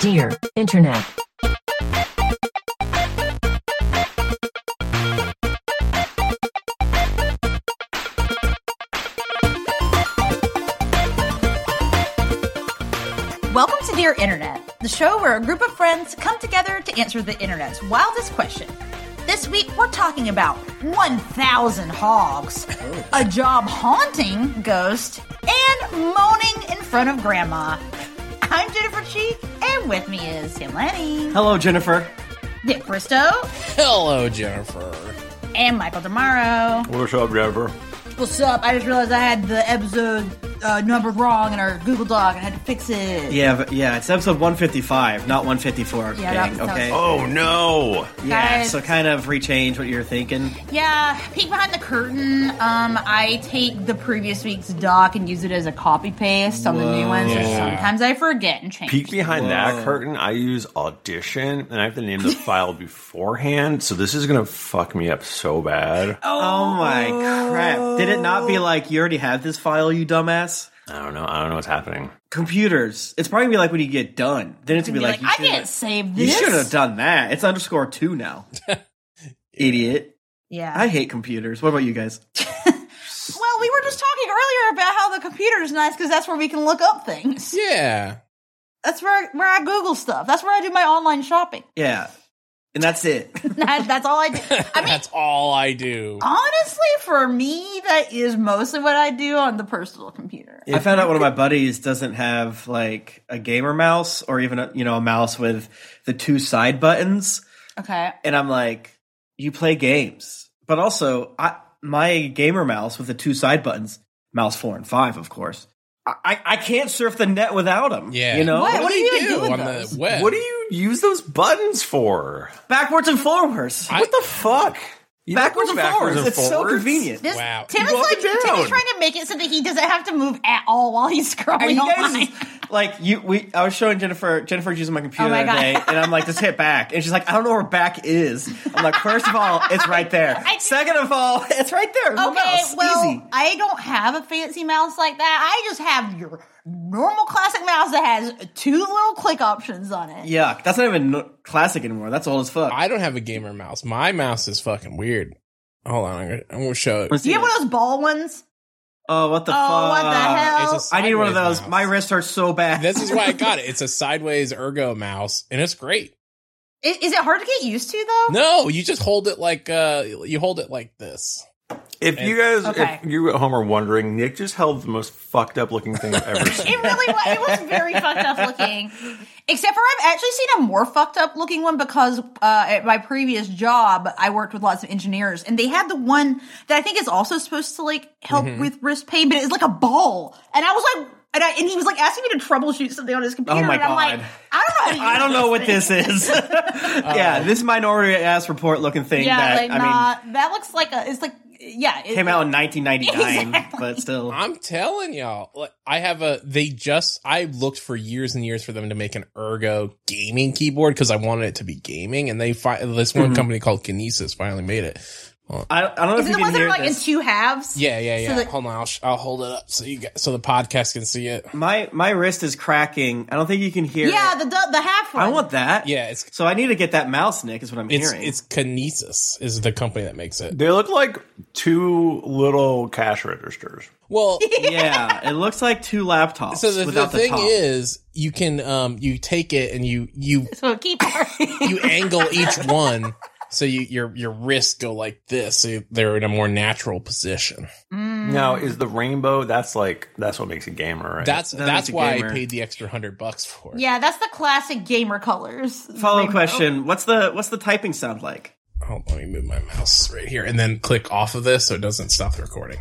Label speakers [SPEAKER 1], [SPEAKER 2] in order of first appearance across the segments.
[SPEAKER 1] Dear Internet.
[SPEAKER 2] Welcome to Dear Internet, the show where a group of friends come together to answer the internet's wildest question. This week, we're talking about 1,000 hogs, a job haunting ghost, and moaning in front of grandma. I'm Jennifer Cheek, and with me is Tim Lanning,
[SPEAKER 3] Hello, Jennifer.
[SPEAKER 2] Nick Bristow,
[SPEAKER 4] Hello, Jennifer.
[SPEAKER 2] and Michael Damaro.
[SPEAKER 5] What's up, Jennifer?
[SPEAKER 2] What's up? I just realized I had the episode uh, number wrong in our Google Doc. I had to fix it.
[SPEAKER 3] Yeah, but yeah, it's episode 155, not 154.
[SPEAKER 2] Yeah,
[SPEAKER 3] Bing,
[SPEAKER 2] that was-
[SPEAKER 3] okay.
[SPEAKER 2] that
[SPEAKER 5] Oh no!
[SPEAKER 3] yeah,
[SPEAKER 2] Guys.
[SPEAKER 3] so kind of rechange what you're thinking.
[SPEAKER 2] Yeah, peek behind the curtain. Um, I take the previous week's doc and use it as a copy paste on the new ones. and
[SPEAKER 4] Yeah.
[SPEAKER 2] Sometimes I forget and change.
[SPEAKER 5] Peek behind
[SPEAKER 3] Whoa.
[SPEAKER 5] that curtain. I use Audition, and I have to name the file beforehand. So this is gonna fuck me up so bad.
[SPEAKER 3] Oh my crap. Did it not be like, you already have this file, you dumbass?
[SPEAKER 5] I don't know. I don't know what's happening.
[SPEAKER 3] Computers. It's probably gonna be like when you get done. Then it's gonna
[SPEAKER 2] Be
[SPEAKER 3] be
[SPEAKER 2] like,
[SPEAKER 3] like,
[SPEAKER 2] I
[SPEAKER 3] you should
[SPEAKER 2] can't save
[SPEAKER 3] You
[SPEAKER 2] this.
[SPEAKER 3] should have done that. It's underscore two now. Idiot.
[SPEAKER 2] Yeah.
[SPEAKER 3] I hate computers. What about you guys?
[SPEAKER 2] well, we were just talking earlier about how the computer is nice because that's where we can look up things.
[SPEAKER 4] Yeah.
[SPEAKER 2] That's where where I Google stuff. That's where I do my online shopping.
[SPEAKER 3] Yeah. And that's it.
[SPEAKER 2] That, that's all I do. I mean,
[SPEAKER 4] That's all I do.
[SPEAKER 2] honestly, for me, that is mostly what I do on the personal computer.
[SPEAKER 3] I found out one of my buddies doesn't have like a gamer mouse or even a, you know a mouse with the two side buttons,
[SPEAKER 2] Okay.
[SPEAKER 3] and I'm like, you play games, but also I my gamer mouse with the two side buttons, mouse four and five, of course. I- I, I can't surf the net without them.
[SPEAKER 4] Yeah.
[SPEAKER 3] you know,
[SPEAKER 2] What? do you even do with
[SPEAKER 4] on
[SPEAKER 2] those?
[SPEAKER 4] the web?
[SPEAKER 5] What do you use those buttons for?
[SPEAKER 3] backwards and forwards,
[SPEAKER 4] I-
[SPEAKER 5] What the fuck? You don't
[SPEAKER 3] backwards
[SPEAKER 5] go
[SPEAKER 3] and forwards. It's so convenient.
[SPEAKER 2] This,
[SPEAKER 4] Wow.
[SPEAKER 2] Tim is
[SPEAKER 5] Walk
[SPEAKER 2] like
[SPEAKER 5] it
[SPEAKER 2] Tim is
[SPEAKER 5] down.
[SPEAKER 2] trying to make it so that he doesn't have to move at all while he's
[SPEAKER 3] Are
[SPEAKER 2] scrolling
[SPEAKER 3] you
[SPEAKER 2] online.
[SPEAKER 3] guys like you? We I was showing Jennifer. Jennifer was using my computer
[SPEAKER 2] Oh my
[SPEAKER 3] the other
[SPEAKER 2] God.
[SPEAKER 3] day, and I'm like, "Just hit back," and she's like, "I don't know where back is." I'm like, first of all, it's right there.
[SPEAKER 2] I-
[SPEAKER 3] Second of all, it's right there.
[SPEAKER 2] Okay,
[SPEAKER 3] Mouse,
[SPEAKER 2] well,
[SPEAKER 3] easy."
[SPEAKER 2] I don't have a fancy mouse like that. I just have your normal classic mouse that has two little click options on it.
[SPEAKER 3] Yuck! That's not even n- classic anymore. That's old as fuck.
[SPEAKER 4] I don't have a gamer mouse. My mouse is fucking weird. Hold on, I'm gonna, I'm gonna show it.
[SPEAKER 3] Let's
[SPEAKER 2] Do you
[SPEAKER 3] see
[SPEAKER 2] have one
[SPEAKER 3] it.
[SPEAKER 2] of those ball ones?
[SPEAKER 3] Oh, what the fuck!
[SPEAKER 2] Oh, what the hell?
[SPEAKER 4] It's a
[SPEAKER 3] I need one of
[SPEAKER 4] sideways
[SPEAKER 3] those.
[SPEAKER 4] mouse.
[SPEAKER 3] My wrists are so bad.
[SPEAKER 4] This is why I got it. It's a sideways ergo mouse, and it's great.
[SPEAKER 2] I- Is, it hard to get used to though?
[SPEAKER 4] No, you just hold it like uh, you hold it like this.
[SPEAKER 5] If you guys,
[SPEAKER 2] Okay.
[SPEAKER 5] if you at home are wondering, Nick just held the most fucked up looking thing I've ever seen.
[SPEAKER 2] It really was. It was very fucked up looking. Except for I've actually seen a more fucked up looking one because uh, at my previous job I worked with lots of engineers and they had the one that I think is also supposed to like help
[SPEAKER 3] Mm-hmm.
[SPEAKER 2] with wrist pain, but it's like a ball. And I was like, and, I, and he was like asking me to troubleshoot something on his computer.
[SPEAKER 3] Oh my
[SPEAKER 2] and I'm like,
[SPEAKER 3] God.
[SPEAKER 2] I don't know. How to
[SPEAKER 3] I don't know what
[SPEAKER 2] thing.
[SPEAKER 3] this is.
[SPEAKER 4] Uh,
[SPEAKER 3] yeah, this minority ass report looking thing
[SPEAKER 2] Yeah,
[SPEAKER 3] that
[SPEAKER 2] like
[SPEAKER 3] I mean
[SPEAKER 2] not. that looks like a. It's like yeah. It,
[SPEAKER 3] came out in 1999, but still.
[SPEAKER 4] I'm telling y'all, like, I have a. They just I looked for years and years for them to make an ergo gaming keyboard because I wanted it to be gaming, and they fi- this one company called Kinesis finally made it.
[SPEAKER 3] I, I don't know if
[SPEAKER 2] Is
[SPEAKER 3] you
[SPEAKER 2] it the
[SPEAKER 3] can
[SPEAKER 2] ones that
[SPEAKER 3] hear
[SPEAKER 2] are like
[SPEAKER 3] this.
[SPEAKER 2] in two halves?
[SPEAKER 4] Yeah, yeah, yeah.
[SPEAKER 2] that-
[SPEAKER 4] Hold on, I'll, sh- I'll hold it up so you guys, so the podcast can see it.
[SPEAKER 3] My my wrist is cracking. I don't think you can hear.
[SPEAKER 2] Yeah, the
[SPEAKER 3] it.
[SPEAKER 2] the the half one.
[SPEAKER 3] I want that.
[SPEAKER 4] Yeah, it's
[SPEAKER 3] So I need to get that mouse, Nick. Is what I'm
[SPEAKER 4] it's
[SPEAKER 3] hearing.
[SPEAKER 4] it's Kinesis is the company that makes it.
[SPEAKER 5] They look like two little cash registers.
[SPEAKER 4] Well,
[SPEAKER 3] yeah, it looks like two laptops.
[SPEAKER 4] so the, the
[SPEAKER 3] without
[SPEAKER 4] thing
[SPEAKER 3] top.
[SPEAKER 4] is, you can um you take it and you you
[SPEAKER 2] So keep.
[SPEAKER 4] you angle each one so you your your wrists go like this, so they're in a more natural position.
[SPEAKER 3] Mm.
[SPEAKER 5] Now, is the rainbow? That's like that's what makes a gamer, right?
[SPEAKER 4] That's
[SPEAKER 3] That makes
[SPEAKER 4] that's
[SPEAKER 3] a
[SPEAKER 4] why I
[SPEAKER 3] gamer.
[SPEAKER 4] paid the extra hundred bucks for it.
[SPEAKER 2] Yeah, that's the classic gamer colors.
[SPEAKER 3] Follow
[SPEAKER 2] Rainbow.
[SPEAKER 3] question: What's the what's the typing sound like?
[SPEAKER 4] Hold on, let me move my mouse right here and then click off of this so it doesn't stop the recording.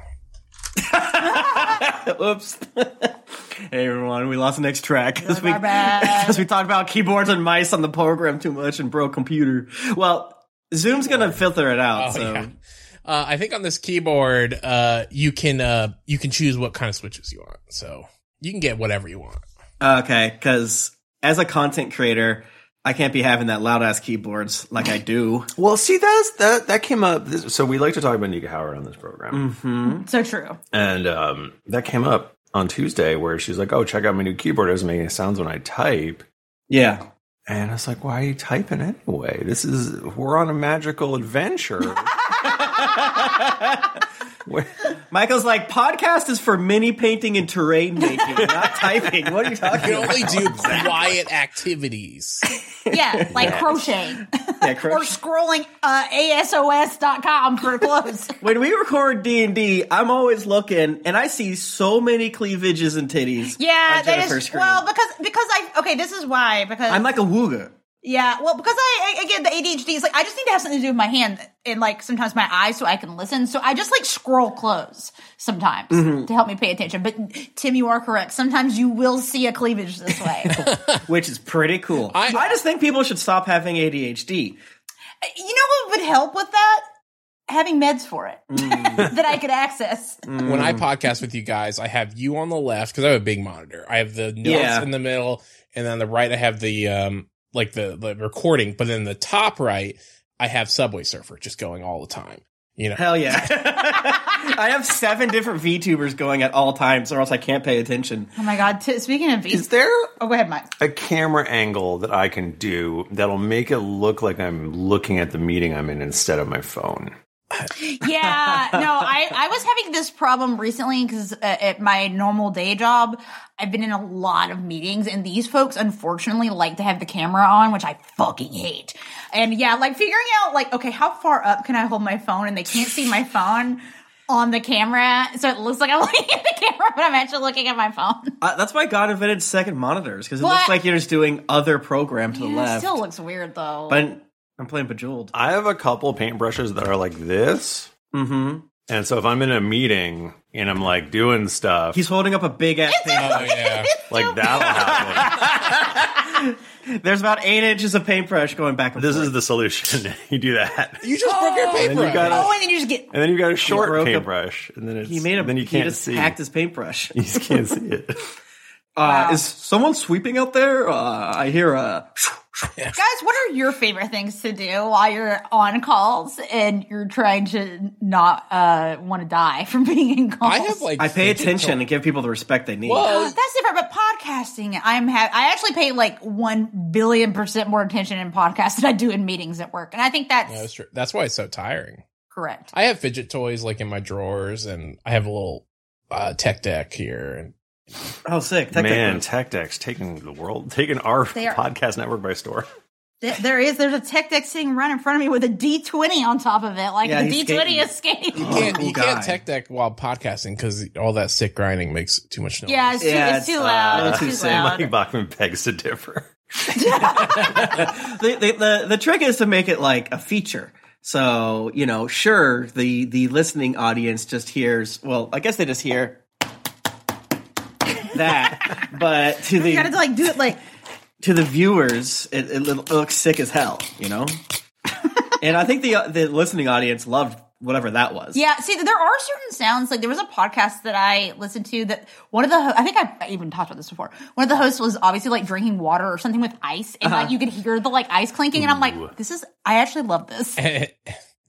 [SPEAKER 3] Oops. hey everyone, we lost the next track because we
[SPEAKER 2] Our bad.
[SPEAKER 3] because we talked about keyboards and mice on the program too much and broke computer. Well, Zoom's gonna filter it out.
[SPEAKER 4] Oh,
[SPEAKER 3] so
[SPEAKER 4] yeah. Uh, I think on this keyboard, uh, you can uh, you can choose what kind of switches you want, so you can get whatever you want.
[SPEAKER 3] Okay, because as a content creator, I can't be having that loud ass keyboards like I do.
[SPEAKER 5] well, see, that's that that came up. This, so we like to talk about Nika Howard on this program,
[SPEAKER 3] hmm
[SPEAKER 2] So true.
[SPEAKER 5] and um, that came up on Tuesday where she's like, "Oh, check out my new keyboard. It doesn't make any sounds when I type."
[SPEAKER 3] Yeah.
[SPEAKER 5] And I was like, why are you typing anyway? This is, we're on a magical adventure. Where-
[SPEAKER 3] Michael's like, podcast is for mini painting and terrain making, not typing. What are you
[SPEAKER 4] You
[SPEAKER 3] talking
[SPEAKER 4] can
[SPEAKER 3] about?
[SPEAKER 4] only do quiet activities.
[SPEAKER 2] Yeah, like crochet.
[SPEAKER 3] Yeah,
[SPEAKER 2] or
[SPEAKER 3] Chris.
[SPEAKER 2] scrolling uh, ASOS.com for clothes.
[SPEAKER 3] When we record D and D, I'm always looking, and I see so many cleavages and titties.
[SPEAKER 2] yeah, that
[SPEAKER 3] on Jennifer's
[SPEAKER 2] is
[SPEAKER 3] screen.
[SPEAKER 2] well because because I okay. This is why because
[SPEAKER 3] I'm like a wooga.
[SPEAKER 2] yeah well because I I- again the ADHD is like I just need to have something to do with my hand and like sometimes my eyes so I can listen. So I just like scroll clothes sometimes
[SPEAKER 3] Mm-hmm.
[SPEAKER 2] to help me pay attention. But Tim, you are correct. Sometimes you will see a cleavage this way.
[SPEAKER 3] which is pretty cool.
[SPEAKER 4] I-
[SPEAKER 3] I, just think people should stop having ADHD.
[SPEAKER 2] you know what would help with that? Having meds for it
[SPEAKER 3] Mm.
[SPEAKER 2] that I could access.
[SPEAKER 4] When I podcast with you guys, I have you on the left because I have a big monitor. I have the notes
[SPEAKER 3] Yeah.
[SPEAKER 4] in the middle, and on the right, I have the um like the the recording. But in the top right, I have Subway Surfer just going all the time. You know,
[SPEAKER 3] Hell yeah. I have seven different VTubers going at all times, or else I can't pay attention.
[SPEAKER 2] Oh my god! T- speaking of,
[SPEAKER 5] is there
[SPEAKER 2] oh, go ahead, Mike.
[SPEAKER 5] a camera angle that I can do that'll make it look like I'm looking at the meeting I'm in instead of my phone?
[SPEAKER 2] Yeah, no, I, I was having this problem recently because uh, at my normal day job, I've been in a lot of meetings, and these folks unfortunately like to have the camera on, which I fucking hate. And yeah, like figuring out, like, okay, how far up can I hold my phone? And they can't see my phone on the camera, so it looks like I'm looking at the camera, but I'm actually looking at my phone.
[SPEAKER 3] Uh, that's why God invented second monitors, because it
[SPEAKER 2] What?
[SPEAKER 3] looks like you're just doing other program to the
[SPEAKER 2] It
[SPEAKER 3] left.
[SPEAKER 2] still looks weird though.
[SPEAKER 3] but I'm playing Bejeweled.
[SPEAKER 5] I have a couple paintbrushes that are like this.
[SPEAKER 3] Mm-hmm.
[SPEAKER 5] And so if I'm in a meeting and I'm like doing stuff,
[SPEAKER 3] He's holding up a big ass paintbrush.
[SPEAKER 4] oh yeah,
[SPEAKER 5] like that'll happen.
[SPEAKER 3] There's about eight inches of paintbrush going back and
[SPEAKER 5] this
[SPEAKER 3] forth.
[SPEAKER 5] is the solution. you do that.
[SPEAKER 4] you just broke your
[SPEAKER 5] then you
[SPEAKER 4] paper.
[SPEAKER 5] gotta-
[SPEAKER 2] oh, and then you just get
[SPEAKER 5] And then you've got a short
[SPEAKER 3] broke a-
[SPEAKER 5] paintbrush. and then it's,
[SPEAKER 3] he made him.
[SPEAKER 5] then you
[SPEAKER 3] he
[SPEAKER 5] can't
[SPEAKER 3] just
[SPEAKER 5] see.
[SPEAKER 3] hacked his paintbrush.
[SPEAKER 5] you just can't see it.
[SPEAKER 3] Uh, is someone sweeping out there? Uh, I hear a.
[SPEAKER 2] Guys, what are your favorite things to do while you're on calls and you're trying to not uh, want to die from being in calls? Uh,
[SPEAKER 4] I have like
[SPEAKER 3] I pay
[SPEAKER 4] fifty-
[SPEAKER 3] attention and give people the respect they need.
[SPEAKER 4] Whoa.
[SPEAKER 2] that's different. But podcasting, I'm ha- I actually pay like one billion percent more attention in podcasts than I do in meetings at work, and I think that's
[SPEAKER 4] Yeah, that's true. That's why it's so tiring.
[SPEAKER 2] correct.
[SPEAKER 4] I have fidget toys like in my drawers, and I have a little uh, tech deck here, and
[SPEAKER 3] Oh, sick! Tech
[SPEAKER 5] Man,
[SPEAKER 3] Deck
[SPEAKER 5] Tech Deck's taking the world, taking our
[SPEAKER 2] They are-
[SPEAKER 5] podcast network by storm.
[SPEAKER 2] Th- There is there's a tech deck sitting right in front of me with a D20 on top of it, like
[SPEAKER 3] Yeah,
[SPEAKER 2] the
[SPEAKER 3] he's
[SPEAKER 2] D20
[SPEAKER 3] skating.
[SPEAKER 2] escape.
[SPEAKER 4] you can't
[SPEAKER 3] cool
[SPEAKER 4] you can't
[SPEAKER 3] guy.
[SPEAKER 4] tech deck while podcasting because all that sick grinding makes too much noise.
[SPEAKER 2] Yeah, it's too,
[SPEAKER 3] Yeah,
[SPEAKER 2] it's
[SPEAKER 3] it's,
[SPEAKER 2] too
[SPEAKER 3] uh,
[SPEAKER 2] loud. It's
[SPEAKER 3] too
[SPEAKER 2] too
[SPEAKER 3] soon.
[SPEAKER 2] loud.
[SPEAKER 5] Mike Bachman begs to differ.
[SPEAKER 3] the, the, the the trick is to make it like a feature. So you know, sure, the the listening audience just hears. Well, I guess they just hear that, but to
[SPEAKER 2] You gotta
[SPEAKER 3] the
[SPEAKER 2] like do it like
[SPEAKER 3] to the viewers, it, it lo- looks sick as hell. You know, and I think the uh, the listening audience loved whatever that was.
[SPEAKER 2] Yeah, see, there are certain sounds. Like there was a podcast that I listened to that one of the ho- I think I, I even talked about this before. One of the hosts was obviously like drinking water or something with ice, and
[SPEAKER 3] Uh-huh.
[SPEAKER 2] like you could hear the like ice clinking, and I'm like, this is I actually love this.
[SPEAKER 3] Uh,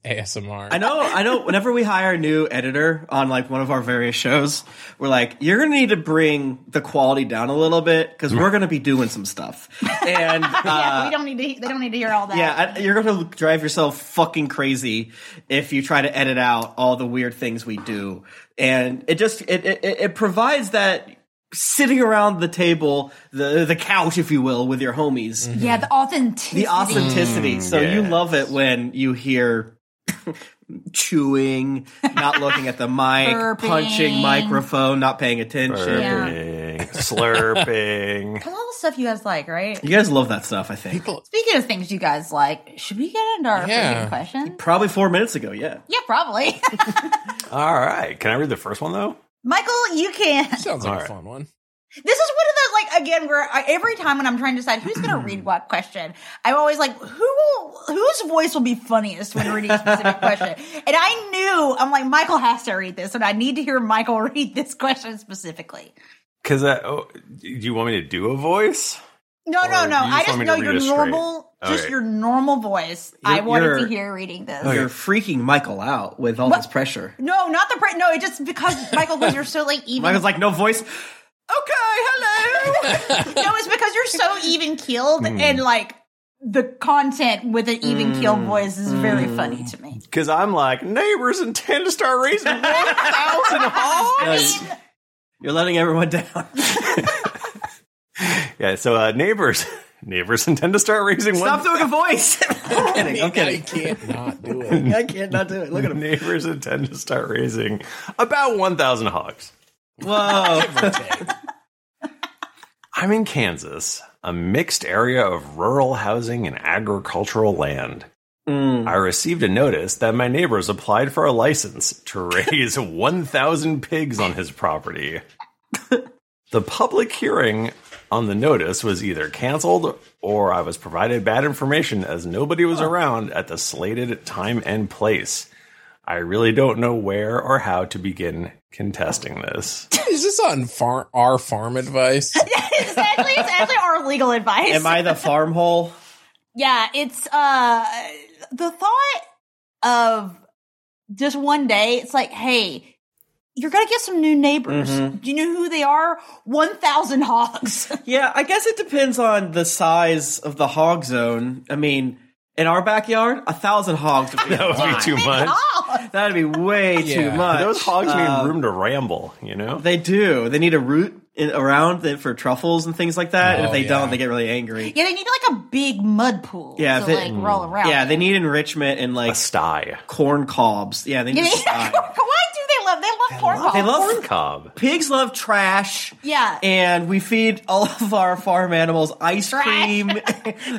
[SPEAKER 4] ASMR.
[SPEAKER 3] I know, I know. Whenever we hire a new editor on like one of our various shows, we're like, you're gonna need to bring the quality down a little bit because we're gonna be doing some stuff, and
[SPEAKER 2] yeah,
[SPEAKER 3] uh,
[SPEAKER 2] we don't need to. he- They don't need to hear all that.
[SPEAKER 3] yeah, I, you're gonna drive yourself fucking crazy if you try to edit out all the weird things we do, and it just it it, it it provides that. Sitting around the table, the the couch, if you will, with your homies,
[SPEAKER 2] yeah, the authenticity.
[SPEAKER 3] the authenticity. so you
[SPEAKER 5] yes.
[SPEAKER 3] love it when you hear chewing, not looking at the mic,
[SPEAKER 2] Burping.
[SPEAKER 3] punching microphone, not paying attention.
[SPEAKER 2] Yeah.
[SPEAKER 5] Slurping, slurping.
[SPEAKER 2] That's all the stuff you guys like, right?
[SPEAKER 3] You guys love that stuff, I think.
[SPEAKER 4] People-
[SPEAKER 2] Speaking of things you guys like, should we get into our
[SPEAKER 4] Yeah.
[SPEAKER 2] freaking questions?
[SPEAKER 3] Probably four minutes ago, yeah.
[SPEAKER 2] Yeah, probably.
[SPEAKER 5] All right. Can I read the first one though?
[SPEAKER 2] Michael, you can.
[SPEAKER 4] sounds like
[SPEAKER 5] All
[SPEAKER 4] a
[SPEAKER 5] right.
[SPEAKER 4] fun one.
[SPEAKER 2] This is one of those like again where I, every time when I'm trying to decide who's going to read what question, I'm always like, who will, whose voice will be funniest when reading a specific question? And I knew I'm like Michael has to read this, and I need to hear Michael read this question specifically.
[SPEAKER 5] Because oh, do you want me to do a voice?
[SPEAKER 2] No, no,
[SPEAKER 5] Or
[SPEAKER 2] no.
[SPEAKER 5] you just
[SPEAKER 2] I just
[SPEAKER 5] want me
[SPEAKER 2] know
[SPEAKER 5] to read
[SPEAKER 2] your
[SPEAKER 5] it straight?
[SPEAKER 2] normal, just
[SPEAKER 5] Okay.
[SPEAKER 2] your normal voice. I
[SPEAKER 3] You're-
[SPEAKER 2] wanted to
[SPEAKER 3] you're-
[SPEAKER 2] hear reading this.
[SPEAKER 3] You're freaking Michael out with all this pressure.
[SPEAKER 2] No, not the print. No, it just because Michael, because you're so like even.
[SPEAKER 3] Michael's like, no voice. okay, hello.
[SPEAKER 2] no, it's because you're so even keeled
[SPEAKER 5] Hmm.
[SPEAKER 2] and like the content with an even keel
[SPEAKER 5] Hmm.
[SPEAKER 2] voice is very funny to me.
[SPEAKER 5] Because I'm like, neighbors intend to start raising 1,000 hogs.
[SPEAKER 2] I
[SPEAKER 3] Yes.
[SPEAKER 2] mean,
[SPEAKER 3] You're letting everyone down.
[SPEAKER 5] Yeah, so uh, neighbors. Neighbors intend to start raising
[SPEAKER 3] Stop
[SPEAKER 5] one.
[SPEAKER 3] doing a voice. I'm kidding. I'm
[SPEAKER 4] I
[SPEAKER 3] kidding.
[SPEAKER 4] can't not do it.
[SPEAKER 3] I can't not do it. Look at him.
[SPEAKER 5] Neighbors intend to start raising about 1,000 hogs.
[SPEAKER 3] Whoa.
[SPEAKER 5] I'm in Kansas, a mixed area of rural housing and agricultural land. I received a notice that my neighbors applied for a license to raise 1,000 pigs on his property. the public hearing on the notice was either canceled or I was provided bad information as nobody was around at the slated time and place. I really don't know where or how to begin contesting this.
[SPEAKER 4] Is this on farm our farm advice?
[SPEAKER 2] exactly. It's actually our legal advice.
[SPEAKER 3] Am I the farm hole?
[SPEAKER 2] yeah, it's uh the thought of just one day, it's like, hey, you're gonna get some new neighbors.
[SPEAKER 3] Mm-hmm.
[SPEAKER 2] Do you know who they are? One thousand hogs.
[SPEAKER 3] Yeah, I guess it depends on the size of the hog zone. I mean, in our backyard, a thousand hogs would be
[SPEAKER 5] That would be too much.
[SPEAKER 2] Hogs.
[SPEAKER 3] That'd be way
[SPEAKER 4] Yeah.
[SPEAKER 3] too much.
[SPEAKER 5] Those hogs
[SPEAKER 3] Uh,
[SPEAKER 5] need room to ramble, you know?
[SPEAKER 3] They do. They need a root in, around it for truffles and things like that. and if
[SPEAKER 4] Oh,
[SPEAKER 3] they
[SPEAKER 4] yeah.
[SPEAKER 3] don't, they get really angry.
[SPEAKER 2] yeah, they need like a big mud pool
[SPEAKER 3] Yeah,
[SPEAKER 2] to
[SPEAKER 3] they-
[SPEAKER 2] like roll around.
[SPEAKER 3] Yeah, they need enrichment and
[SPEAKER 5] A
[SPEAKER 3] like
[SPEAKER 5] sty.
[SPEAKER 3] corn cobs. Yeah, they
[SPEAKER 2] Yeah,
[SPEAKER 3] need.
[SPEAKER 2] they- Why
[SPEAKER 3] sty.
[SPEAKER 2] do they love? They love corn dogs.
[SPEAKER 3] they love
[SPEAKER 5] Corn cob.
[SPEAKER 3] pigs. Love trash.
[SPEAKER 2] Yeah.
[SPEAKER 3] and we feed all of our farm animals ice
[SPEAKER 2] Trash.
[SPEAKER 3] cream,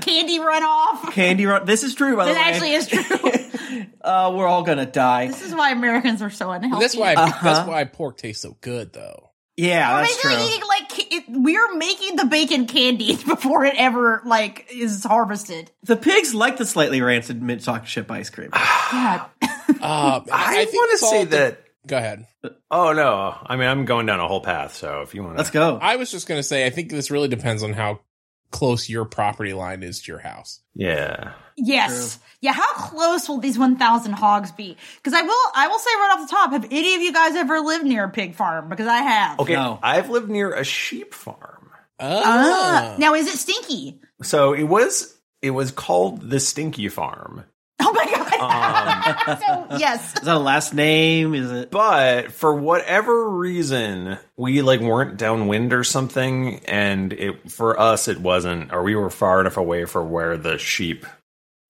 [SPEAKER 2] candy runoff.
[SPEAKER 3] candy. Run- this is true, by
[SPEAKER 2] That
[SPEAKER 3] the
[SPEAKER 2] actually
[SPEAKER 3] way.
[SPEAKER 2] is true.
[SPEAKER 3] uh, we're all gonna die.
[SPEAKER 2] this is why Americans are so unhealthy.
[SPEAKER 4] That's why
[SPEAKER 3] Uh-huh.
[SPEAKER 4] that's why pork tastes so good though.
[SPEAKER 3] Yeah,
[SPEAKER 2] We're
[SPEAKER 3] that's
[SPEAKER 2] basically
[SPEAKER 3] true.
[SPEAKER 2] eating like ca- it, we're making the bacon candy before it ever like is harvested.
[SPEAKER 3] The pigs like the slightly rancid mint chocolate chip ice cream.
[SPEAKER 2] God.
[SPEAKER 4] Uh,
[SPEAKER 5] I,
[SPEAKER 4] think
[SPEAKER 5] want
[SPEAKER 4] it's
[SPEAKER 5] to
[SPEAKER 4] all
[SPEAKER 5] say
[SPEAKER 4] the-
[SPEAKER 5] that.
[SPEAKER 4] Go ahead.
[SPEAKER 5] Oh no! I mean, I'm going down a whole path. So if you want,
[SPEAKER 3] Let's go.
[SPEAKER 4] I was just gonna say I think this really depends on how close your property line is to your house.
[SPEAKER 5] Yeah.
[SPEAKER 2] Yes. Yeah. How close will these one thousand hogs be? Because I will. I will say right off the top. Have any of you guys ever lived near a pig farm? Because I have.
[SPEAKER 5] Okay.
[SPEAKER 3] No.
[SPEAKER 5] I've lived near a sheep farm,
[SPEAKER 2] Ah.
[SPEAKER 4] Oh.
[SPEAKER 2] Now is it stinky?
[SPEAKER 5] so it was it was called the Stinky Farm.
[SPEAKER 2] Oh my god.
[SPEAKER 5] Um,
[SPEAKER 2] so yes.
[SPEAKER 3] Is that a last name? Is it?
[SPEAKER 5] But for whatever reason, we like weren't downwind or something, and it for us it wasn't, or we were far enough away for where the sheep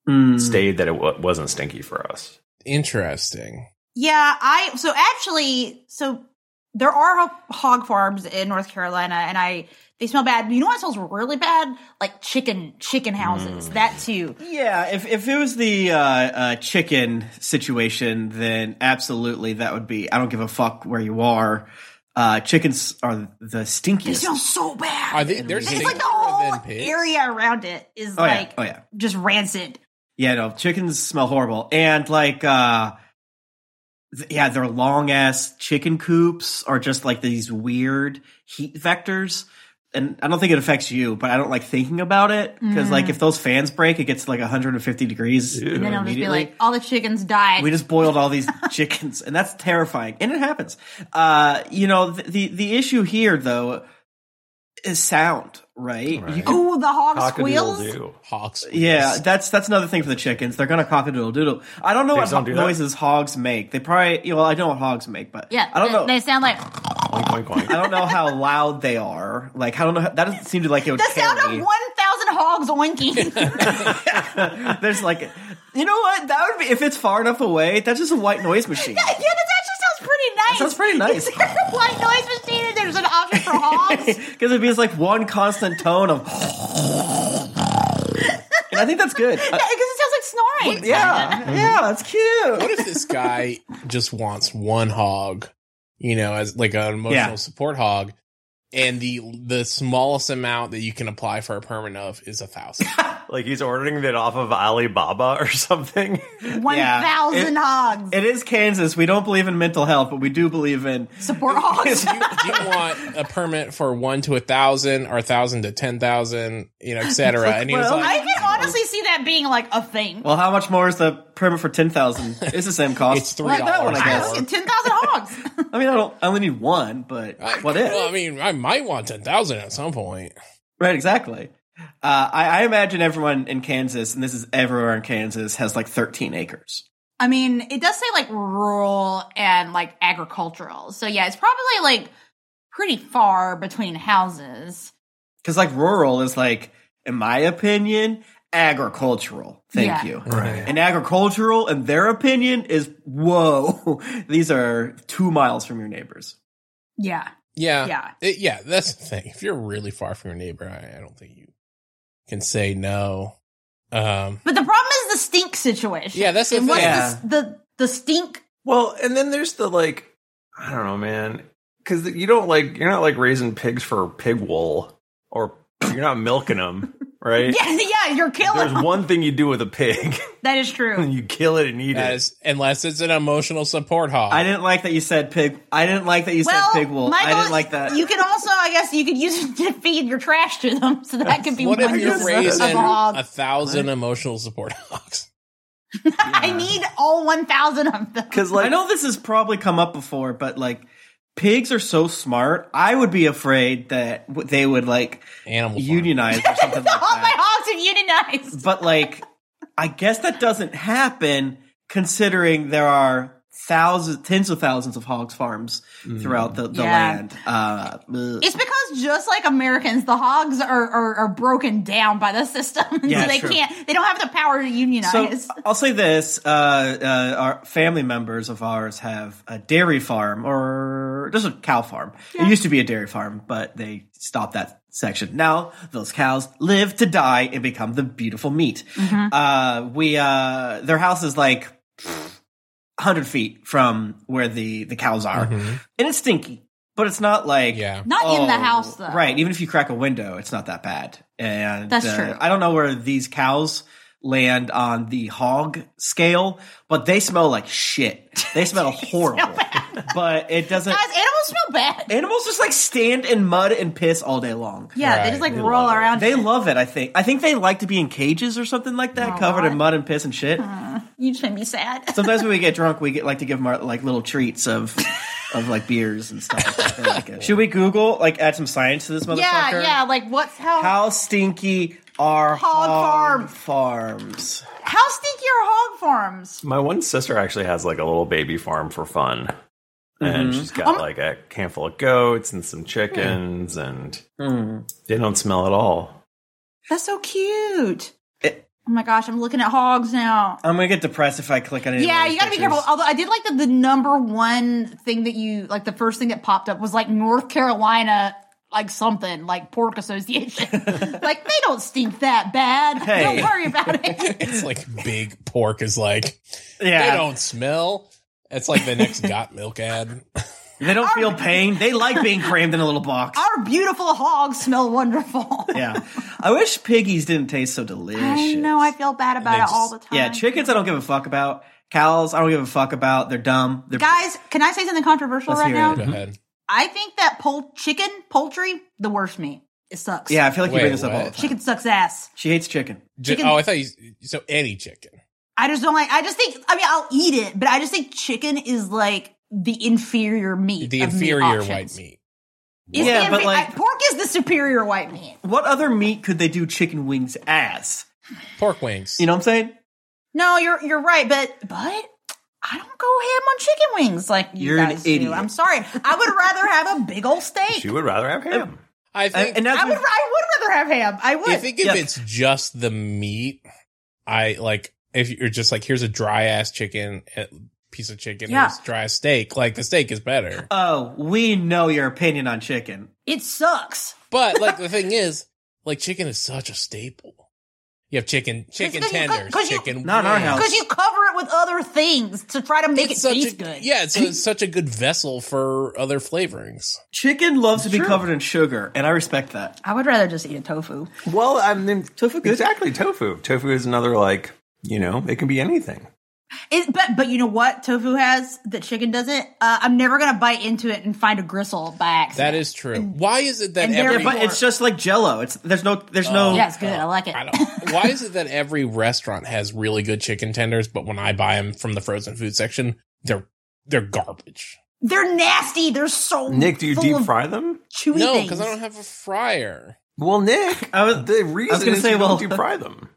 [SPEAKER 3] Mm.
[SPEAKER 5] stayed that it w- wasn't stinky for us.
[SPEAKER 4] Interesting.
[SPEAKER 2] Yeah, I so actually so there are ho- hog farms in North Carolina and I they smell bad. You know what smells really bad? Like chicken chicken houses. That too.
[SPEAKER 3] Yeah, if if it was the uh, uh, chicken situation, then absolutely that would be. I don't give a fuck where you are. Uh, chickens are the
[SPEAKER 2] They
[SPEAKER 3] stinkiest.
[SPEAKER 2] smell so bad.
[SPEAKER 4] Are they? They're
[SPEAKER 2] and it's like the
[SPEAKER 4] stinkier
[SPEAKER 2] whole
[SPEAKER 4] than pigs?
[SPEAKER 2] area around it is
[SPEAKER 3] Oh, yeah.
[SPEAKER 2] like
[SPEAKER 3] Oh, yeah.
[SPEAKER 2] just rancid.
[SPEAKER 3] Yeah, no, chickens smell horrible, and like, uh, th- yeah, their long ass chicken coops are just like these weird heat vectors. And I don't think it affects you, but I don't like thinking about it because, like, if those fans break, it gets to, like 150 degrees.
[SPEAKER 2] Mm. And then I'll just be
[SPEAKER 3] immediately.
[SPEAKER 2] like, all the chickens died.
[SPEAKER 3] We just boiled all these chickens, and that's terrifying. And it happens. Uh, you know, the, the the issue here though is sound, right? You
[SPEAKER 5] Right.
[SPEAKER 3] can-
[SPEAKER 2] Ooh, the hog
[SPEAKER 5] Cock-a-doodle-doo.
[SPEAKER 2] squeals.
[SPEAKER 4] Hawks.
[SPEAKER 3] yeah, that's that's another thing for the chickens. They're gonna cock-a-doodle doodle. I don't know what
[SPEAKER 5] Pigs don't
[SPEAKER 3] ho-
[SPEAKER 5] do that?
[SPEAKER 3] noises hogs make. They probably, you know, I know what hogs make, but
[SPEAKER 2] Yeah.
[SPEAKER 3] I don't
[SPEAKER 2] they,
[SPEAKER 3] know.
[SPEAKER 2] They sound like
[SPEAKER 5] Oink, oink, oink.
[SPEAKER 3] I don't know how loud they are. Like, I don't know. How, that doesn't seem to like it would
[SPEAKER 2] the sound of
[SPEAKER 3] carry.
[SPEAKER 2] 1000 hogs oinking.
[SPEAKER 3] There's like, you know what? That would be if it's far enough away. That's just a white noise machine.
[SPEAKER 2] Yeah, this actually sounds pretty nice.
[SPEAKER 3] sounds pretty nice.
[SPEAKER 2] Is there a white noise machine and there's an option for hogs?
[SPEAKER 3] Because it'd be just like one constant tone of. and I think that's good. Uh,
[SPEAKER 2] Because it sounds like snoring.
[SPEAKER 3] yeah, yeah, that's cute.
[SPEAKER 4] What if this guy just wants one hog, you know, as like an emotional
[SPEAKER 3] Yeah.
[SPEAKER 4] support hog, and the the smallest amount that you can apply for a permit of is a thousand.
[SPEAKER 5] like he's ordering it off of Alibaba or something.
[SPEAKER 2] 1,000
[SPEAKER 3] It-
[SPEAKER 2] hogs.
[SPEAKER 3] It is Kansas. We don't believe in mental health, but we do believe in.
[SPEAKER 2] Support hogs.
[SPEAKER 4] do, you, do you want a permit for one to a thousand or a thousand to ten thousand, you know, et cetera? And he was
[SPEAKER 3] Well,
[SPEAKER 4] like,
[SPEAKER 2] I can honestly see that being like a thing.
[SPEAKER 3] Well, how much more is the permit for ten thousand. It's the same cost.
[SPEAKER 4] It's three
[SPEAKER 3] Why that one, I
[SPEAKER 4] dollars.
[SPEAKER 3] guess.
[SPEAKER 2] Ten thousand hogs.
[SPEAKER 3] I mean, I don't. I only need one, but what if?
[SPEAKER 4] Well, I mean, I might want ten thousand at some point.
[SPEAKER 3] Right, exactly. Uh, I, I imagine everyone in Kansas, and this is everywhere in Kansas, has like 13 acres.
[SPEAKER 2] I mean, it does say like rural and like agricultural. So yeah, it's probably like pretty far between houses.
[SPEAKER 3] Because like rural is like, in my opinion, agricultural. Thank
[SPEAKER 2] Yeah.
[SPEAKER 3] you.
[SPEAKER 4] Right.
[SPEAKER 3] And agricultural, in their opinion, is whoa. These are two miles from your neighbors.
[SPEAKER 2] Yeah.
[SPEAKER 4] Yeah.
[SPEAKER 2] Yeah.
[SPEAKER 4] It- yeah. That's the thing. If you're really far from your neighbor, I, I don't think you can say no. Um,
[SPEAKER 2] But the problem is the stink situation.
[SPEAKER 4] Yeah, that's the
[SPEAKER 2] and what's
[SPEAKER 4] thing.
[SPEAKER 2] the, the the stink.
[SPEAKER 5] Well, and then there's the like, I don't know, man, because you don't like you're not like raising pigs for pig wool, or you're not milking them, right?
[SPEAKER 2] Yeah, yeah, you're killing.
[SPEAKER 5] There's
[SPEAKER 2] them.
[SPEAKER 5] one thing you do with a pig,
[SPEAKER 2] That is true.
[SPEAKER 5] you kill it and eat it.
[SPEAKER 4] as, unless it's an emotional support hog.
[SPEAKER 3] I didn't like that you said pig. I didn't like that you
[SPEAKER 2] Well,
[SPEAKER 3] said pig wool. I
[SPEAKER 2] Michael,
[SPEAKER 3] didn't like that.
[SPEAKER 2] You can also, I guess, you could use it to feed your trash to them. So that could be
[SPEAKER 4] what
[SPEAKER 2] one
[SPEAKER 4] if
[SPEAKER 2] use
[SPEAKER 4] you're
[SPEAKER 2] of
[SPEAKER 4] raising
[SPEAKER 2] all-
[SPEAKER 4] a thousand emotional support hogs?
[SPEAKER 2] I need all one thousand of them.
[SPEAKER 5] Because like
[SPEAKER 3] I know this has probably come up before, but like pigs are so smart. I would be afraid that w- they would like
[SPEAKER 4] Animal farm.
[SPEAKER 3] unionize or something like
[SPEAKER 2] all Oh my
[SPEAKER 3] that.
[SPEAKER 2] hogs have unionized.
[SPEAKER 3] But like, I guess that doesn't happen considering there are thousands, tens of thousands of hogs farms throughout the, the
[SPEAKER 2] Yeah.
[SPEAKER 3] land. Uh, ugh.
[SPEAKER 2] It's because just like Americans, the hogs are, are, are broken down by the system,
[SPEAKER 3] Yeah,
[SPEAKER 2] so they
[SPEAKER 3] true.
[SPEAKER 2] can't. They don't have the power to unionize.
[SPEAKER 3] So I'll say this: uh, uh, our family members of ours have a dairy farm, or just a cow farm. It used to be a dairy farm, but they stopped that section. Now those cows live to die and become the beautiful meat. Uh, we uh, their house is like. 100 feet from where the, the cows are. And it's stinky, but it's not like
[SPEAKER 4] Yeah.
[SPEAKER 2] Not Uh, in the
[SPEAKER 3] Oh,
[SPEAKER 2] house, though.
[SPEAKER 3] Right. Even if you crack a window, it's not that bad. And uh,
[SPEAKER 2] That's true.
[SPEAKER 3] I don't know where these cows land on the hog scale, but they smell like shit. They smell horrible. but it doesn't.
[SPEAKER 2] Guys, animals smell bad.
[SPEAKER 3] Animals just like stand in mud and piss all day long.
[SPEAKER 2] Yeah,
[SPEAKER 4] Right,
[SPEAKER 2] they just like
[SPEAKER 5] they
[SPEAKER 2] roll
[SPEAKER 5] love it.
[SPEAKER 2] around.
[SPEAKER 3] They love it, I think. I think they like to be in cages or something like that,
[SPEAKER 2] Oh, Uh-huh.
[SPEAKER 3] covered
[SPEAKER 2] God.
[SPEAKER 3] in mud and piss and shit.
[SPEAKER 2] you just made me sad.
[SPEAKER 3] Sometimes when we get drunk, we get like to give them our, like little treats of of like beers and stuff. Like that. They like it. Should we Google like add some science to this motherfucker?
[SPEAKER 2] yeah, yeah. Like what's how how,
[SPEAKER 3] How stinky are
[SPEAKER 2] Hog
[SPEAKER 3] hog,
[SPEAKER 2] farm.
[SPEAKER 3] farms?
[SPEAKER 2] stinky are hog farms?
[SPEAKER 5] my one sister actually has like a little baby farm for fun, and she's got
[SPEAKER 2] Um,
[SPEAKER 5] like a handful of goats and some chickens, and they don't smell at all.
[SPEAKER 2] That's so cute.
[SPEAKER 3] It-
[SPEAKER 2] oh my gosh, I'm looking at hogs now.
[SPEAKER 3] I'm gonna get depressed if I click on it.
[SPEAKER 2] Yeah, you gotta be careful. Although I did like that the number one thing that you like the first thing that popped up was like North Carolina like something like pork association. like they don't stink that bad.
[SPEAKER 3] Hey.
[SPEAKER 2] Don't worry about it.
[SPEAKER 4] It's like big pork is like
[SPEAKER 3] Yeah,
[SPEAKER 4] they don't smell. It's like the next got milk ad.
[SPEAKER 3] feel pain. They like being crammed in a little box.
[SPEAKER 2] Our beautiful hogs smell wonderful.
[SPEAKER 3] yeah, I wish piggies didn't taste so delicious.
[SPEAKER 2] I know I feel bad about it
[SPEAKER 4] They just-
[SPEAKER 2] all the time.
[SPEAKER 3] Yeah, chickens I don't give a fuck about. Cows I don't give a fuck about. They're dumb. They're
[SPEAKER 2] Guys, can I say something controversial
[SPEAKER 3] Let's
[SPEAKER 2] right
[SPEAKER 3] hear
[SPEAKER 2] now?
[SPEAKER 4] Go ahead.
[SPEAKER 2] I think that pol- chicken, poultry, the worst meat. It sucks.
[SPEAKER 3] yeah. I feel like
[SPEAKER 4] Wait,
[SPEAKER 3] you bring this up
[SPEAKER 4] what?
[SPEAKER 3] all the time.
[SPEAKER 2] Chicken sucks ass.
[SPEAKER 3] She hates chicken.
[SPEAKER 4] Ju-
[SPEAKER 2] Chicken-
[SPEAKER 4] oh, I thought you. So any chicken.
[SPEAKER 2] I just don't like. I just think. I mean, I'll eat it, but I just think chicken is like the inferior meat.
[SPEAKER 4] the
[SPEAKER 2] of meat
[SPEAKER 4] inferior
[SPEAKER 2] options.
[SPEAKER 4] white meat.
[SPEAKER 2] It's
[SPEAKER 3] Yeah,
[SPEAKER 2] the
[SPEAKER 3] but
[SPEAKER 2] infe-
[SPEAKER 3] like-
[SPEAKER 2] I- pork is the superior white meat.
[SPEAKER 3] What other meat could they do chicken wings as?
[SPEAKER 4] Pork wings.
[SPEAKER 3] You know what I'm saying?
[SPEAKER 2] No, you're you're right, but but I don't go ham on chicken wings like you
[SPEAKER 3] You're an
[SPEAKER 2] guys do.
[SPEAKER 3] idiot.
[SPEAKER 2] I'm sorry. I would rather have a big old
[SPEAKER 5] She
[SPEAKER 2] steak.
[SPEAKER 5] would rather have ham.
[SPEAKER 4] I
[SPEAKER 3] And,
[SPEAKER 4] think
[SPEAKER 3] and that's
[SPEAKER 2] I would I would rather have ham. I would.
[SPEAKER 4] I think if
[SPEAKER 3] Yeah.
[SPEAKER 4] it's just the meat, I like if you're just like here's a dry ass chicken a piece of chicken,
[SPEAKER 2] Yeah.
[SPEAKER 4] here's dry ass steak. Like the steak is better,
[SPEAKER 3] oh, we know your opinion on chicken.
[SPEAKER 2] it sucks.
[SPEAKER 4] but like the thing is, like chicken is such a staple. You have chicken, chicken
[SPEAKER 2] 'cause you-
[SPEAKER 4] tenders,
[SPEAKER 2] 'cause you-
[SPEAKER 4] chicken.
[SPEAKER 3] Not in our
[SPEAKER 4] wings.
[SPEAKER 3] house.
[SPEAKER 2] Because you cover it with other things to try to make
[SPEAKER 4] It's
[SPEAKER 2] it
[SPEAKER 4] such
[SPEAKER 2] taste
[SPEAKER 4] a,
[SPEAKER 2] good.
[SPEAKER 4] Yeah, it's, it's such a good vessel for other flavorings.
[SPEAKER 3] Chicken loves to be covered in sugar, and I respect that.
[SPEAKER 2] I would rather just eat a tofu.
[SPEAKER 5] Well, I mean, tofu. Exactly, tofu. Tofu is another like you know it can be anything.
[SPEAKER 2] It, but but you know what tofu has that chicken doesn't. Uh, I'm never gonna bite into it and find a gristle by accident.
[SPEAKER 4] That is true. Why is it that
[SPEAKER 2] and there-
[SPEAKER 4] every
[SPEAKER 2] Yeah,
[SPEAKER 3] But it's just like Jello. It's there's no there's no.
[SPEAKER 2] yeah, it's good. I like it.
[SPEAKER 4] I don't. Why is it that every restaurant has really good chicken tenders, but when I buy them from the frozen food section, they're they're garbage.
[SPEAKER 2] They're nasty. They're so
[SPEAKER 5] Nick, do you
[SPEAKER 2] full
[SPEAKER 5] deep
[SPEAKER 2] of
[SPEAKER 5] fry them?
[SPEAKER 2] Chewy
[SPEAKER 4] No,
[SPEAKER 2] things.
[SPEAKER 4] because I don't have a fryer.
[SPEAKER 5] Well, Nick,
[SPEAKER 3] I was-
[SPEAKER 5] the reason
[SPEAKER 3] gonna
[SPEAKER 5] is
[SPEAKER 3] say,
[SPEAKER 5] you
[SPEAKER 3] well-
[SPEAKER 5] don't deep fry them.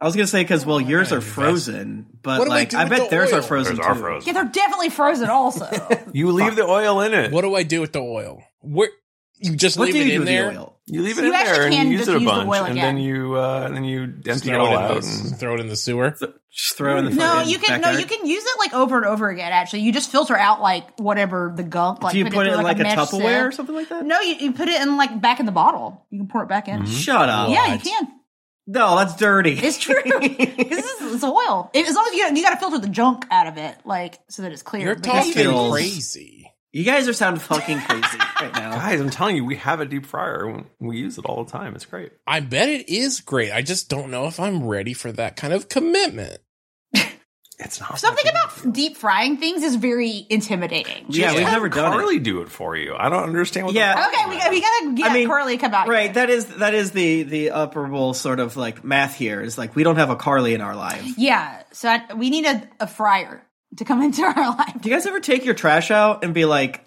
[SPEAKER 3] I was gonna say because well yours
[SPEAKER 4] gotta
[SPEAKER 3] are
[SPEAKER 4] do that.
[SPEAKER 3] frozen, but
[SPEAKER 4] What do I
[SPEAKER 3] like
[SPEAKER 4] do
[SPEAKER 3] I
[SPEAKER 4] with
[SPEAKER 3] bet
[SPEAKER 4] the
[SPEAKER 3] theirs
[SPEAKER 4] oil?
[SPEAKER 3] are frozen.
[SPEAKER 5] There's our
[SPEAKER 3] too.
[SPEAKER 5] frozen.
[SPEAKER 2] Yeah, they're definitely frozen. Also,
[SPEAKER 5] You leave the oil in it.
[SPEAKER 4] What do I do with the oil? Where you just
[SPEAKER 3] What
[SPEAKER 4] leave
[SPEAKER 3] do
[SPEAKER 4] it
[SPEAKER 3] you
[SPEAKER 4] in
[SPEAKER 3] do with
[SPEAKER 4] there?
[SPEAKER 3] the oil?
[SPEAKER 5] You leave it
[SPEAKER 2] You
[SPEAKER 5] in
[SPEAKER 2] actually
[SPEAKER 5] there and
[SPEAKER 2] can
[SPEAKER 5] you use
[SPEAKER 2] just
[SPEAKER 5] it a
[SPEAKER 2] use the
[SPEAKER 5] bunch,
[SPEAKER 2] oil
[SPEAKER 5] and
[SPEAKER 2] again.
[SPEAKER 5] then you uh, and then you
[SPEAKER 4] Just
[SPEAKER 5] empty it
[SPEAKER 4] throw
[SPEAKER 5] all
[SPEAKER 4] it in
[SPEAKER 5] out.
[SPEAKER 4] the,
[SPEAKER 5] and-
[SPEAKER 4] throw it in the sewer.
[SPEAKER 3] Just throw in the
[SPEAKER 2] no,
[SPEAKER 3] fucking
[SPEAKER 2] you can no,
[SPEAKER 3] backyard.
[SPEAKER 2] you can use it like over and over again. Actually, you just filter out like whatever the gunk. Like
[SPEAKER 3] Do you
[SPEAKER 2] put
[SPEAKER 3] put it
[SPEAKER 2] through,
[SPEAKER 3] in like a
[SPEAKER 2] mesh
[SPEAKER 3] Tupperware or
[SPEAKER 2] sieve.
[SPEAKER 3] something like that? Mm-hmm. Mm.
[SPEAKER 2] No, you, you put it in like back in the bottle. You can pour it back in.
[SPEAKER 3] Shut up.
[SPEAKER 2] Yeah, you
[SPEAKER 4] What?
[SPEAKER 2] can.
[SPEAKER 3] No, that's dirty.
[SPEAKER 2] It's true. 'Cause this is- it's oil. If- as long as you you got to filter the junk out of it, like so that it's clear.
[SPEAKER 4] You're
[SPEAKER 2] Because-
[SPEAKER 4] talking
[SPEAKER 3] feels-
[SPEAKER 4] crazy.
[SPEAKER 3] You guys are sounding fucking crazy right now.
[SPEAKER 5] Guys, I'm telling you, we have a deep fryer. We use it all the time. It's great.
[SPEAKER 4] I bet it is great. I just don't know if I'm ready for that kind of commitment.
[SPEAKER 5] It's not
[SPEAKER 2] Something
[SPEAKER 5] that big
[SPEAKER 2] about
[SPEAKER 5] of a
[SPEAKER 2] f- deep frying things is very intimidating.
[SPEAKER 3] Yeah, we've
[SPEAKER 5] Have
[SPEAKER 3] never done it.
[SPEAKER 5] Carly do it for you. I don't understand what.
[SPEAKER 3] Yeah.
[SPEAKER 5] The
[SPEAKER 2] Okay, we, we gotta get
[SPEAKER 3] I mean,
[SPEAKER 2] Carly to come out.
[SPEAKER 3] Right, that is that is the the upperable sort of like math here is like we don't have a Carly in our life.
[SPEAKER 2] Yeah, so I, we need a, a fryer to come into our life.
[SPEAKER 3] Do you guys ever take your trash out and be like,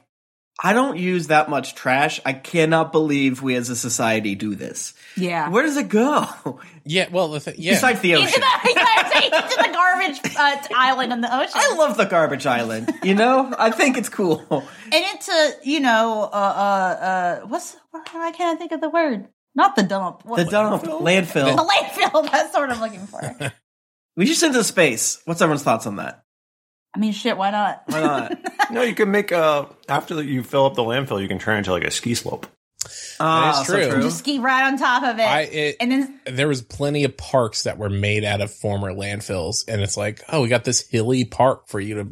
[SPEAKER 3] I don't use that much trash. I cannot believe we as a society do this.
[SPEAKER 2] Yeah.
[SPEAKER 3] Where does it go?
[SPEAKER 4] Yeah, well, the thing, yeah,
[SPEAKER 3] Besides the
[SPEAKER 2] into
[SPEAKER 3] ocean.
[SPEAKER 2] the, you gotta take it to the garbage uh, t- island in the ocean.
[SPEAKER 3] I love the garbage island. You know, I think it's cool.
[SPEAKER 2] and into, you know, uh, uh, uh, what's, what, why can't I think of the word? Not the dump. What,
[SPEAKER 3] The dump
[SPEAKER 2] The
[SPEAKER 3] landfill.
[SPEAKER 2] landfill. That's what I'm looking for.
[SPEAKER 3] We should send it to space. What's everyone's thoughts on that?
[SPEAKER 2] I mean, shit, why not?
[SPEAKER 3] Why not?
[SPEAKER 5] fuck- no, you can make uh after that you fill up the landfill, you can turn it into like a ski slope.
[SPEAKER 3] Ah,
[SPEAKER 4] is
[SPEAKER 3] so
[SPEAKER 4] true.
[SPEAKER 2] Just ski right on top of it.
[SPEAKER 4] I it,
[SPEAKER 2] and then,
[SPEAKER 4] there was plenty of parks that were made out of former landfills, and it's like, oh, we got this hilly park for you to.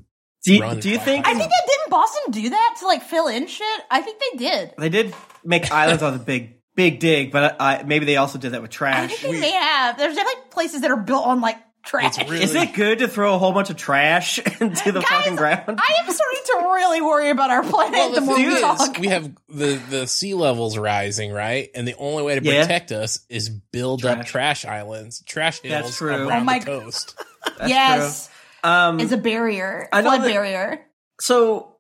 [SPEAKER 3] Do you,
[SPEAKER 4] Run
[SPEAKER 3] do you
[SPEAKER 4] by
[SPEAKER 3] think
[SPEAKER 2] I think that didn't Boston do that to like fill in shit? I think they did.
[SPEAKER 3] they did make islands on the big big dig? But I, maybe they also did that
[SPEAKER 2] I
[SPEAKER 3] with trash.
[SPEAKER 2] think they may have. There's definitely places that are built on like trash.
[SPEAKER 4] It's really
[SPEAKER 3] Is it good to throw a whole bunch of trash into the
[SPEAKER 2] Guys,
[SPEAKER 3] fucking ground?
[SPEAKER 2] I am starting to really worry about our planet
[SPEAKER 4] Well,
[SPEAKER 2] the,
[SPEAKER 4] the
[SPEAKER 2] more
[SPEAKER 4] thing
[SPEAKER 2] we
[SPEAKER 4] is,
[SPEAKER 2] talk.
[SPEAKER 4] we have the the sea levels rising, right? And the only way to
[SPEAKER 3] Yeah.
[SPEAKER 4] protect us is build up trash islands, trash hills
[SPEAKER 3] That's true.
[SPEAKER 4] around
[SPEAKER 2] Oh my
[SPEAKER 4] the
[SPEAKER 2] God.
[SPEAKER 4] coast.
[SPEAKER 2] yes,
[SPEAKER 3] Um,
[SPEAKER 2] it's a barrier,
[SPEAKER 3] I know
[SPEAKER 2] flood
[SPEAKER 3] that-
[SPEAKER 2] barrier.
[SPEAKER 3] so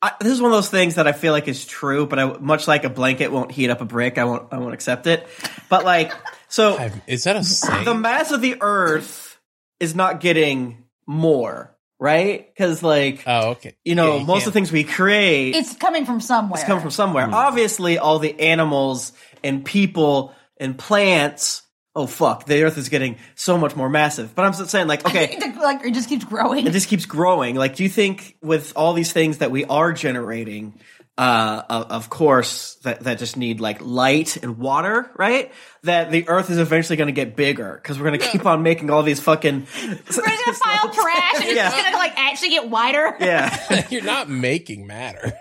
[SPEAKER 3] I, this is one of those things that I feel like is true, but I, much like a blanket won't heat up a brick, I won't I won't accept it. But like, so
[SPEAKER 4] I've, is that a saying?
[SPEAKER 3] the mass of the Earth is not getting more, right? Because like
[SPEAKER 4] oh, okay.
[SPEAKER 3] you know,
[SPEAKER 4] Yeah, you
[SPEAKER 3] most of
[SPEAKER 4] can't-
[SPEAKER 3] the things we create
[SPEAKER 2] It's coming from somewhere.
[SPEAKER 3] come from somewhere.
[SPEAKER 4] Hmm.
[SPEAKER 3] Obviously, all the animals and people and plants. Oh fuck! The Earth is getting so much more massive. But I'm just saying, like, okay,
[SPEAKER 2] like it just keeps growing.
[SPEAKER 3] it just keeps growing. Like, do you think with all these things that we are generating, uh, of, of course, that, that just need like light and water, right? That the Earth is eventually going to get bigger because we're going to keep on making all these fucking.
[SPEAKER 2] We're just gonna pile trash, and
[SPEAKER 3] Yeah.
[SPEAKER 2] it's just gonna like actually get wider.
[SPEAKER 3] yeah,
[SPEAKER 4] You're not making matter.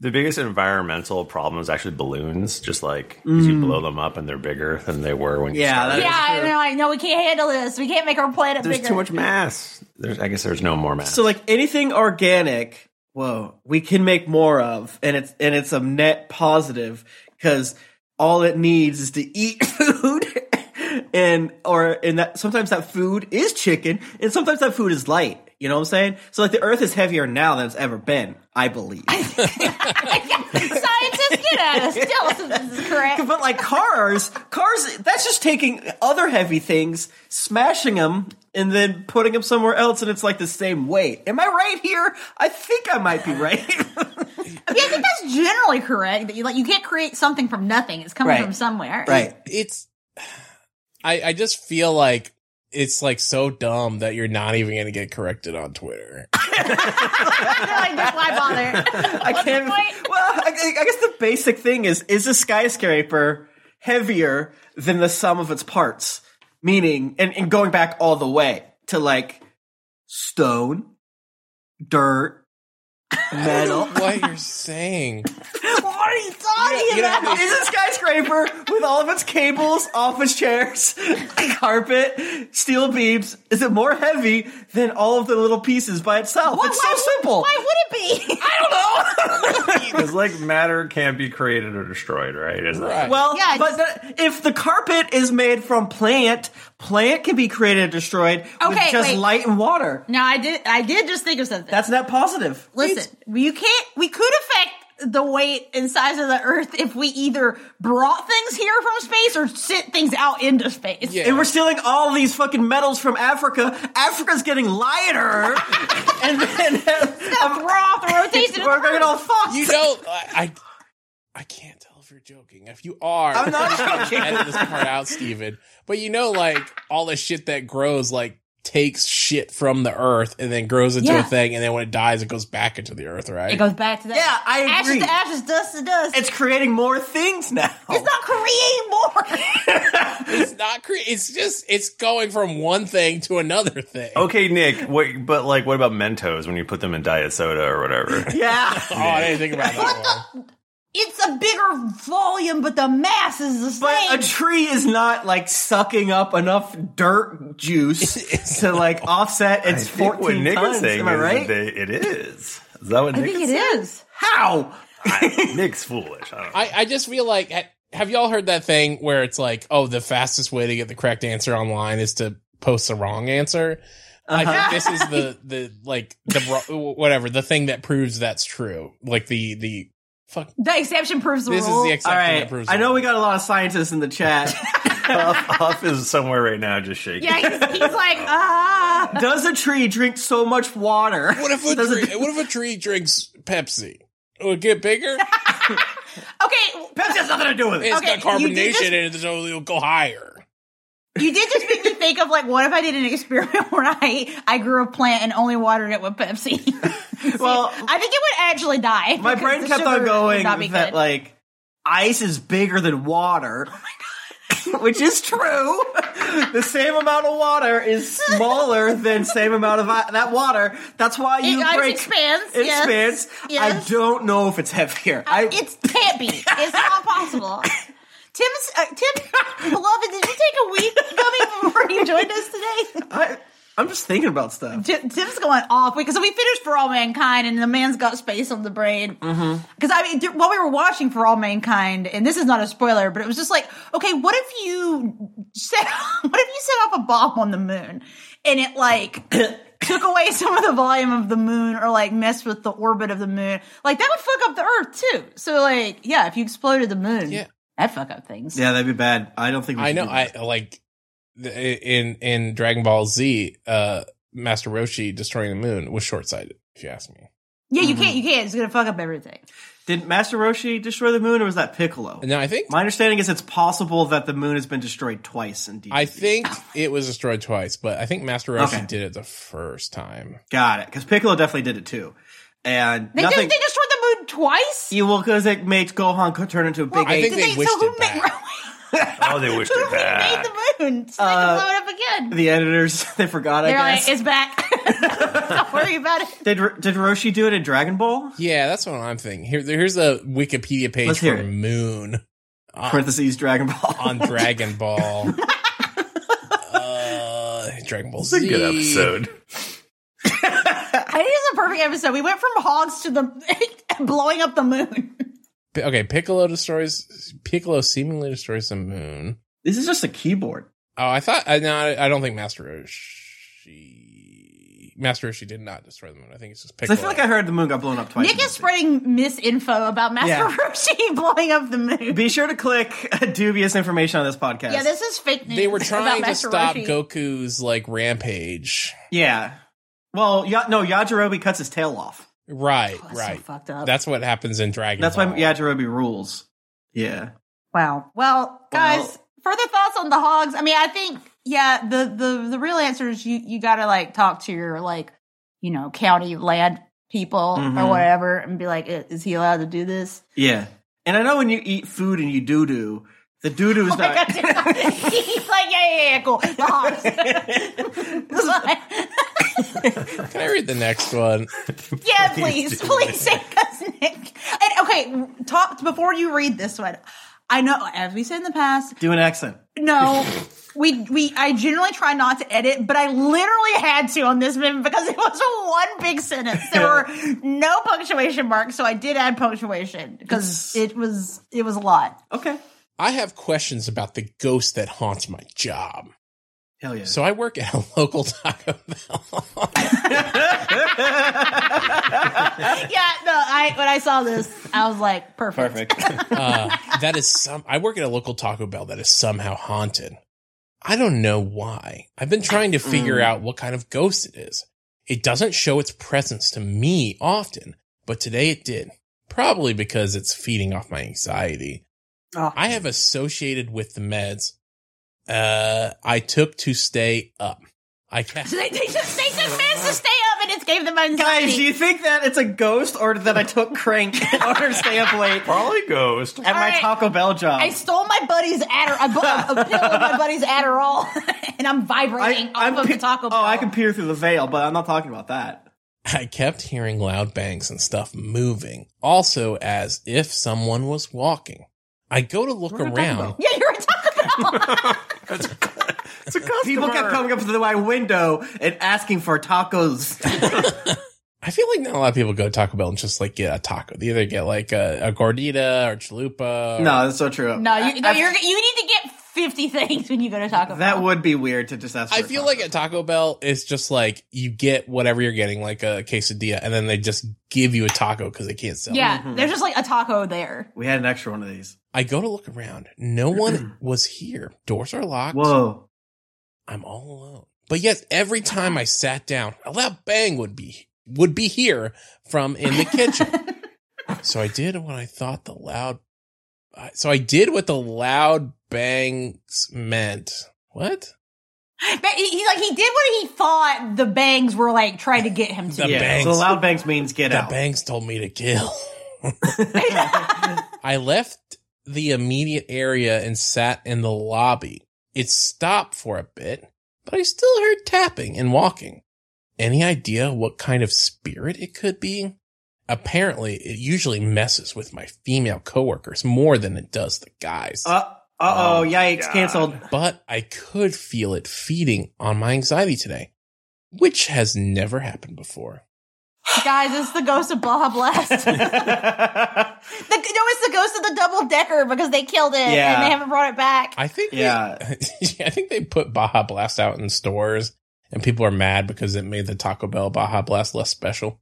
[SPEAKER 5] The biggest environmental problem is actually balloons. Just like 'cause you blow them up and they're bigger than they were when.
[SPEAKER 3] Yeah,
[SPEAKER 5] you
[SPEAKER 3] that-
[SPEAKER 5] started.
[SPEAKER 2] Yeah, and they're like, no, we can't handle this. We can't make our planet
[SPEAKER 5] There's
[SPEAKER 2] bigger.
[SPEAKER 5] too much mass. There's, I guess there's no more mass.
[SPEAKER 3] So like anything organic, whoa, we can make more of, and it's and it's a net positive because all it needs is to eat food, and or and that sometimes that food is chicken, and sometimes that food is light. You know what I'm saying? So like the Earth is heavier now than it's ever been, I believe.
[SPEAKER 2] Scientists, get at us. Tell us if this is correct.
[SPEAKER 3] but like cars, cars, that's just taking other heavy things, smashing them, and then putting them somewhere else, and it's like the same weight. Am I right here? I think I might be right.
[SPEAKER 2] Yeah, I think that's generally correct. That you like, you can't create something from nothing. It's coming
[SPEAKER 3] Right.
[SPEAKER 2] from somewhere.
[SPEAKER 4] It's. I I just feel like it's like so dumb that you're not even going to get corrected on Twitter.
[SPEAKER 2] They're like, "Just why bother?
[SPEAKER 3] I can't.
[SPEAKER 2] the point?
[SPEAKER 3] Well, I, I guess the basic thing is: is a skyscraper heavier than the sum of its parts? Meaning, and, and going back all the way to like stone, dirt, metal.
[SPEAKER 4] What you're saying?
[SPEAKER 3] Well,
[SPEAKER 2] already talking
[SPEAKER 4] You know, you know,
[SPEAKER 2] about.
[SPEAKER 3] It's a skyscraper with all of its cables, office chairs, carpet, steel beams. Is it more heavy than all of the little pieces by itself?
[SPEAKER 2] Why-
[SPEAKER 3] it's
[SPEAKER 2] why
[SPEAKER 3] so
[SPEAKER 2] would-
[SPEAKER 3] simple.
[SPEAKER 2] Why would it be?
[SPEAKER 3] I don't know.
[SPEAKER 5] Because like matter can't be created or destroyed, right? Isn't that-
[SPEAKER 4] Right.
[SPEAKER 3] Well,
[SPEAKER 2] Yeah,
[SPEAKER 3] but the- if the carpet is made from plant, plant can be created and destroyed with
[SPEAKER 2] Okay,
[SPEAKER 3] just
[SPEAKER 2] wait.
[SPEAKER 3] light and water.
[SPEAKER 2] No, I did. I did just think of something.
[SPEAKER 3] That's net positive.
[SPEAKER 2] Listen, you can't. We could affect the weight and size of the Earth if we either brought things here from space or sent things out into space.
[SPEAKER 4] Yeah.
[SPEAKER 3] And we're stealing all these fucking metals from Africa. Africa's getting lighter, and then
[SPEAKER 2] That's raw the rotation. of
[SPEAKER 3] we're
[SPEAKER 2] the
[SPEAKER 3] gonna get all fucked.
[SPEAKER 4] You don't. I, I I can't tell if you're joking. If you are,
[SPEAKER 3] I'm not joking.
[SPEAKER 4] edit this part out, Steven. But you know, like all the shit that grows, like takes shit from the earth and then grows into
[SPEAKER 2] Yeah.
[SPEAKER 4] a thing, and then when it dies, it goes back into the earth, right?
[SPEAKER 2] It goes back to that.
[SPEAKER 3] Yeah, I agree.
[SPEAKER 2] Ashes to ashes, dust to dust.
[SPEAKER 3] It's creating more things now.
[SPEAKER 2] It's not creating more.
[SPEAKER 4] it's not. Cre- it's just. It's going from one thing to another thing.
[SPEAKER 5] Okay, Nick. What, but like, what about Mentos when you put them in diet soda or whatever?
[SPEAKER 3] yeah.
[SPEAKER 4] Oh, I didn't think about that. one.
[SPEAKER 2] it's a bigger volume, but the mass is the
[SPEAKER 3] But
[SPEAKER 2] same.
[SPEAKER 3] a tree is not like sucking up enough dirt juice to like offset
[SPEAKER 5] I
[SPEAKER 3] its
[SPEAKER 5] think what
[SPEAKER 3] fourteen
[SPEAKER 5] Nick was
[SPEAKER 3] tons.
[SPEAKER 5] saying
[SPEAKER 3] Am I
[SPEAKER 5] is
[SPEAKER 3] right?
[SPEAKER 5] that they, it is. Is that what
[SPEAKER 2] I
[SPEAKER 5] Nick
[SPEAKER 2] think
[SPEAKER 5] is?
[SPEAKER 2] it is.
[SPEAKER 3] How?
[SPEAKER 5] I- Nick's foolish. I don't know.
[SPEAKER 4] I, I just feel like ha- have y'all heard that thing where it's like, oh, the fastest way to get the correct answer online is to post the wrong answer.
[SPEAKER 2] Uh-huh.
[SPEAKER 4] I think this is the the like the bro- whatever the thing that proves that's true. Like the the fuck.
[SPEAKER 2] The exception proves the
[SPEAKER 4] This is
[SPEAKER 2] rule.
[SPEAKER 4] the exception
[SPEAKER 3] All
[SPEAKER 4] that
[SPEAKER 3] right.
[SPEAKER 4] proves.
[SPEAKER 3] I
[SPEAKER 4] the
[SPEAKER 3] know
[SPEAKER 4] rule.
[SPEAKER 3] we got a lot of scientists in the chat.
[SPEAKER 5] Huff, Huff is somewhere right now, just shaking.
[SPEAKER 2] yeah, he's, he's like ah.
[SPEAKER 3] Does a tree drink so much water?
[SPEAKER 4] What if a
[SPEAKER 3] Does it-
[SPEAKER 4] tree, what if a tree drinks Pepsi? Will it get bigger?
[SPEAKER 2] Okay,
[SPEAKER 3] Pepsi has nothing to do with it.
[SPEAKER 4] It's
[SPEAKER 2] Okay,
[SPEAKER 4] got
[SPEAKER 2] you did
[SPEAKER 4] carbonation
[SPEAKER 2] just-
[SPEAKER 4] in it, so it'll go higher.
[SPEAKER 2] You did just make me think of like, what if I did an experiment where I I grew a plant and only watered it with Pepsi?
[SPEAKER 3] Well-
[SPEAKER 2] well, I think it would actually die.
[SPEAKER 3] My
[SPEAKER 2] because
[SPEAKER 3] brain
[SPEAKER 2] the
[SPEAKER 3] kept
[SPEAKER 2] sugar
[SPEAKER 3] on
[SPEAKER 2] would
[SPEAKER 3] going
[SPEAKER 2] not be
[SPEAKER 3] that
[SPEAKER 2] good. Oh
[SPEAKER 3] like ice is bigger than water. Which is true. The same amount of water is smaller than same amount of i- that water. That's why
[SPEAKER 2] it
[SPEAKER 3] you
[SPEAKER 2] ice
[SPEAKER 3] break
[SPEAKER 2] expands.
[SPEAKER 3] it
[SPEAKER 2] yes.
[SPEAKER 3] expands.
[SPEAKER 2] Yes. Uh,
[SPEAKER 3] I don't know if it's heavier. I,
[SPEAKER 2] It's can't be. It's not possible. Tim's uh, Tim, beloved, did you take a week gummy before you joined us today?
[SPEAKER 3] I I'm just thinking about stuff.
[SPEAKER 2] Tim, Tim's going off because we finished For All Mankind, and the man's got space on the brain. Because I mean, th- while we were watching For All Mankind, and this is not a spoiler, but it was just like, okay, what if you set, what if you set off a bomb on the moon, and it like took away some of the volume of the moon, or like messed with the orbit of the moon, like that would fuck up the Earth too. So like, yeah, if you exploded the moon,
[SPEAKER 4] Yeah.
[SPEAKER 2] that'd fuck up things.
[SPEAKER 3] Yeah, that'd be bad. I don't think we
[SPEAKER 4] I
[SPEAKER 3] should
[SPEAKER 4] know.
[SPEAKER 3] do that.
[SPEAKER 4] I like the- in in Dragon Ball Z, uh, Master Roshi destroying the moon was short sighted. If you ask me,
[SPEAKER 2] Yeah,
[SPEAKER 3] Mm-hmm.
[SPEAKER 2] you can't, you can't. It's gonna fuck up everything.
[SPEAKER 3] Did Master Roshi destroy the moon, or was that Piccolo?
[SPEAKER 4] no, I think
[SPEAKER 3] My understanding is it's possible that the moon has been destroyed twice in DBZ.
[SPEAKER 4] I think it was destroyed twice, but I think Master Roshi
[SPEAKER 3] Okay.
[SPEAKER 4] did it the first time.
[SPEAKER 3] Got it. Because Piccolo definitely did it too. And
[SPEAKER 2] They
[SPEAKER 3] nothing.
[SPEAKER 2] did, they destroyed the moon twice.
[SPEAKER 3] you will because it made Gohan co- turn into a big.
[SPEAKER 4] I
[SPEAKER 3] ape.
[SPEAKER 4] think
[SPEAKER 2] Did
[SPEAKER 4] they wished
[SPEAKER 2] so who
[SPEAKER 4] it
[SPEAKER 2] made-
[SPEAKER 4] back.
[SPEAKER 5] Oh, they wished it
[SPEAKER 2] Who remade
[SPEAKER 5] back.
[SPEAKER 2] the moon so
[SPEAKER 3] Uh,
[SPEAKER 2] they can blow it up again?
[SPEAKER 3] the editors they forgot.
[SPEAKER 2] They're
[SPEAKER 3] I
[SPEAKER 2] like,
[SPEAKER 3] guess.
[SPEAKER 2] it's back. Don't worry about it.
[SPEAKER 3] did R- did Roshi do it in Dragon Ball?
[SPEAKER 4] Yeah, that's what I'm thinking. Here, here's a Wikipedia page
[SPEAKER 3] Let's hear
[SPEAKER 4] for
[SPEAKER 3] it.
[SPEAKER 4] moon on,
[SPEAKER 3] Parentheses Dragon Ball.
[SPEAKER 5] Oh
[SPEAKER 4] on Dragon Ball. uh, Dragon Ball
[SPEAKER 5] It's a
[SPEAKER 4] Z.
[SPEAKER 5] good episode.
[SPEAKER 2] I think it's a perfect episode. We went from hogs to the blowing up the moon.
[SPEAKER 4] P- Okay, Piccolo destroys. Piccolo seemingly destroys the moon.
[SPEAKER 3] this is just a keyboard.
[SPEAKER 4] Oh, I thought. I, no, I I don't think Master Roshi. Master Roshi did not destroy the moon. I think it's just
[SPEAKER 3] 'Cause
[SPEAKER 4] Piccolo.
[SPEAKER 3] I feel like I heard the moon got blown up twice.
[SPEAKER 2] Nick is spreading misinfo about Master
[SPEAKER 3] Yeah.
[SPEAKER 2] Roshi blowing up the moon.
[SPEAKER 3] Be sure to click dubious information on this podcast.
[SPEAKER 2] yeah, this is fake news.
[SPEAKER 4] they were
[SPEAKER 2] about
[SPEAKER 4] trying to
[SPEAKER 2] Master
[SPEAKER 4] stop
[SPEAKER 2] Roshi.
[SPEAKER 4] Goku's like rampage.
[SPEAKER 3] Yeah. Well, ya- no, Yajirobe cuts his tail off. Oh,
[SPEAKER 4] Right,
[SPEAKER 2] That's so
[SPEAKER 4] right.
[SPEAKER 2] fucked up.
[SPEAKER 4] That's what happens in Dragon.
[SPEAKER 3] That's why
[SPEAKER 4] Ball.
[SPEAKER 3] Yajirobe rules. Yeah.
[SPEAKER 2] Wow. Well, guys,
[SPEAKER 3] Well-
[SPEAKER 2] further thoughts on the hogs? I mean, I think yeah, the the the real answer is you you got to like talk to your like, you know, county land people
[SPEAKER 3] Mhm.
[SPEAKER 2] or whatever and be like, "I- is he allowed to do this?
[SPEAKER 3] Yeah. And I know when you eat food and you doo doo, the doo doo is
[SPEAKER 2] Like,
[SPEAKER 3] not.
[SPEAKER 2] He's like, yeah, yeah, yeah, cool. The hogs.
[SPEAKER 4] Can I read the next one?
[SPEAKER 2] Yeah, please, please say because Nick. And okay, talk before you read this one. I know, as we said in the past,
[SPEAKER 3] Do an accent.
[SPEAKER 2] no, we we. I generally try not to edit, but I literally had to on this one because it was one big sentence. There were no punctuation marks, so I did add punctuation because it was it was a lot.
[SPEAKER 3] Okay.
[SPEAKER 4] I have questions about the ghost that haunts my job.
[SPEAKER 3] Hell yeah.
[SPEAKER 4] So I work at a local Taco Bell.
[SPEAKER 2] Yeah, no, I when I saw this, I was like, perfect.
[SPEAKER 3] Perfect.
[SPEAKER 4] uh, that is some. I work at a local Taco Bell that is somehow haunted. I don't know why. I've been trying to figure out what kind of ghost it is. It doesn't show its presence to me often, but today it did. Probably because it's feeding off my anxiety.
[SPEAKER 2] Oh.
[SPEAKER 4] I have associated with the meds uh, I took to stay up. I
[SPEAKER 2] So
[SPEAKER 4] ca-
[SPEAKER 2] they, they just they just managed to stay up and it gave them anxiety.
[SPEAKER 3] Guys, do you think that it's a ghost or that I took crank in order to stay up late at
[SPEAKER 5] Probably ghost.
[SPEAKER 3] my
[SPEAKER 2] right.
[SPEAKER 3] Taco Bell job?
[SPEAKER 2] I stole my buddy's Adder. I bought a, a pill of my buddy's Adderall, and I'm vibrating off of
[SPEAKER 3] pe-
[SPEAKER 2] the Taco Bell.
[SPEAKER 3] Oh, I can peer through the veil, but I'm not talking about that.
[SPEAKER 4] I kept hearing loud bangs and stuff moving, also as if someone was walking. I go to look around
[SPEAKER 2] Yeah, you're a Taco Bell.
[SPEAKER 5] It's a customer.
[SPEAKER 3] People kept coming up to my window and asking for tacos.
[SPEAKER 4] I feel like not a lot of people go to Taco Bell and just like get a taco. They either get like a, a gordita or chalupa. or-
[SPEAKER 3] no, that's so true.
[SPEAKER 2] No, you, no you're, you need to get 50 things when you go to Taco Bell.
[SPEAKER 3] that would be weird to just ask. For
[SPEAKER 4] I
[SPEAKER 3] a
[SPEAKER 4] feel
[SPEAKER 3] taco.
[SPEAKER 4] like at Taco Bell, it's just like you get whatever you're getting, like a quesadilla, and then they just give you a taco because they can't sell. it.
[SPEAKER 2] yeah,
[SPEAKER 3] Mm-hmm.
[SPEAKER 2] there's just like a taco there.
[SPEAKER 3] we had an extra one of these.
[SPEAKER 4] I go to look around. No one was here. Doors are locked.
[SPEAKER 3] Whoa.
[SPEAKER 4] I'm all alone. But yet, every time I sat down, a loud bang would be would be here from in the kitchen. so I did what I thought the loud. I- So I did what the loud bangs meant. What?
[SPEAKER 2] But he, he, like, he did what he thought the bangs were like trying to get him to.
[SPEAKER 4] The
[SPEAKER 3] yeah.
[SPEAKER 4] bangs.
[SPEAKER 3] So loud bangs means get
[SPEAKER 4] The
[SPEAKER 3] out.
[SPEAKER 4] bangs told me to kill. I left the immediate area and sat in the lobby. It stopped for a bit, but I still heard tapping and walking. Any idea what kind of spirit it could be? Apparently, it usually messes with my female coworkers more than it does the guys.
[SPEAKER 3] Uh oh,
[SPEAKER 5] Oh,
[SPEAKER 3] yikes,
[SPEAKER 5] God.
[SPEAKER 3] canceled.
[SPEAKER 4] but I could feel it feeding on my anxiety today, which has never happened before.
[SPEAKER 2] Guys, it's the ghost of Baja Blast. the, no, it's the ghost of the double decker because they killed it
[SPEAKER 3] Yeah.
[SPEAKER 2] and they haven't brought it back.
[SPEAKER 4] I think they-
[SPEAKER 3] Yeah.
[SPEAKER 4] I think they put Baja Blast out in stores and people are mad because it made the Taco Bell Baja Blast less special.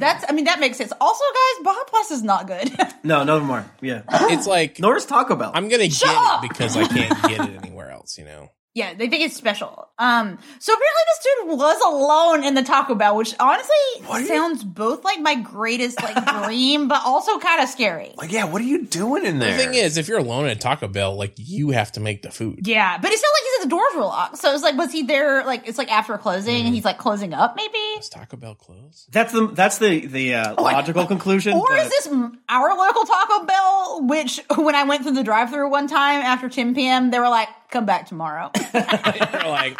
[SPEAKER 2] That's, I mean, that makes sense. Also, guys, Baja Blast is not good.
[SPEAKER 3] No, no more. Yeah.
[SPEAKER 4] It's like
[SPEAKER 3] Nor is Taco Bell.
[SPEAKER 4] I'm gonna
[SPEAKER 2] Shut
[SPEAKER 4] get
[SPEAKER 2] up!
[SPEAKER 4] it because I can't get it anywhere else, you know.
[SPEAKER 2] Yeah, they think it's special. Um, so apparently this dude was alone in the Taco Bell, which honestly sounds both like my greatest like dream, but also kind of scary.
[SPEAKER 5] Like, yeah, what are you doing in there?
[SPEAKER 4] The thing is, if you're alone at Taco Bell, like you have to make the food.
[SPEAKER 2] Yeah, but it's not like he said the doors were locked, so it's like was he there? Like it's like after closing, and he's like closing up, maybe.
[SPEAKER 4] Is Taco Bell closed?
[SPEAKER 3] that's the that's the the uh,
[SPEAKER 2] Oh, I-
[SPEAKER 3] logical conclusion.
[SPEAKER 2] Or
[SPEAKER 3] but-
[SPEAKER 2] is this m- our local Taco Bell? Which when I went through the drive-through one time after 10 p.m., they were like, "Come back tomorrow."
[SPEAKER 4] They're like,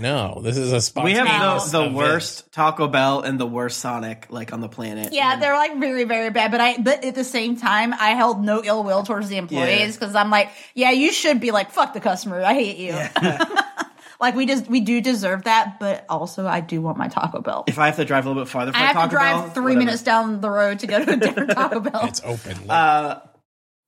[SPEAKER 4] no, this is a spot.
[SPEAKER 3] we
[SPEAKER 2] now-
[SPEAKER 3] have the, the
[SPEAKER 4] event.
[SPEAKER 3] worst Taco Bell and the worst Sonic like on the planet.
[SPEAKER 2] Yeah, they're like very, very bad. But I, but at the same time, I held no ill will towards the employees because I'm like, yeah, you should be like, fuck the customer, I hate you. like we just we do deserve that, but also I do want my Taco Bell.
[SPEAKER 3] If I have to drive a little bit farther, for
[SPEAKER 2] I have
[SPEAKER 3] Taco
[SPEAKER 2] to drive
[SPEAKER 3] Bell,
[SPEAKER 2] three
[SPEAKER 3] whatever.
[SPEAKER 2] minutes down the road to go to a different Taco Bell.
[SPEAKER 4] It's open. Like,
[SPEAKER 3] Uh,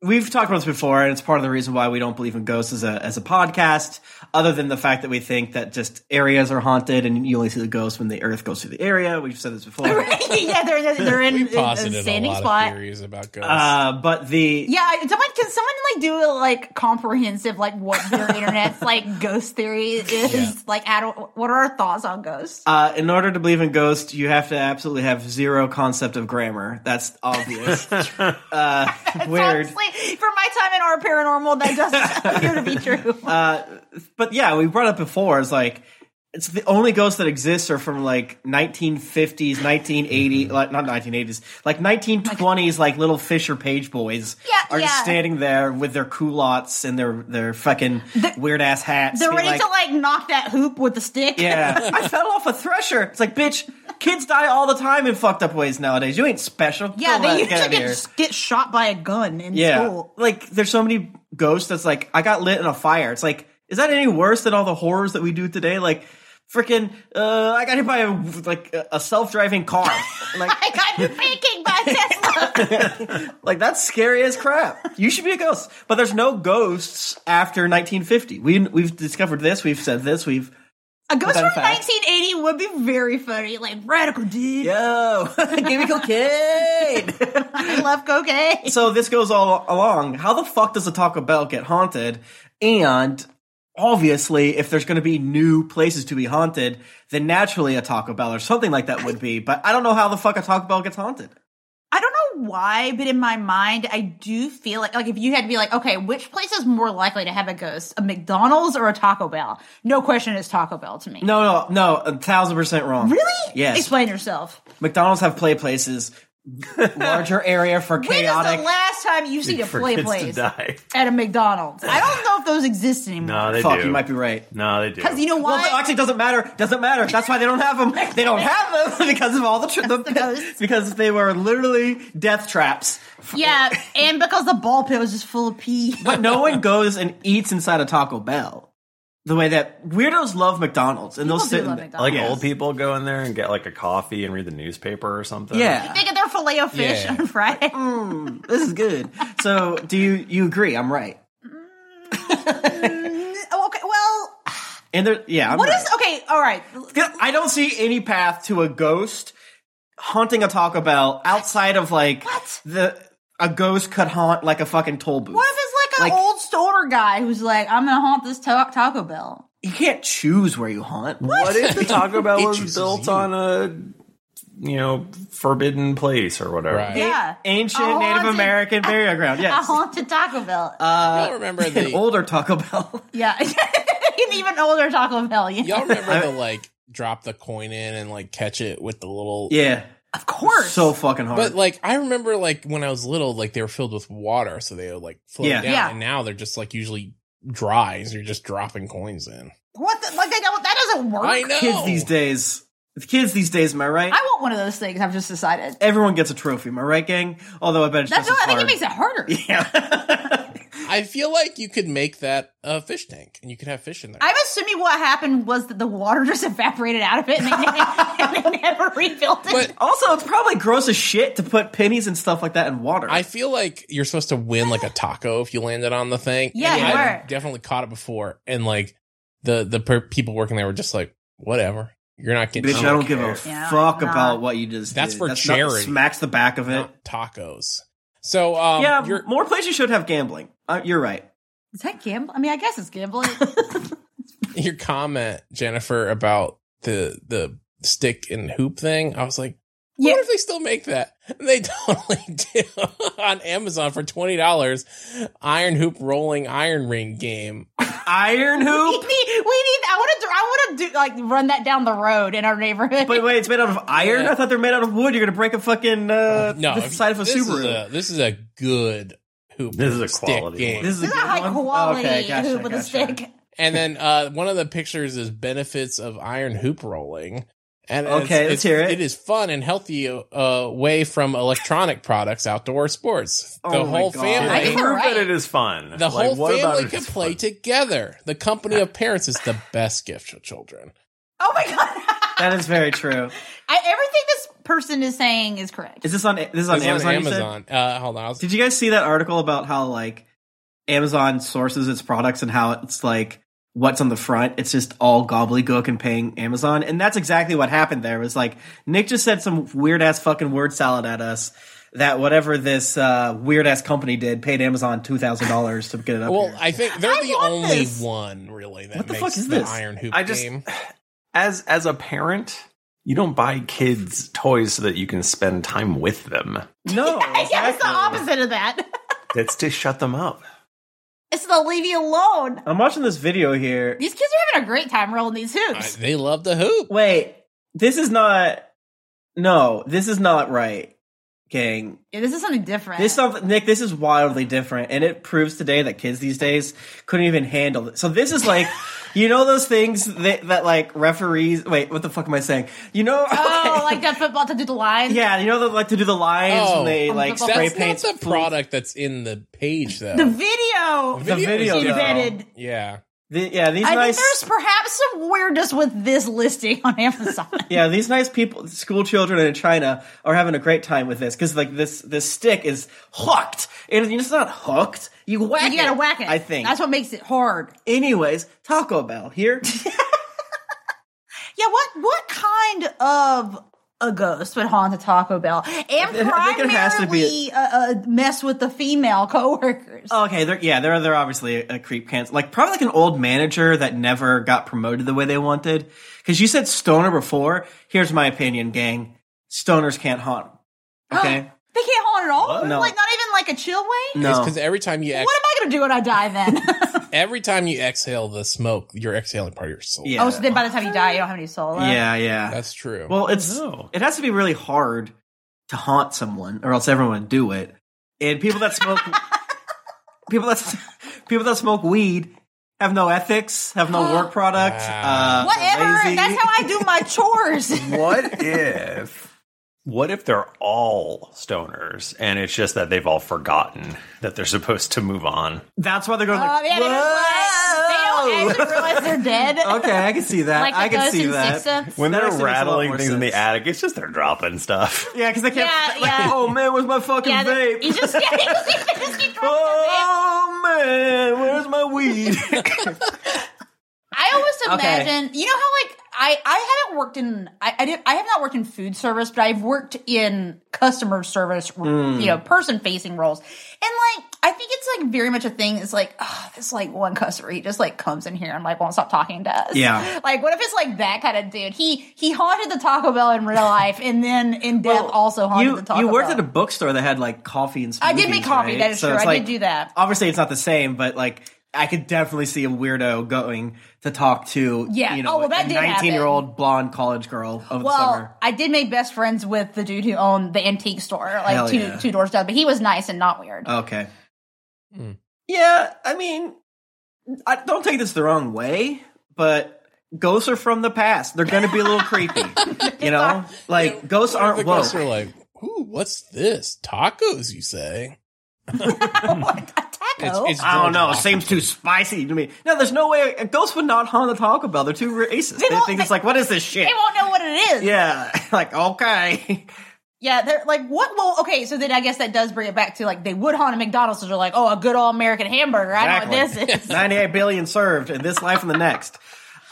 [SPEAKER 3] We've talked about this before, and it's part of the reason why we don't believe in ghosts as a as a podcast. Other than the fact that we think that just areas are haunted, and you only see the ghost when the Earth goes through the area. We've said this before.
[SPEAKER 2] yeah, they're they're, they're in, in a
[SPEAKER 4] posited a
[SPEAKER 2] standing
[SPEAKER 4] lot of
[SPEAKER 2] spot.
[SPEAKER 4] theories about ghosts.
[SPEAKER 3] uh, but the
[SPEAKER 2] Yeah, I- someone can someone like do a like comprehensive like what their internet's like ghost theory is
[SPEAKER 4] Yeah.
[SPEAKER 2] like. I don't. What are our thoughts on ghosts?
[SPEAKER 3] Uh, in order to believe in ghosts, you have to absolutely have zero concept of grammar. That's obvious. uh, weird.
[SPEAKER 2] Honestly, for my time in our paranormal, that doesn't appear to be true.
[SPEAKER 3] But yeah, we brought up before. It's like it's the only ghosts that exist are from like 1950s, 1980, like not 1980s, like 1920s, like little Fisher Page boys
[SPEAKER 2] Yeah,
[SPEAKER 3] are just
[SPEAKER 2] yeah.
[SPEAKER 3] standing there with their culottes and their their fucking weird ass hats.
[SPEAKER 2] They're
[SPEAKER 3] being
[SPEAKER 2] ready
[SPEAKER 3] like,
[SPEAKER 2] to like knock that hoop with the stick.
[SPEAKER 3] yeah, I fell off a thresher. It's like, bitch, kids die all the time in fucked up ways nowadays. You ain't special.
[SPEAKER 2] Yeah, they
[SPEAKER 3] Get the fuck
[SPEAKER 2] usually
[SPEAKER 3] outta here.
[SPEAKER 2] get, get shot by a gun in
[SPEAKER 3] Yeah.
[SPEAKER 2] school.
[SPEAKER 3] Like, there's so many ghosts that's like, I got lit in a fire. It's like, is that any worse than all the horrors that we do today? Like, freaking, uh, I got hit by a, like, a a self-driving car. like,
[SPEAKER 2] I got you faking by Tesla.
[SPEAKER 3] like, that's scary as crap. You should be a ghost. But there's no ghosts after 1950. We, we've discovered this. We've said this. We've,
[SPEAKER 2] A ghost
[SPEAKER 3] Without
[SPEAKER 2] from
[SPEAKER 3] fact.
[SPEAKER 2] 1980 would be very funny, like radical dude.
[SPEAKER 3] yo, give me cocaine.
[SPEAKER 2] I love cocaine.
[SPEAKER 3] so this goes all along. How the fuck does a Taco Bell get haunted? And obviously, if there's going to be new places to be haunted, then naturally a Taco Bell or something like that would be. But I don't know how the fuck a Taco Bell gets haunted.
[SPEAKER 2] I don't know why, but in my mind, I do feel like like if you had to be like, okay, which place is more likely to have a ghost, a McDonald's or a Taco Bell? No question, it's Taco Bell to me.
[SPEAKER 3] No, no, no, a thousand percent wrong.
[SPEAKER 2] Really?
[SPEAKER 3] Yes.
[SPEAKER 2] Explain yourself. McDonald's
[SPEAKER 3] McDonald's have play places, larger area for
[SPEAKER 2] when is the
[SPEAKER 3] chaotic.
[SPEAKER 2] last time you've seen a
[SPEAKER 5] for
[SPEAKER 2] play
[SPEAKER 5] kids
[SPEAKER 2] place
[SPEAKER 5] to die.
[SPEAKER 2] at a McDonald's? I don't know if those exist
[SPEAKER 5] No,
[SPEAKER 2] anymore.
[SPEAKER 5] they
[SPEAKER 3] Fuck,
[SPEAKER 5] do.
[SPEAKER 3] you might be right.
[SPEAKER 5] No, they do.
[SPEAKER 2] Because you know
[SPEAKER 3] Well,
[SPEAKER 2] why?
[SPEAKER 3] it actually, doesn't matter. Doesn't matter. That's why they don't have them. They don't have them because of all the, tra-
[SPEAKER 2] the ghosts.
[SPEAKER 3] because they were literally death traps.
[SPEAKER 2] yeah, and because the ball pit was just full of pee.
[SPEAKER 3] but no one goes and eats inside a Taco Bell the way that weirdos love McDonald's and they'll
[SPEAKER 2] People do
[SPEAKER 3] sit. in
[SPEAKER 2] love
[SPEAKER 3] the-
[SPEAKER 2] McDonald's.
[SPEAKER 5] like
[SPEAKER 3] Yes.
[SPEAKER 5] old people go in there and get like a coffee and read the newspaper or something.
[SPEAKER 3] Yeah,
[SPEAKER 2] They get their filet of fish
[SPEAKER 4] Yeah.
[SPEAKER 2] on Friday.
[SPEAKER 3] this is good. So, do you you agree? I'm right.
[SPEAKER 2] Oh, okay, well,
[SPEAKER 3] And there, yeah, I'm
[SPEAKER 2] what is
[SPEAKER 3] right.
[SPEAKER 2] okay? All right,
[SPEAKER 3] I don't see any path to a ghost haunting a Taco Bell outside of like
[SPEAKER 2] What?
[SPEAKER 3] the a ghost could haunt like a fucking toll booth.
[SPEAKER 2] what if it's like an
[SPEAKER 3] Like-
[SPEAKER 2] old stoner guy who's like, "I'm gonna haunt this ta- Taco Bell"?
[SPEAKER 3] You can't choose where you haunt.
[SPEAKER 5] What if the Taco Bell was
[SPEAKER 4] chooses
[SPEAKER 5] built
[SPEAKER 4] you.
[SPEAKER 5] on a you know forbidden place or whatever?
[SPEAKER 4] Right.
[SPEAKER 2] Yeah,
[SPEAKER 3] Ancient
[SPEAKER 2] A
[SPEAKER 3] Native
[SPEAKER 2] haunted-
[SPEAKER 3] American burial ground.
[SPEAKER 2] I
[SPEAKER 3] Yes. Uh,
[SPEAKER 2] haunted Taco Bell.
[SPEAKER 4] y'all remember
[SPEAKER 3] An
[SPEAKER 4] the
[SPEAKER 3] older Taco Bell.
[SPEAKER 2] yeah, an even older Taco Bell. Yeah,
[SPEAKER 4] y'all remember the like drop the coin in and like catch it with the little
[SPEAKER 3] yeah.
[SPEAKER 2] of course.
[SPEAKER 3] So fucking hard.
[SPEAKER 4] But like I remember like when I was little, like they were filled with water, so they would like float
[SPEAKER 3] Yeah.
[SPEAKER 4] down.
[SPEAKER 2] Yeah.
[SPEAKER 4] And now they're just like usually dry, so you're just dropping coins in.
[SPEAKER 2] what? The, like they don't, that doesn't work.
[SPEAKER 4] I know
[SPEAKER 3] kids these days. The kids these days, am I right?
[SPEAKER 2] Oh. I want one of those things. I've just decided.
[SPEAKER 3] Everyone gets a trophy, am I right, gang? Although I bet it's
[SPEAKER 2] That's
[SPEAKER 3] just
[SPEAKER 2] what I
[SPEAKER 3] as
[SPEAKER 2] think it
[SPEAKER 3] hard.
[SPEAKER 2] makes it harder.
[SPEAKER 3] Yeah.
[SPEAKER 4] I feel like you could make that a fish tank, and you could have fish in there.
[SPEAKER 2] I'm assuming what happened was that the water just evaporated out of it, and they, and they never refilled it.
[SPEAKER 4] But-
[SPEAKER 3] also, it's probably gross as shit to put pennies and stuff like that in water.
[SPEAKER 4] I feel like you're supposed to win like a taco if you landed on the thing.
[SPEAKER 2] Yeah,
[SPEAKER 4] And
[SPEAKER 2] you
[SPEAKER 4] I've
[SPEAKER 2] were.
[SPEAKER 4] definitely caught it before, and like the the per- people working there were just like, whatever, you're not getting
[SPEAKER 3] Bitch, I
[SPEAKER 5] don't
[SPEAKER 3] don't give a
[SPEAKER 5] care.
[SPEAKER 2] Yeah,
[SPEAKER 3] fuck
[SPEAKER 2] nah.
[SPEAKER 3] about what you just
[SPEAKER 4] That's
[SPEAKER 3] did.
[SPEAKER 4] for
[SPEAKER 3] not-
[SPEAKER 4] charity.
[SPEAKER 3] smacks the back of it.
[SPEAKER 4] tacos. So um,
[SPEAKER 3] yeah,
[SPEAKER 4] you're,
[SPEAKER 3] more places should have gambling. Uh, you're right.
[SPEAKER 2] Is that gamble? I mean, I guess it's gambling.
[SPEAKER 4] your comment, Jennifer, about the the stick and hoop thing, I was like,
[SPEAKER 2] Yeah.
[SPEAKER 4] what if they still make that? And they totally do on Amazon for twenty dollars. Iron hoop rolling iron ring game.
[SPEAKER 3] Iron
[SPEAKER 2] we
[SPEAKER 3] hoop?
[SPEAKER 2] need. We need. I want to. I want to do like run that down the road in our neighborhood.
[SPEAKER 3] But wait, it's made out of iron?
[SPEAKER 4] Yeah.
[SPEAKER 3] I thought they were made out of wood. You're going to break a fucking uh,
[SPEAKER 4] No,
[SPEAKER 3] the
[SPEAKER 4] if-
[SPEAKER 3] side of a
[SPEAKER 4] this is
[SPEAKER 3] Subaru.
[SPEAKER 4] a- this is a good hoop.
[SPEAKER 5] This is a
[SPEAKER 4] stick
[SPEAKER 5] quality
[SPEAKER 4] game.
[SPEAKER 5] one.
[SPEAKER 3] this is a,
[SPEAKER 2] this is a
[SPEAKER 3] good
[SPEAKER 2] high
[SPEAKER 3] one?
[SPEAKER 2] quality
[SPEAKER 3] Okay, gotcha,
[SPEAKER 2] hoop with a
[SPEAKER 3] gotcha.
[SPEAKER 2] stick.
[SPEAKER 4] And then uh, one of the pictures is benefits of iron hoop rolling. And it's-
[SPEAKER 3] Okay, let's
[SPEAKER 4] it's-
[SPEAKER 3] hear it.
[SPEAKER 4] It is fun and healthy uh, way from electronic products, outdoor sports. The
[SPEAKER 3] Oh my
[SPEAKER 4] whole
[SPEAKER 3] God.
[SPEAKER 4] family.
[SPEAKER 2] I think
[SPEAKER 5] Prove
[SPEAKER 2] we're right.
[SPEAKER 5] that it is fun.
[SPEAKER 4] The
[SPEAKER 5] Like,
[SPEAKER 4] whole
[SPEAKER 5] what about
[SPEAKER 4] family
[SPEAKER 5] it
[SPEAKER 4] can
[SPEAKER 5] is
[SPEAKER 4] play
[SPEAKER 5] fun?
[SPEAKER 4] together. The company of parents is the best gift for children.
[SPEAKER 2] Oh my god!
[SPEAKER 3] That is very true.
[SPEAKER 2] I, everything this person is saying is correct.
[SPEAKER 3] Is this on, this is on
[SPEAKER 4] It's
[SPEAKER 3] Amazon? you said?
[SPEAKER 4] Amazon. Uh, hold on. I was-
[SPEAKER 3] Did you guys see that article about how like Amazon sources its products and how it's like what's on the front? It's just all gobbledygook and paying Amazon, and that's exactly what happened. There It was like Nick just said some weird ass fucking word salad at us. That whatever this uh, weird ass company did paid Amazon two thousand dollars to get it up.
[SPEAKER 4] well,
[SPEAKER 3] here.
[SPEAKER 4] I think they're
[SPEAKER 2] I
[SPEAKER 4] the
[SPEAKER 2] want
[SPEAKER 4] only
[SPEAKER 2] this.
[SPEAKER 4] one really that
[SPEAKER 3] What the
[SPEAKER 4] makes
[SPEAKER 3] fuck is
[SPEAKER 4] the
[SPEAKER 3] this?
[SPEAKER 4] iron hoop
[SPEAKER 5] I just-
[SPEAKER 4] game.
[SPEAKER 5] As as a parent, you don't buy kids toys so that you can spend time with them.
[SPEAKER 3] no,
[SPEAKER 2] yeah, it's the
[SPEAKER 3] oh, exactly.
[SPEAKER 2] opposite of that.
[SPEAKER 5] That's to shut them up.
[SPEAKER 2] It's the leave you alone.
[SPEAKER 3] I'm watching this video here.
[SPEAKER 2] These kids are having a great time rolling these
[SPEAKER 4] I,
[SPEAKER 2] hoops.
[SPEAKER 4] they love the hoop.
[SPEAKER 3] Wait, this is not. No, this is not right, gang.
[SPEAKER 2] Yeah, this is something different.
[SPEAKER 3] This stuff, Nick. This is wildly different, and it proves today that kids these days couldn't even handle it. So this is like, you know, those things that, that like referees. Wait, what the fuck am I saying? You know,
[SPEAKER 2] oh,
[SPEAKER 3] okay.
[SPEAKER 2] like that football to do the line.
[SPEAKER 3] yeah, you know, they like to do the lines
[SPEAKER 4] Oh.
[SPEAKER 3] and they
[SPEAKER 2] On
[SPEAKER 3] like
[SPEAKER 2] the
[SPEAKER 3] spray
[SPEAKER 4] That's not
[SPEAKER 3] paint
[SPEAKER 4] the product that's in the page though.
[SPEAKER 2] The video.
[SPEAKER 3] the video.
[SPEAKER 4] is-
[SPEAKER 3] though.
[SPEAKER 2] Embedded.
[SPEAKER 4] Yeah.
[SPEAKER 3] The- yeah, these
[SPEAKER 2] I
[SPEAKER 3] nice.
[SPEAKER 2] think there's perhaps some weirdness with this listing on Amazon.
[SPEAKER 3] Yeah, these nice people, school children in China, are having a great time with this because like this this stick is hooked, and it's not hooked. You whack.
[SPEAKER 2] you gotta whack it.
[SPEAKER 3] I think.
[SPEAKER 2] that's what makes it hard.
[SPEAKER 3] Anyways, Taco Bell here.
[SPEAKER 2] Yeah, what what kind of a ghost would haunt a Taco Bell and
[SPEAKER 3] I think it
[SPEAKER 2] primarily
[SPEAKER 3] has to be
[SPEAKER 2] uh, uh, mess with the female coworkers?
[SPEAKER 3] Oh, okay, they're, yeah, they're they're obviously a, creep cancer. Like probably like an old manager that never got promoted the way they wanted. Because you said stoner before. Here's my opinion, gang. Stoners can't haunt. Okay,
[SPEAKER 2] They can't haunt at all.
[SPEAKER 5] What?
[SPEAKER 3] No.
[SPEAKER 2] Like not even like a chill way.
[SPEAKER 3] no.
[SPEAKER 4] Because every time you ex-
[SPEAKER 2] What am I gonna do when I die then?
[SPEAKER 4] every time you exhale the smoke, you're exhaling part of your soul.
[SPEAKER 3] Yeah.
[SPEAKER 2] oh, so then by the time you die, you don't have any soul. left?
[SPEAKER 3] yeah, yeah.
[SPEAKER 4] That's true.
[SPEAKER 3] Well, it's
[SPEAKER 5] Oh.
[SPEAKER 3] it has to be really hard to haunt someone, or else everyone would do it. And people that smoke people that people that smoke weed have no ethics, have no work product.
[SPEAKER 4] Wow.
[SPEAKER 3] Uh,
[SPEAKER 2] Whatever.
[SPEAKER 3] lazy.
[SPEAKER 2] That's how I do my chores.
[SPEAKER 5] What if? What if they're all stoners and it's just that they've all forgotten that they're supposed to move on?
[SPEAKER 3] That's why they're going
[SPEAKER 2] Oh,
[SPEAKER 3] like.
[SPEAKER 2] yeah,
[SPEAKER 3] "Whoa!"
[SPEAKER 2] they're like, they don't actually realize they're dead.
[SPEAKER 3] okay, I can see that.
[SPEAKER 2] Like the
[SPEAKER 3] I can
[SPEAKER 2] ghost
[SPEAKER 3] see
[SPEAKER 2] in
[SPEAKER 3] that.
[SPEAKER 2] Sixth Sense.
[SPEAKER 5] When
[SPEAKER 3] That
[SPEAKER 5] they're
[SPEAKER 3] actually makes a lot
[SPEAKER 5] rattling
[SPEAKER 3] more
[SPEAKER 5] things in the
[SPEAKER 3] sense.
[SPEAKER 5] attic, it's just they're dropping stuff.
[SPEAKER 3] Yeah, because they can't.
[SPEAKER 2] Yeah,
[SPEAKER 3] like,
[SPEAKER 2] yeah.
[SPEAKER 3] Oh man, where's my fucking
[SPEAKER 2] Yeah, they-
[SPEAKER 3] vape?
[SPEAKER 2] you just, yeah, you just, you just keep throwing the vape.
[SPEAKER 3] oh man, where's my weed?
[SPEAKER 2] I always
[SPEAKER 3] Okay.
[SPEAKER 2] imagine, you know how like I I haven't worked in I I, did, I have not worked in food service, but I've worked in customer service,
[SPEAKER 3] Mm.
[SPEAKER 2] you know, person facing roles, and like I think it's like very much a thing. It's like oh, this like one customer, he just like comes in here and like won't stop talking to us.
[SPEAKER 3] Yeah.
[SPEAKER 2] like what if it's like that kind of dude? He he haunted the Taco Bell in real life, and then in death also haunted
[SPEAKER 3] you,
[SPEAKER 2] the Taco
[SPEAKER 3] you worked
[SPEAKER 2] Bell.
[SPEAKER 3] at a bookstore that had like coffee and smoothies,
[SPEAKER 2] I did make coffee.
[SPEAKER 3] right?
[SPEAKER 2] That is
[SPEAKER 3] So
[SPEAKER 2] true.
[SPEAKER 3] it's
[SPEAKER 2] I
[SPEAKER 3] like-
[SPEAKER 2] did do that.
[SPEAKER 3] Obviously, it's not the same, but like I could definitely see a weirdo going to talk to
[SPEAKER 2] Yeah.
[SPEAKER 3] you know,
[SPEAKER 2] Oh, well, that
[SPEAKER 3] a
[SPEAKER 2] did
[SPEAKER 3] year old blonde college girl over the
[SPEAKER 2] Well,
[SPEAKER 3] summer.
[SPEAKER 2] I did make best friends with the dude who owned the antique store, like
[SPEAKER 3] Hell
[SPEAKER 2] two
[SPEAKER 3] yeah. Uh,
[SPEAKER 2] two doors down. But he was nice and not weird.
[SPEAKER 3] Okay.
[SPEAKER 4] Hmm.
[SPEAKER 3] Yeah, I mean, I don't take this the wrong way, but ghosts are from the past. They're going to be a little creepy, you know. Like ghosts
[SPEAKER 4] What if the
[SPEAKER 3] aren't woke.
[SPEAKER 4] ghosts are like, ooh, what's this? Tacos, you say?
[SPEAKER 2] what a taco?
[SPEAKER 4] It's- it's-
[SPEAKER 3] Oh, I don't know. Seems too spicy to me. No, there's no way a ghost would not harm the Taco Bell. They're too racist. They,
[SPEAKER 2] won't-
[SPEAKER 3] think it's like, what is this shit?
[SPEAKER 2] they won't know what it is.
[SPEAKER 3] Yeah, like okay.
[SPEAKER 2] Yeah, they're like, what? Well, okay, so then I guess that does bring it back to like they would haunt a McDonald's, so they're like, oh, a good old American hamburger. I know what
[SPEAKER 3] Exactly.
[SPEAKER 2] this is.
[SPEAKER 3] 98 billion served in this life and the next.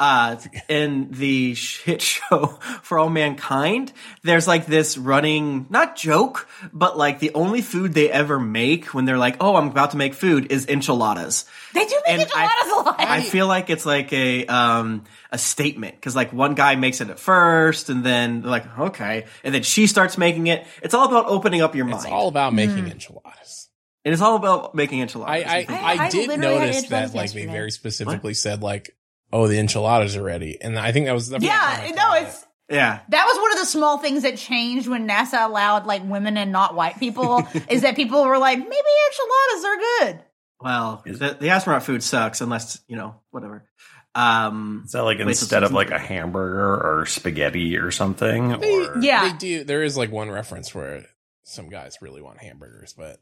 [SPEAKER 3] Uh, in the shit show for all mankind, there's like this running, not joke, but like the only food they ever make when they're like, oh, I'm about to make food is enchiladas.
[SPEAKER 2] they do make
[SPEAKER 3] And I-
[SPEAKER 2] enchiladas a lot.
[SPEAKER 3] I feel like it's like a um a statement because like one guy makes it at first and then they're like okay and then she starts making it. It's all about opening up your mind
[SPEAKER 4] It's all
[SPEAKER 2] Hmm.
[SPEAKER 4] about making enchiladas.
[SPEAKER 3] and it's all about making enchiladas.
[SPEAKER 4] I I,
[SPEAKER 2] I-
[SPEAKER 4] I,
[SPEAKER 2] I
[SPEAKER 4] did
[SPEAKER 2] literally had
[SPEAKER 4] notice that
[SPEAKER 2] enchiladas
[SPEAKER 4] like they
[SPEAKER 2] yesterday.
[SPEAKER 4] very specifically said like, oh, the enchiladas are ready, and I think that was the first time I
[SPEAKER 2] yeah, no,
[SPEAKER 4] caught
[SPEAKER 2] it's
[SPEAKER 4] it.
[SPEAKER 3] yeah,
[SPEAKER 2] that was one of the small things that changed when NASA allowed like women and not white people is that people were like, maybe enchiladas are good.
[SPEAKER 3] Well, the, the astronaut food sucks unless you know whatever. Um,
[SPEAKER 5] Is that like
[SPEAKER 3] Wait, so
[SPEAKER 5] instead of
[SPEAKER 3] something-
[SPEAKER 5] like a hamburger or spaghetti or something? Or
[SPEAKER 2] Yeah.
[SPEAKER 4] They do. There is like one reference where some guys really want hamburgers, but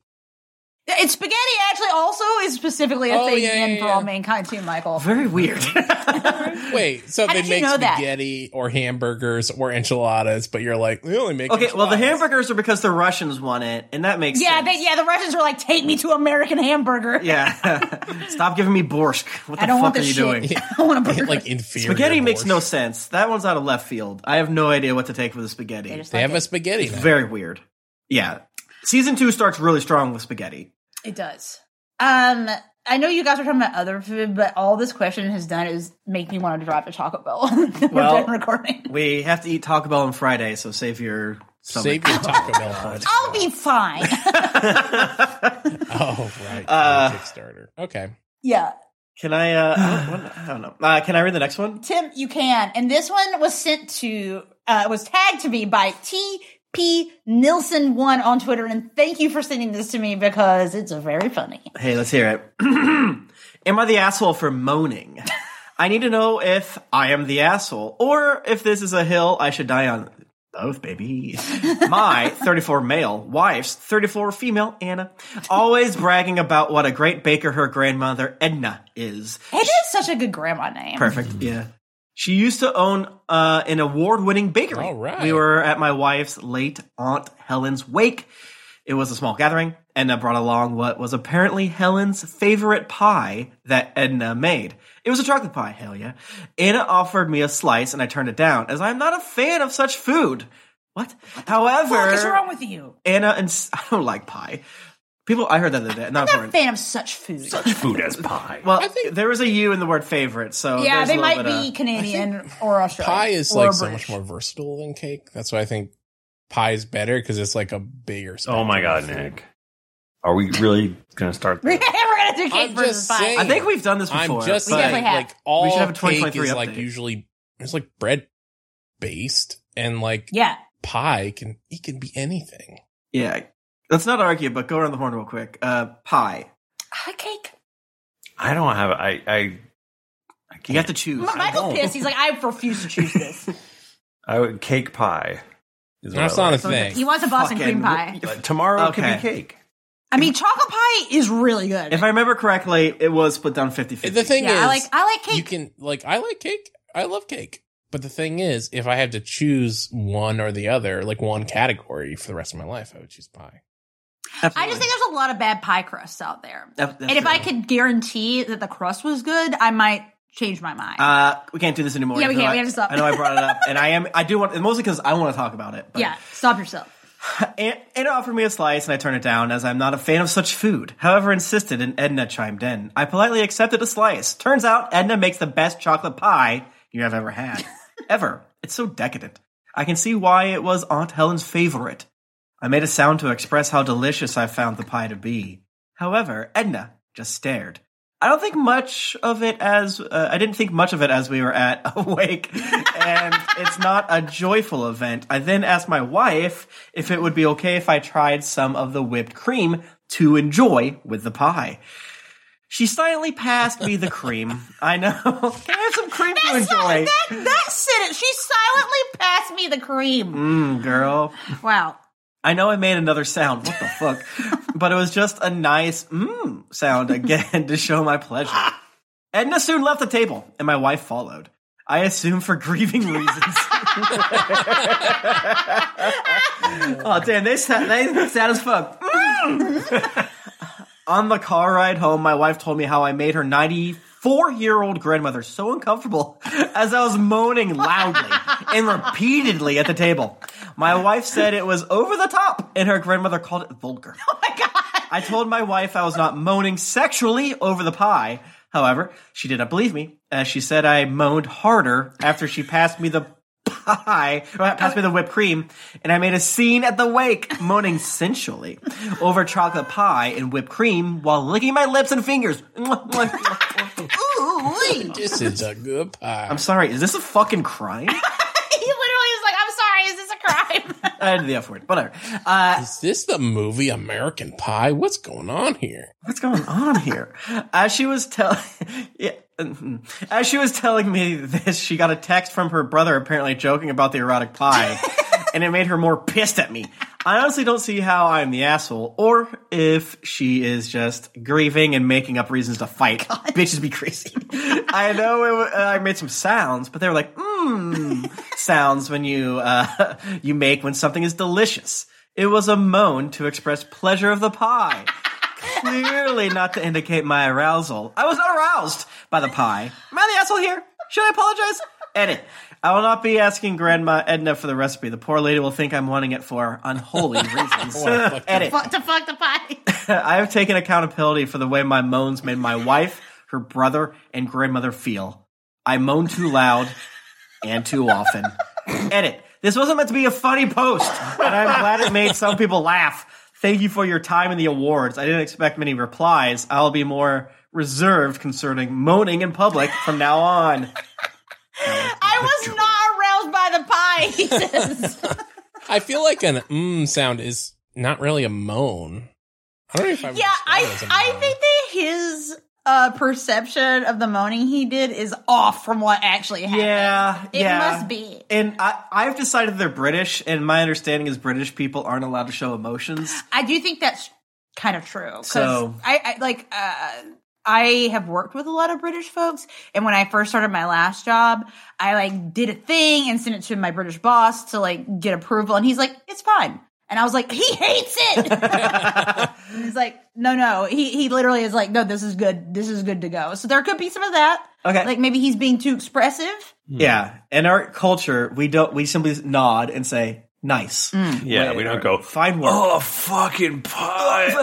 [SPEAKER 2] It's spaghetti actually also is specifically a
[SPEAKER 4] Oh,
[SPEAKER 2] thing
[SPEAKER 4] yeah, yeah,
[SPEAKER 2] in for
[SPEAKER 4] yeah.
[SPEAKER 2] all mankind too, Michael.
[SPEAKER 3] very weird.
[SPEAKER 4] wait, so
[SPEAKER 2] How
[SPEAKER 4] they
[SPEAKER 2] did you
[SPEAKER 4] make
[SPEAKER 2] know that?
[SPEAKER 4] spaghetti or hamburgers or enchiladas, but you're like, they only make
[SPEAKER 3] okay, well the
[SPEAKER 4] enchiladas."
[SPEAKER 3] hamburgers are because the Russians want it, and that makes
[SPEAKER 2] Yeah,
[SPEAKER 3] sense.
[SPEAKER 2] they, yeah, the Russians were like, "Take
[SPEAKER 4] Mm.
[SPEAKER 2] me to American hamburger."
[SPEAKER 3] yeah. Stop giving me borscht. What the
[SPEAKER 2] I don't
[SPEAKER 3] fuck
[SPEAKER 2] want
[SPEAKER 3] are
[SPEAKER 2] this
[SPEAKER 3] you
[SPEAKER 2] shit.
[SPEAKER 3] doing?
[SPEAKER 2] I want a burger.
[SPEAKER 4] like inferior.
[SPEAKER 3] Spaghetti makes
[SPEAKER 4] borscht.
[SPEAKER 3] no sense. That one's out of left field. I have no idea what to take with the spaghetti.
[SPEAKER 2] They just
[SPEAKER 4] They
[SPEAKER 2] like
[SPEAKER 4] have
[SPEAKER 2] it.
[SPEAKER 4] a spaghetti. Now.
[SPEAKER 3] Very weird. Yeah. Season two starts really strong with spaghetti.
[SPEAKER 2] It does. Um, I know you guys are talking about other food, but all this question has done is make me want to drive to Taco Bell. We're
[SPEAKER 3] Well-
[SPEAKER 2] done recording.
[SPEAKER 3] We have to eat Taco Bell on Friday, so save your stomach.
[SPEAKER 4] Save your Taco Bell. for-
[SPEAKER 2] I'll be fine.
[SPEAKER 4] Oh right,
[SPEAKER 3] Uh,
[SPEAKER 4] Kickstarter. Okay.
[SPEAKER 2] Yeah.
[SPEAKER 3] Can I? Uh, I, don't, I don't know. Uh, can I read the next one?
[SPEAKER 2] Tim, you can. And this one was sent to, uh, was tagged to me by TP Nilsson1 on Twitter. And thank you for sending this to me because it's very funny.
[SPEAKER 3] Hey, let's hear it. am I the asshole for moaning? I need to know if I am the asshole or if this is a hill I should die on. Both, baby. My 34 male wife's 34 female Anna always bragging about what a great baker her grandmother Edna is.
[SPEAKER 2] It is such a good grandma name.
[SPEAKER 3] Perfect. Yeah. She used to own uh, an award winning bakery.
[SPEAKER 4] All right.
[SPEAKER 3] We were at my wife's late Aunt Helen's wake. It was a small gathering. Edna brought along what was apparently Helen's favorite pie that Edna made. It was a chocolate pie, hell yeah. Anna offered me a slice and I turned it down, as I'm not a fan of such food. What? However,
[SPEAKER 2] What is wrong with you?
[SPEAKER 3] Anna and s- I don't like pie. People, I heard that the other day. Not
[SPEAKER 2] I'm not a
[SPEAKER 3] important.
[SPEAKER 2] fan of such food.
[SPEAKER 5] Food as pie.
[SPEAKER 3] Well,
[SPEAKER 4] I think-
[SPEAKER 3] there was a U in the word favorite,
[SPEAKER 4] Oh,
[SPEAKER 3] so
[SPEAKER 2] yeah,
[SPEAKER 3] there's
[SPEAKER 2] they
[SPEAKER 3] a
[SPEAKER 2] might
[SPEAKER 3] little bit
[SPEAKER 2] be
[SPEAKER 3] of-
[SPEAKER 2] Canadian or Australian.
[SPEAKER 4] pie is
[SPEAKER 2] or
[SPEAKER 4] like so
[SPEAKER 2] British.
[SPEAKER 4] much more versatile than cake. That's why I think pie is better because it's like a bigger.
[SPEAKER 5] oh my god,
[SPEAKER 4] spectrum of food.
[SPEAKER 5] Nick. Are we really going to start
[SPEAKER 2] We're
[SPEAKER 5] that?
[SPEAKER 2] gonna do cake
[SPEAKER 4] I'm
[SPEAKER 2] versus
[SPEAKER 4] just
[SPEAKER 2] pie.
[SPEAKER 4] saying.
[SPEAKER 3] I think we've done this before.
[SPEAKER 4] I'm just
[SPEAKER 2] We
[SPEAKER 3] but-
[SPEAKER 4] saying,
[SPEAKER 2] definitely have.
[SPEAKER 4] like all
[SPEAKER 3] We should have a
[SPEAKER 4] cake
[SPEAKER 3] 2023
[SPEAKER 4] is like
[SPEAKER 3] update.
[SPEAKER 4] usually it's like bread based, and like
[SPEAKER 2] Yeah.
[SPEAKER 4] pie can it can be anything.
[SPEAKER 3] Yeah. Let's not argue, but go around the horn real quick. Uh, pie.
[SPEAKER 2] Pie cake.
[SPEAKER 5] I don't have. I. I. I
[SPEAKER 3] You have to choose.
[SPEAKER 2] M- Michael
[SPEAKER 5] don't.
[SPEAKER 2] pissed. He's like, I refuse to choose this.
[SPEAKER 5] I would cake pie. Is what
[SPEAKER 4] That's
[SPEAKER 5] I
[SPEAKER 4] not a
[SPEAKER 5] like.
[SPEAKER 4] thing.
[SPEAKER 2] he wants a Boston cream pie.
[SPEAKER 5] But tomorrow
[SPEAKER 3] Okay.
[SPEAKER 5] could be cake.
[SPEAKER 2] I mean, chocolate pie is really good.
[SPEAKER 3] If I remember correctly, it was split down 50 50.
[SPEAKER 4] The thing
[SPEAKER 2] yeah, I like
[SPEAKER 4] is,
[SPEAKER 2] I like
[SPEAKER 4] you
[SPEAKER 2] cake.
[SPEAKER 4] can like I like cake. I love cake. But the thing is, if I had to choose one or the other, like one category for the rest of my life, I would choose pie.
[SPEAKER 2] I just think there's a lot of bad pie crusts out there.
[SPEAKER 3] Ab-
[SPEAKER 2] and if I
[SPEAKER 3] absolutely.
[SPEAKER 2] could guarantee that the crust was good, I might change my mind.
[SPEAKER 3] Uh, we can't do this anymore.
[SPEAKER 2] Yeah, we
[SPEAKER 3] I know
[SPEAKER 2] can't.
[SPEAKER 3] I-
[SPEAKER 2] We have to stop.
[SPEAKER 3] I know I brought it up, and I am. I do want mostly because I want to talk about it. But.
[SPEAKER 2] yeah, stop yourself.
[SPEAKER 3] An- Anna offered me a slice, and I turned it down as I'm not a fan of such food. However, insisted, and Edna chimed in. I politely accepted a slice. Turns out Edna makes the best chocolate pie you have ever had, ever. It's so decadent. I can see why it was Aunt Helen's favorite. I made a sound to express how delicious I found the pie to be. However, Edna just stared. I don't think much of it as uh, I didn't think much of it as we were at awake, and it's not a joyful event. I then asked my wife if it would be okay if I tried some of the whipped cream to enjoy with the pie. She silently passed me the cream. I know. Can I have some cream to
[SPEAKER 2] That's not,
[SPEAKER 3] enjoy?
[SPEAKER 2] that that said it. She silently passed me the cream.
[SPEAKER 3] Mm, girl.
[SPEAKER 2] Wow.
[SPEAKER 3] I know I made another sound. What the fuck? but it was just a nice mmm sound again to show my pleasure. Edna soon left the table, and my wife followed. I assume for grieving reasons. oh damn, they sat they sad as fuck. Mm. On the car ride home, my wife told me how I made her 94 year old grandmother so uncomfortable as I was moaning loudly and repeatedly at the table. My wife said it was over the top, and her grandmother called it vulgar. Oh my god! I told my wife I was not moaning sexually over the pie. However, she did not believe me, as she said I moaned harder after she passed me the pie, or passed me the whipped cream, and I made a scene at the wake, moaning sensually over chocolate pie and whipped cream while licking my lips and fingers.
[SPEAKER 2] Ooh, wee.
[SPEAKER 4] This is a good pie.
[SPEAKER 3] I'm sorry, is this a fucking crime?
[SPEAKER 2] he literally is like, I'm sorry, is this a crime?
[SPEAKER 3] I did the F word, whatever. Uh,
[SPEAKER 4] Is this the movie American Pie? What's going on here?
[SPEAKER 3] what's going on here? As she was telling, yeah, mhm. as she was telling me this, she got a text from her brother, apparently joking about the erotic pie, and it made her more pissed at me. I honestly don't see how I'm the asshole, or if she is just grieving and making up reasons to fight. Bitches be crazy. I know it, wa- uh, I made some sounds, but they were like mmm sounds when you uh, you make when something is delicious. It was a moan to express pleasure of the pie clearly not to indicate my arousal. I was not aroused by the pie. Am I the asshole here? Should I apologize? Edit. I will not be asking Grandma Edna for the recipe. The poor lady will think I'm wanting it for unholy reasons. Edit.
[SPEAKER 2] fuck to fuck the pie.
[SPEAKER 3] I have taken accountability for the way my moans made my wife, her brother, and grandmother feel. I moan too loud and too often. Edit. This wasn't meant to be a funny post, but I'm glad it made some people laugh. Thank you for your time and the awards. I didn't expect many replies. I'll be more reserved concerning moaning in public from now on.
[SPEAKER 2] I was not aroused by the pie, he says.
[SPEAKER 4] I feel like an mm sound is not really a moan. I don't know if I would
[SPEAKER 2] yeah,
[SPEAKER 4] describe it as
[SPEAKER 2] I
[SPEAKER 4] a
[SPEAKER 2] I
[SPEAKER 4] moan.
[SPEAKER 2] think that his uh, perception of the moaning he did is off from what actually happened.
[SPEAKER 3] Yeah,
[SPEAKER 2] it
[SPEAKER 3] yeah.
[SPEAKER 2] must be.
[SPEAKER 3] And I, I've decided they're British, and my understanding is British people aren't allowed to show emotions.
[SPEAKER 2] I do think that's kind of true. 'cause
[SPEAKER 3] So-
[SPEAKER 2] I, I like uh, I have worked with a lot of British folks, and when I first started my last job, I like did a thing and sent it to my British boss to like get approval, and he's like, "It's fine." And I was like, he hates it. And he's like, no, no. He he literally is like, no, this is good. This is good to go. So there could be some of that.
[SPEAKER 3] Okay.
[SPEAKER 2] Like maybe he's being too expressive.
[SPEAKER 3] Yeah, in our culture, we don't we simply nod and say nice.
[SPEAKER 5] Yeah, we don't go.
[SPEAKER 3] Fine work.
[SPEAKER 5] Mm. Oh, fucking pie!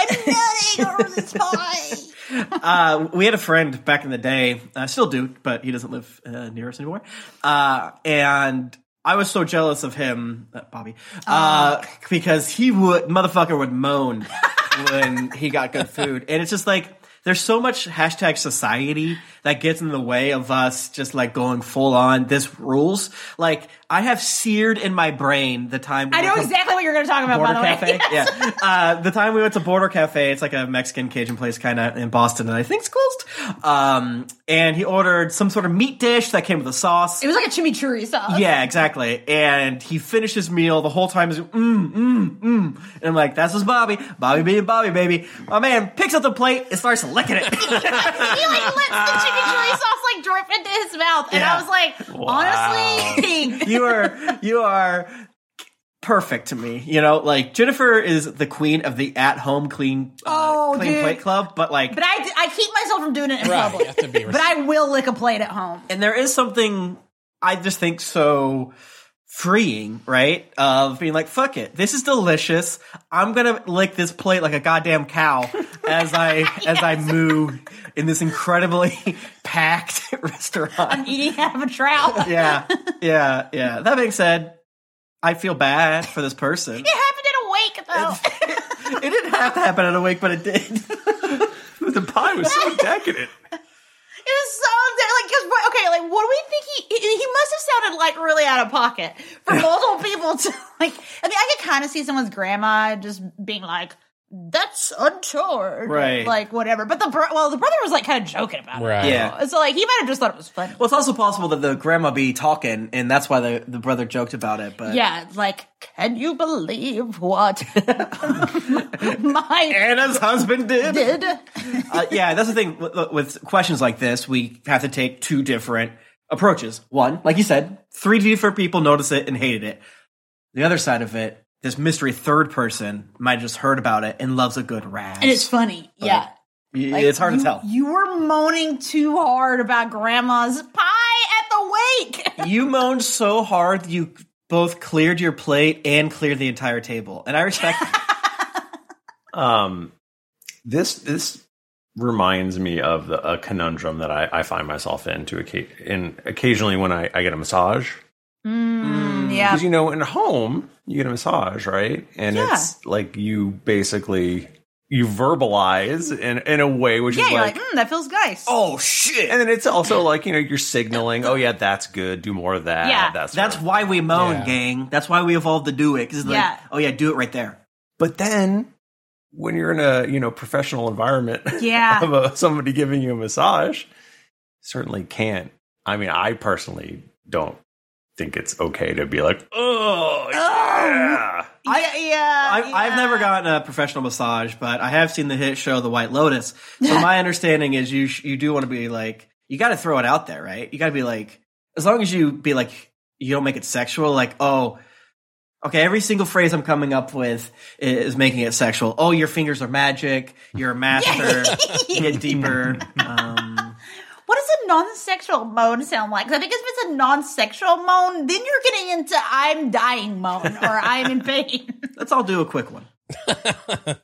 [SPEAKER 2] I'm nutting over this pie.
[SPEAKER 3] Uh, we had a friend back in the day, uh, still do, but he doesn't live uh, near us anymore. Uh, and I was so jealous of him, uh, Bobby, uh, because he would motherfucker would moan when he got good food, and it's just like there's so much hashtag society that gets in the way of us just like going full on this rules. Like I have seared in my brain the time
[SPEAKER 2] I know exactly what you're going to talk about, by
[SPEAKER 3] Border
[SPEAKER 2] the
[SPEAKER 3] Cafe.
[SPEAKER 2] way.
[SPEAKER 3] Yeah. Uh, the time we went to Border Cafe, it's like a Mexican Cajun place kind of in Boston, and I think it's closed. Um, and he ordered some sort of meat dish that came with a sauce.
[SPEAKER 2] It was like a chimichurri sauce.
[SPEAKER 3] yeah, exactly. And he finished his meal the whole time. He's mm, mm, mm. And I'm like, that's just Bobby. Bobby being Bobby, baby. My man picks up the plate and starts licking it.
[SPEAKER 2] He like lets the chimichurri sauce like drip into his mouth, and
[SPEAKER 3] Yeah.
[SPEAKER 2] I was like, honestly, king.
[SPEAKER 3] you are, you are perfect to me. You know, like Jennifer is the queen of the at-home clean, uh,
[SPEAKER 2] Oh,
[SPEAKER 3] clean
[SPEAKER 2] dude.
[SPEAKER 3] plate club, but like
[SPEAKER 2] But I, d- I keep myself from doing it in
[SPEAKER 4] Right, you
[SPEAKER 2] public.
[SPEAKER 4] have to be
[SPEAKER 2] But I will lick a plate at home.
[SPEAKER 3] and there is something I just think so freeing, right? Of being like, fuck it, this is delicious. I'm gonna lick this plate like a goddamn cow as I as I moo in this incredibly packed restaurant.
[SPEAKER 2] Eating out of a trout. It
[SPEAKER 3] Yeah, yeah, yeah. That being said, I feel bad for this person.
[SPEAKER 2] happened in a wake though.
[SPEAKER 3] It didn't have to happen in a week, but it did.
[SPEAKER 5] the pie was so decadent.
[SPEAKER 2] It was so like 'cause what okay, like what do we think he, he he must have sounded like really out of pocket for multiple people to like. I mean, I could kind of see someone's grandma just being like, "That's untoward,"
[SPEAKER 3] Right.
[SPEAKER 2] Like whatever. But the bro- well, the brother was like kind of joking about
[SPEAKER 4] Right.
[SPEAKER 2] it.
[SPEAKER 3] Yeah.
[SPEAKER 2] So like he might have just thought it was funny.
[SPEAKER 3] Well, it's also possible that the grandma be talking, and that's why the, the brother joked about it. But
[SPEAKER 2] yeah, it's like, can you believe what my
[SPEAKER 3] Anna's husband did.
[SPEAKER 2] did?
[SPEAKER 3] uh, yeah, that's the thing with, with questions like this. We have to take two different approaches. One, like you said, three different people noticed it and hated it. The other side of it, this mystery third person might have just heard about it and loves a good razz.
[SPEAKER 2] And it's funny. Yeah.
[SPEAKER 3] Y-
[SPEAKER 2] Like,
[SPEAKER 3] it's hard
[SPEAKER 2] you-
[SPEAKER 3] to tell.
[SPEAKER 2] You were moaning too hard about grandma's pie at the wake.
[SPEAKER 3] You moaned so hard you both cleared your plate and cleared the entire table, and I respect.
[SPEAKER 5] Um, this this reminds me of the, a conundrum that I, I find myself in to occa- in occasionally when I, I get a massage.
[SPEAKER 2] Mm, yeah.
[SPEAKER 5] Because you know, in home, you get a massage, right? And
[SPEAKER 2] Yeah.
[SPEAKER 5] it's like you basically you verbalize in in a way which
[SPEAKER 2] Yeah,
[SPEAKER 5] is
[SPEAKER 2] you're
[SPEAKER 5] like,
[SPEAKER 2] like, mm, that feels nice.
[SPEAKER 3] oh shit!
[SPEAKER 5] and then it's also like you know you're signaling, oh yeah, that's good, do more of that.
[SPEAKER 2] Yeah.
[SPEAKER 5] that's
[SPEAKER 3] That's why we moan,
[SPEAKER 4] Yeah.
[SPEAKER 3] gang. That's why we evolved to do it. 'Cause it's like,
[SPEAKER 2] Yeah.
[SPEAKER 3] oh yeah, do it right there.
[SPEAKER 5] But then when you're in a you know professional environment,
[SPEAKER 2] Yeah.
[SPEAKER 5] of a, somebody giving you a massage, certainly can't. I mean, I personally don't think it's okay to be like, oh yeah,
[SPEAKER 2] I, Uh, yeah,
[SPEAKER 3] I've, I've never gotten a professional massage, but I have seen the hit show The White Lotus. So my understanding is you sh- you do want to be like you got to throw it out there, right? You got to be like as long as you be like you don't make it sexual, like oh. Okay, every single phrase I'm coming up with i- is making it sexual. Oh, your fingers are magic. You're a master. Get deeper. Um,
[SPEAKER 2] What does a non-sexual moan sound like? 'Cause I think if it's a non-sexual moan, then you're getting into "I'm dying" moan or "I'm in pain."
[SPEAKER 3] let's all do a quick one.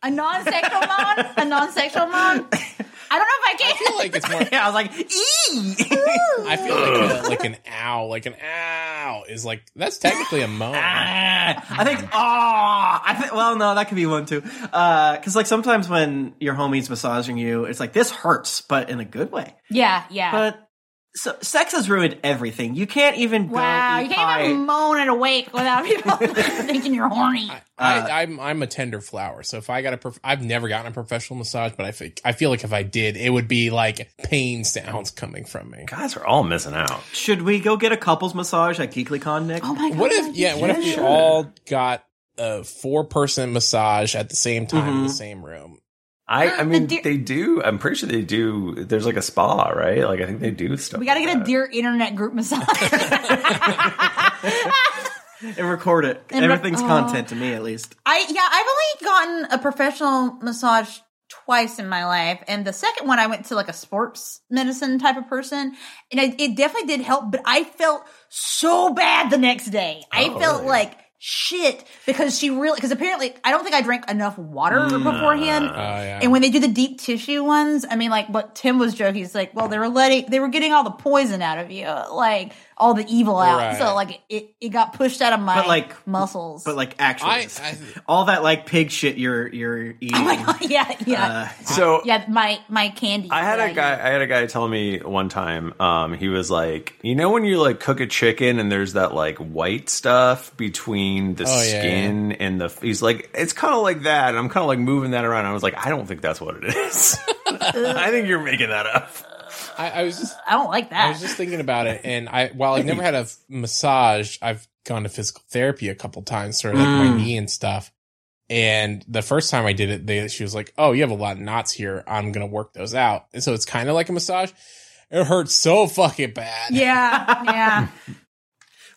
[SPEAKER 2] A non-sexual moan. A non-sexual moan. I don't know if I can.
[SPEAKER 4] I feel like it's more.
[SPEAKER 3] Yeah, I was like, ee!
[SPEAKER 4] I feel like a, like an ow, like an ow. wow is like that's technically a moan.
[SPEAKER 3] Ah, I think. Ah, I think. Well, no, that could be one too. Because like sometimes when your homie's massaging you, it's like this hurts, but in a good way.
[SPEAKER 2] Yeah, yeah.
[SPEAKER 3] But so sex has ruined everything. You can't even go
[SPEAKER 2] wow,
[SPEAKER 3] eat
[SPEAKER 2] you
[SPEAKER 3] pie.
[SPEAKER 2] can't even moan and awake without people thinking you're horny.
[SPEAKER 4] I, I'm I'm a tender flower, so if I got a prof- I've never gotten a professional massage, but I think I feel like if I did, it would be like pain sounds coming from me.
[SPEAKER 5] Guys are all missing out.
[SPEAKER 3] Should we go get a couples massage at GeeklyCon, Nick?
[SPEAKER 2] Oh my god.
[SPEAKER 4] What if yeah? What if we all got a four person massage at the same time in the same room?
[SPEAKER 5] I,
[SPEAKER 2] Uh,
[SPEAKER 5] I
[SPEAKER 2] the
[SPEAKER 5] mean,
[SPEAKER 2] deer-
[SPEAKER 5] they do. I'm pretty sure they do. There's like a spa, right? Like I think they do stuff.
[SPEAKER 2] We got to
[SPEAKER 5] like
[SPEAKER 2] get a
[SPEAKER 5] that.
[SPEAKER 2] dear internet group massage.
[SPEAKER 3] and record it.
[SPEAKER 2] And re- oh.
[SPEAKER 3] Everything's
[SPEAKER 2] Aw.
[SPEAKER 3] content to me, at least.
[SPEAKER 2] I yeah, I've only gotten a professional massage twice in my life, and the second one I went to like a sports medicine type of person, and I, it definitely did help. But I felt so bad the next day. I
[SPEAKER 5] Oh,
[SPEAKER 2] felt
[SPEAKER 5] really?
[SPEAKER 2] like shit because she really because apparently I don't think I drank enough water beforehand.
[SPEAKER 4] Oh yeah.
[SPEAKER 2] And when they do the deep tissue ones, I mean, like what Tim was joking, he's like, well, they were letting, they were getting all the poison out of you, like all the evil out.
[SPEAKER 4] Right.
[SPEAKER 2] So like it, it got pushed out of my
[SPEAKER 3] But, like-
[SPEAKER 2] muscles.
[SPEAKER 3] But like actually,
[SPEAKER 4] I- I-
[SPEAKER 3] all that like pig shit you're you're eating.
[SPEAKER 2] oh my god, yeah, yeah,
[SPEAKER 5] So
[SPEAKER 2] yeah. My my candy.
[SPEAKER 5] Uh, I had
[SPEAKER 2] that
[SPEAKER 5] a guy. I had a guy tell me one time. Um, he was like, you know, when you like cook a chicken and there's that like white stuff between the
[SPEAKER 4] Oh, yeah.
[SPEAKER 5] skin and the. He's like, it's kind of like that. And I'm kind of like moving that around. I was like, I don't think that's what it is. I think you're making that up.
[SPEAKER 4] I, I was just
[SPEAKER 2] I don't like
[SPEAKER 4] I
[SPEAKER 3] Ah.
[SPEAKER 2] that.
[SPEAKER 4] was just thinking about it, and I while I've never had a f- massage, I've gone to physical therapy a couple times, sort of like
[SPEAKER 3] Mm.
[SPEAKER 4] my knee and stuff. And the first time I did it, they she was like, "Oh, you have a lot of knots here. I'm gonna work those out." And so it's kind of like a massage. It hurts so fucking bad.
[SPEAKER 2] yeah, yeah.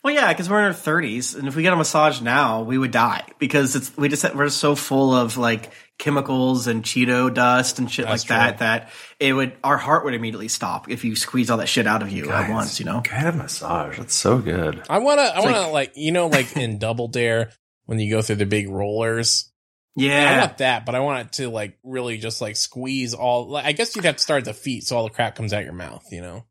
[SPEAKER 3] Well, yeah, because we're in our thirties, and if we get a massage now, we would die because it's we just we're so full of like chemicals and Cheeto dust and shit
[SPEAKER 4] That's
[SPEAKER 3] like that that it would our heart would immediately stop if you squeeze all that shit out of you at once. You know,
[SPEAKER 5] Kind of massage. That's so good.
[SPEAKER 4] I wanna, I wanna
[SPEAKER 3] like-
[SPEAKER 4] like, you know, like in Double Dare when you go through the big rollers. I
[SPEAKER 3] yeah,
[SPEAKER 4] want that, but I want it to like really just like squeeze all. Like, I guess you'd have to start at the feet, so all the crap comes out your mouth. You know.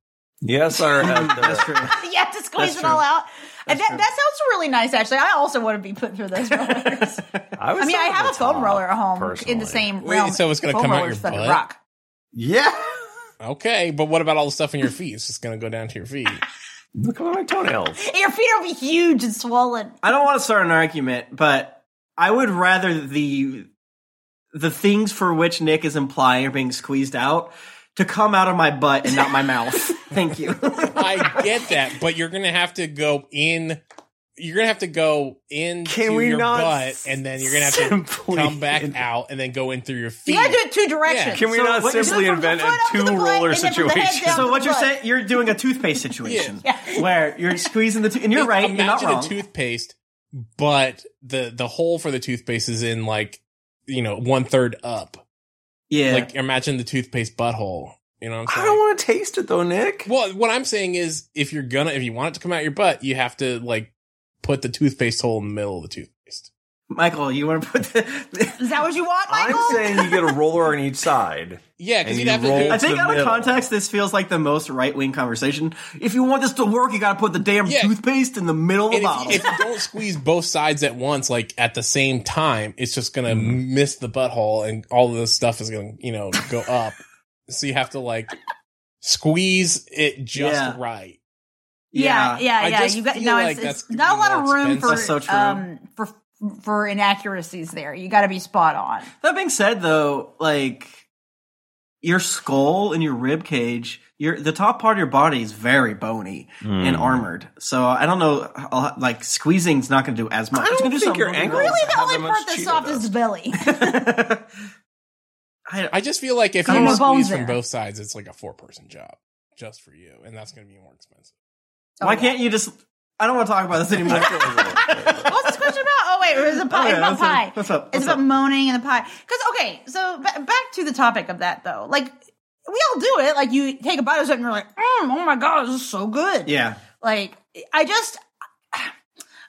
[SPEAKER 5] Yes, uh, our
[SPEAKER 3] that's true.
[SPEAKER 2] you have to squeeze
[SPEAKER 3] That's
[SPEAKER 2] it
[SPEAKER 3] true.
[SPEAKER 2] all out. And that,
[SPEAKER 3] true.
[SPEAKER 2] that sounds really nice, actually. I also want to be put through those rollers.
[SPEAKER 5] I,
[SPEAKER 2] I
[SPEAKER 5] was
[SPEAKER 2] mean, I
[SPEAKER 5] thinking
[SPEAKER 2] have
[SPEAKER 5] the
[SPEAKER 2] a foam
[SPEAKER 5] top,
[SPEAKER 2] roller at home in
[SPEAKER 5] personally.
[SPEAKER 2] the same
[SPEAKER 4] Wait,
[SPEAKER 2] realm.
[SPEAKER 4] so it's gonna
[SPEAKER 2] Foam
[SPEAKER 4] come out
[SPEAKER 2] rollers
[SPEAKER 4] your
[SPEAKER 2] fucking
[SPEAKER 4] butt?
[SPEAKER 2] Rock.
[SPEAKER 5] Yeah.
[SPEAKER 4] Okay, but what about all the stuff in your feet? It's just gonna go down to your feet.
[SPEAKER 5] Look at my toenails.
[SPEAKER 2] Your feet will be huge and swollen.
[SPEAKER 3] I don't want to start an argument, but I would rather the the things for which Nick is implying are being squeezed out to come out of my butt and not my mouth. Thank you.
[SPEAKER 4] I get that, but you're gonna have to go in. You're gonna have to go in
[SPEAKER 5] Can
[SPEAKER 4] through
[SPEAKER 5] we
[SPEAKER 4] your
[SPEAKER 5] not
[SPEAKER 4] butt, and then you're gonna have to
[SPEAKER 5] simply-
[SPEAKER 4] come back out, and then go in through your feet.
[SPEAKER 2] You gotta do it two directions.
[SPEAKER 5] Can we
[SPEAKER 3] So
[SPEAKER 5] not
[SPEAKER 3] what you're-
[SPEAKER 5] simply
[SPEAKER 2] From the
[SPEAKER 5] invent a
[SPEAKER 2] foot up to the
[SPEAKER 5] two roller
[SPEAKER 2] foot and then from the head
[SPEAKER 5] situation?
[SPEAKER 2] down
[SPEAKER 3] so
[SPEAKER 2] to
[SPEAKER 3] what
[SPEAKER 2] the
[SPEAKER 3] you're
[SPEAKER 2] butt.
[SPEAKER 3] saying? You're doing a toothpaste situation
[SPEAKER 2] Yeah.
[SPEAKER 3] where you're squeezing the tooth, and you're right. You're not
[SPEAKER 4] Imagine
[SPEAKER 3] wrong.
[SPEAKER 4] a toothpaste, but the the hole for the toothpaste is in like you know one third up.
[SPEAKER 3] yeah,
[SPEAKER 4] Like imagine the toothpaste butthole. You know what I'm
[SPEAKER 5] I
[SPEAKER 4] saying?
[SPEAKER 5] don't want to taste it though, Nick.
[SPEAKER 4] well, what I'm saying is, if you're gonna, if you want it to come out your butt, you have to like put the toothpaste hole in the middle of the toothpaste.
[SPEAKER 3] Michael, you want to put the.
[SPEAKER 2] Is that what you want, Michael?
[SPEAKER 5] I'm saying you get a roller on each side.
[SPEAKER 4] Yeah, because
[SPEAKER 5] And
[SPEAKER 4] you'd
[SPEAKER 5] you
[SPEAKER 4] have to.
[SPEAKER 5] roll
[SPEAKER 4] do-
[SPEAKER 3] I think
[SPEAKER 5] the
[SPEAKER 3] out of
[SPEAKER 5] middle.
[SPEAKER 3] context, this feels like the most right wing conversation. If you want this to work, you got to put the damn
[SPEAKER 4] Yeah.
[SPEAKER 3] toothpaste in the middle of the
[SPEAKER 4] And
[SPEAKER 3] bottle.
[SPEAKER 4] if, if you don't squeeze both sides at once, like at the same time, it's just gonna
[SPEAKER 5] Mm-hmm.
[SPEAKER 4] miss the butthole, and all of this stuff is gonna, you know, go up. so you have to like squeeze it just
[SPEAKER 3] Yeah.
[SPEAKER 4] right.
[SPEAKER 2] yeah, yeah,
[SPEAKER 4] I
[SPEAKER 2] yeah.
[SPEAKER 4] just
[SPEAKER 2] You got
[SPEAKER 4] feel
[SPEAKER 2] no.
[SPEAKER 4] like
[SPEAKER 2] It's,
[SPEAKER 4] that's
[SPEAKER 2] it's not a lot
[SPEAKER 4] gonna
[SPEAKER 2] of
[SPEAKER 4] be more
[SPEAKER 2] room for
[SPEAKER 3] That's
[SPEAKER 4] expensive.
[SPEAKER 3] so true.
[SPEAKER 2] um for for inaccuracies there. You got to be spot on.
[SPEAKER 3] that being said, though, like your skull and your rib cage, your the top part of your body is very bony and armored. So I don't know, I'll- like squeezing's not going to do as much.
[SPEAKER 5] I
[SPEAKER 3] It's
[SPEAKER 5] don't
[SPEAKER 3] gonna do
[SPEAKER 5] think
[SPEAKER 3] something
[SPEAKER 5] your
[SPEAKER 3] really
[SPEAKER 5] ankles-
[SPEAKER 3] wrong.
[SPEAKER 2] Really, the
[SPEAKER 5] How
[SPEAKER 2] only
[SPEAKER 5] much
[SPEAKER 2] part that's
[SPEAKER 5] Cheeto
[SPEAKER 2] soft
[SPEAKER 5] does?
[SPEAKER 2] is the belly.
[SPEAKER 3] I,
[SPEAKER 4] I just feel like if
[SPEAKER 3] Got
[SPEAKER 4] you
[SPEAKER 3] no
[SPEAKER 4] squeeze
[SPEAKER 2] bones
[SPEAKER 4] from
[SPEAKER 2] there.
[SPEAKER 4] both sides, it's like a four person job just for you, and that's gonna be more expensive.
[SPEAKER 3] why can't you just? I don't want to talk about this anymore.
[SPEAKER 2] What's this question about? Oh wait, it was a pie.
[SPEAKER 3] Okay,
[SPEAKER 2] it's about
[SPEAKER 3] what's up?
[SPEAKER 2] pie.
[SPEAKER 3] What's up?
[SPEAKER 2] It's
[SPEAKER 3] What's
[SPEAKER 2] about
[SPEAKER 3] up?
[SPEAKER 2] moaning and the pie. Because okay, so ba- back to the topic of that though. Like we all do it. Like you take a bite of something, and you're like, mm, oh my god, this is so good.
[SPEAKER 3] yeah.
[SPEAKER 2] Like I just,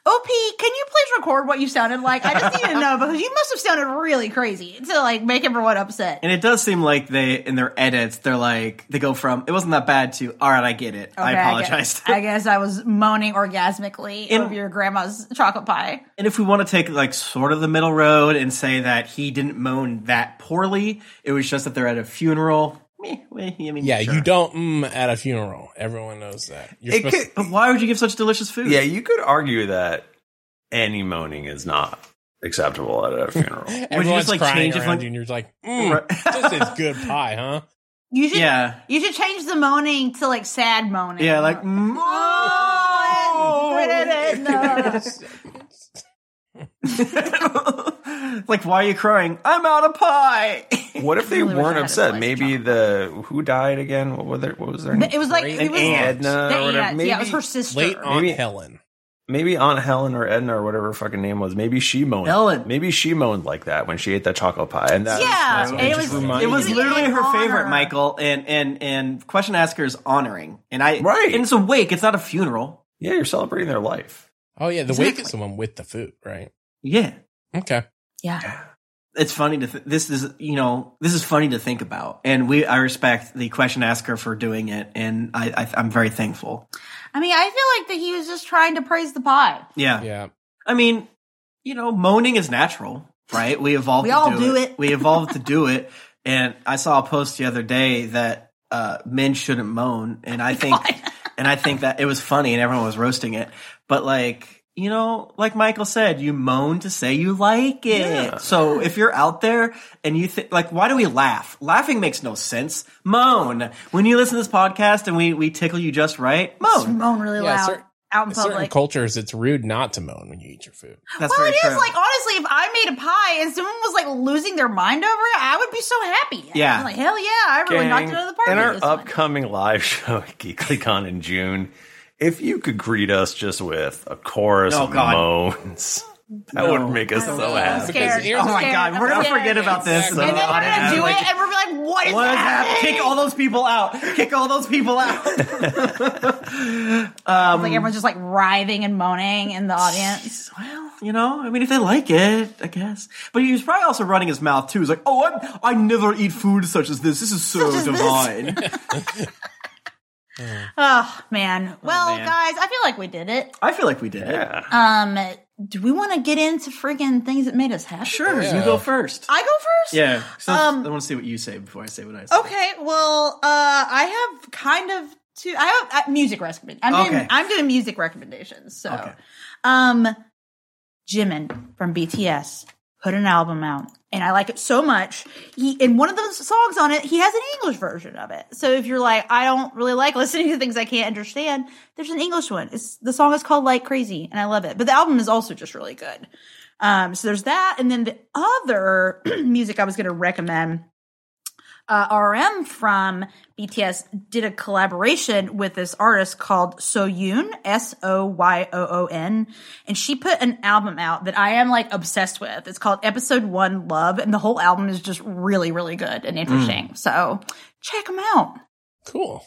[SPEAKER 2] OP, can you please record what you sounded like? I just need to know because you must have sounded really crazy to like make everyone upset.
[SPEAKER 3] And it does seem like they, in their edits, they're like, they go from, it wasn't that bad to, all right, I get it. I
[SPEAKER 2] Okay, guess-
[SPEAKER 3] apologize.
[SPEAKER 2] I guess, I was moaning orgasmically
[SPEAKER 3] In-
[SPEAKER 2] over your grandma's chocolate pie.
[SPEAKER 3] and if we want to take like sort of the middle road and say that he didn't moan that poorly, it was just that they're at a funeral. Meh, meh, I mean,
[SPEAKER 4] Yeah,
[SPEAKER 3] sure.
[SPEAKER 4] you don't mm at a funeral. Everyone knows that. You're
[SPEAKER 5] It
[SPEAKER 4] supposed
[SPEAKER 5] could-
[SPEAKER 3] But why would you give such delicious food?
[SPEAKER 5] Yeah, you could argue that any moaning is not acceptable at a funeral.
[SPEAKER 4] to, everyone's
[SPEAKER 3] just, like,
[SPEAKER 4] crying
[SPEAKER 3] change
[SPEAKER 4] around
[SPEAKER 3] if, like-
[SPEAKER 4] you, and you're like, mm,
[SPEAKER 3] Right.
[SPEAKER 4] this is good pie, huh?
[SPEAKER 2] You should
[SPEAKER 3] Yeah.
[SPEAKER 2] you should change the moaning to like sad moaning.
[SPEAKER 3] Yeah, like, mm,
[SPEAKER 2] Oh,
[SPEAKER 3] like, why are you crying? I'm out of pie.
[SPEAKER 5] what if they
[SPEAKER 2] Really wish I
[SPEAKER 5] weren't
[SPEAKER 2] had a
[SPEAKER 5] upset?
[SPEAKER 2] slice of
[SPEAKER 5] Maybe the who died again? What, were their, what was their name?
[SPEAKER 2] it was like it
[SPEAKER 4] An
[SPEAKER 2] was
[SPEAKER 3] aunt.
[SPEAKER 5] Edna Uh, or
[SPEAKER 2] Yeah,
[SPEAKER 5] whatever.
[SPEAKER 2] yeah,
[SPEAKER 5] maybe,
[SPEAKER 2] yeah, it was her sister.
[SPEAKER 4] Late Aunt
[SPEAKER 5] Maybe-
[SPEAKER 4] Helen.
[SPEAKER 5] maybe Aunt Helen or Edna or whatever her fucking name was. Maybe she moaned.
[SPEAKER 3] Ellen.
[SPEAKER 5] Maybe she moaned like that when she ate that chocolate pie. And that,
[SPEAKER 2] Yeah,
[SPEAKER 5] that's what
[SPEAKER 2] it
[SPEAKER 5] just
[SPEAKER 2] was-
[SPEAKER 5] reminded
[SPEAKER 3] It was
[SPEAKER 5] me.
[SPEAKER 3] literally
[SPEAKER 2] an
[SPEAKER 3] her favorite,
[SPEAKER 2] honor.
[SPEAKER 3] Michael, and and and question asker is honoring, and I
[SPEAKER 5] Right.
[SPEAKER 3] And it's a wake. It's not a funeral.
[SPEAKER 5] yeah, you're celebrating their life.
[SPEAKER 4] Oh yeah, the wake
[SPEAKER 3] Exactly.
[SPEAKER 4] is someone with the food, right?
[SPEAKER 3] Yeah,
[SPEAKER 4] Okay.
[SPEAKER 2] Yeah.
[SPEAKER 3] it's funny to. Th- this is you know this is funny to think about, and we I respect the question asker for doing it, and I, I I'm very thankful.
[SPEAKER 2] I mean, I feel like that he was just trying to praise the pie.
[SPEAKER 3] Yeah,
[SPEAKER 4] Yeah.
[SPEAKER 3] I mean, you know, moaning is natural, right? We evolved.
[SPEAKER 2] We
[SPEAKER 3] to
[SPEAKER 2] all
[SPEAKER 3] do,
[SPEAKER 2] do
[SPEAKER 3] it.
[SPEAKER 2] it.
[SPEAKER 3] We evolved to do it, and I saw a post the other day that uh, men shouldn't moan, and I think. and I think that it was funny and everyone was roasting it. But like, you know, like Michael said, you moan to say you like it. So if you're out there and you think, like, why do we laugh? Laughing makes no sense. Moan. When you listen to this podcast and we, we tickle you just right, moan.
[SPEAKER 2] moan really
[SPEAKER 4] Yeah,
[SPEAKER 2] loud
[SPEAKER 4] cer-
[SPEAKER 2] out in
[SPEAKER 4] In certain
[SPEAKER 2] public.
[SPEAKER 4] cultures, it's rude not to moan when you eat your food.
[SPEAKER 3] That's
[SPEAKER 2] well,
[SPEAKER 3] very
[SPEAKER 2] it is
[SPEAKER 3] true.
[SPEAKER 2] like honestly, if I made a pie and someone was like losing their mind over it, I would be so happy.
[SPEAKER 3] Yeah.
[SPEAKER 2] I'm like hell yeah, I really knocked it
[SPEAKER 5] Gang,
[SPEAKER 2] out of the park.
[SPEAKER 5] in
[SPEAKER 2] with
[SPEAKER 5] our
[SPEAKER 2] this one.
[SPEAKER 5] upcoming live show at GeeklyCon in June, if you could greet us just with a chorus
[SPEAKER 3] Oh,
[SPEAKER 5] of
[SPEAKER 3] God.
[SPEAKER 5] moans, that
[SPEAKER 3] No.
[SPEAKER 5] would make us
[SPEAKER 2] I'm
[SPEAKER 5] so
[SPEAKER 2] so
[SPEAKER 5] happy.
[SPEAKER 4] scared.
[SPEAKER 3] oh my god, we're gonna
[SPEAKER 2] scared.
[SPEAKER 3] forget about this.
[SPEAKER 4] Exactly.
[SPEAKER 2] And then we're
[SPEAKER 3] Like,
[SPEAKER 2] gonna do it, and we're gonna be like, "What is
[SPEAKER 3] What is happening?
[SPEAKER 2] happening?"
[SPEAKER 3] Kick all those people out. Kick all those people out.
[SPEAKER 2] like everyone's just like writhing and moaning in the audience.
[SPEAKER 3] Well, you know, I mean, if they like it, I guess. But he was probably also running his mouth too. He's like, "Oh, I, I never eat food such as this. This is so
[SPEAKER 2] Such as this."
[SPEAKER 3] divine."
[SPEAKER 2] Oh man. Well,
[SPEAKER 3] man.
[SPEAKER 2] guys, I feel like we did it.
[SPEAKER 3] I feel like we did. it.
[SPEAKER 5] Yeah.
[SPEAKER 2] Um, do we want to get into freaking things that made us happy?
[SPEAKER 3] Sure,
[SPEAKER 4] Yeah.
[SPEAKER 3] you go first.
[SPEAKER 2] I go first.
[SPEAKER 3] yeah, so
[SPEAKER 2] Um,
[SPEAKER 3] I want to see what you say before I say what I say.
[SPEAKER 2] Okay, well, uh, I have kind of two. I have uh, music recommend. I'm doing,
[SPEAKER 3] Okay.
[SPEAKER 2] I'm doing music recommendations. So,
[SPEAKER 3] Okay.
[SPEAKER 2] um, Jimin from BTS put an album out, and I like it so much. He in one of those songs on it, he has an English version of it. So if you're like, I don't really like listening to things I can't understand, there's an English one. It's the song is called Like Crazy, and I love it. But the album is also just really good. Um, so there's that, and then the other music I was going to recommend uh, RM from BTS did a collaboration with this artist called Soyoon, S O Y O O N, and she put an album out that I am like obsessed with. It's called Episode One Love, and the whole album is just really, really good and
[SPEAKER 3] Mm.
[SPEAKER 2] interesting. So check them out.
[SPEAKER 4] Cool.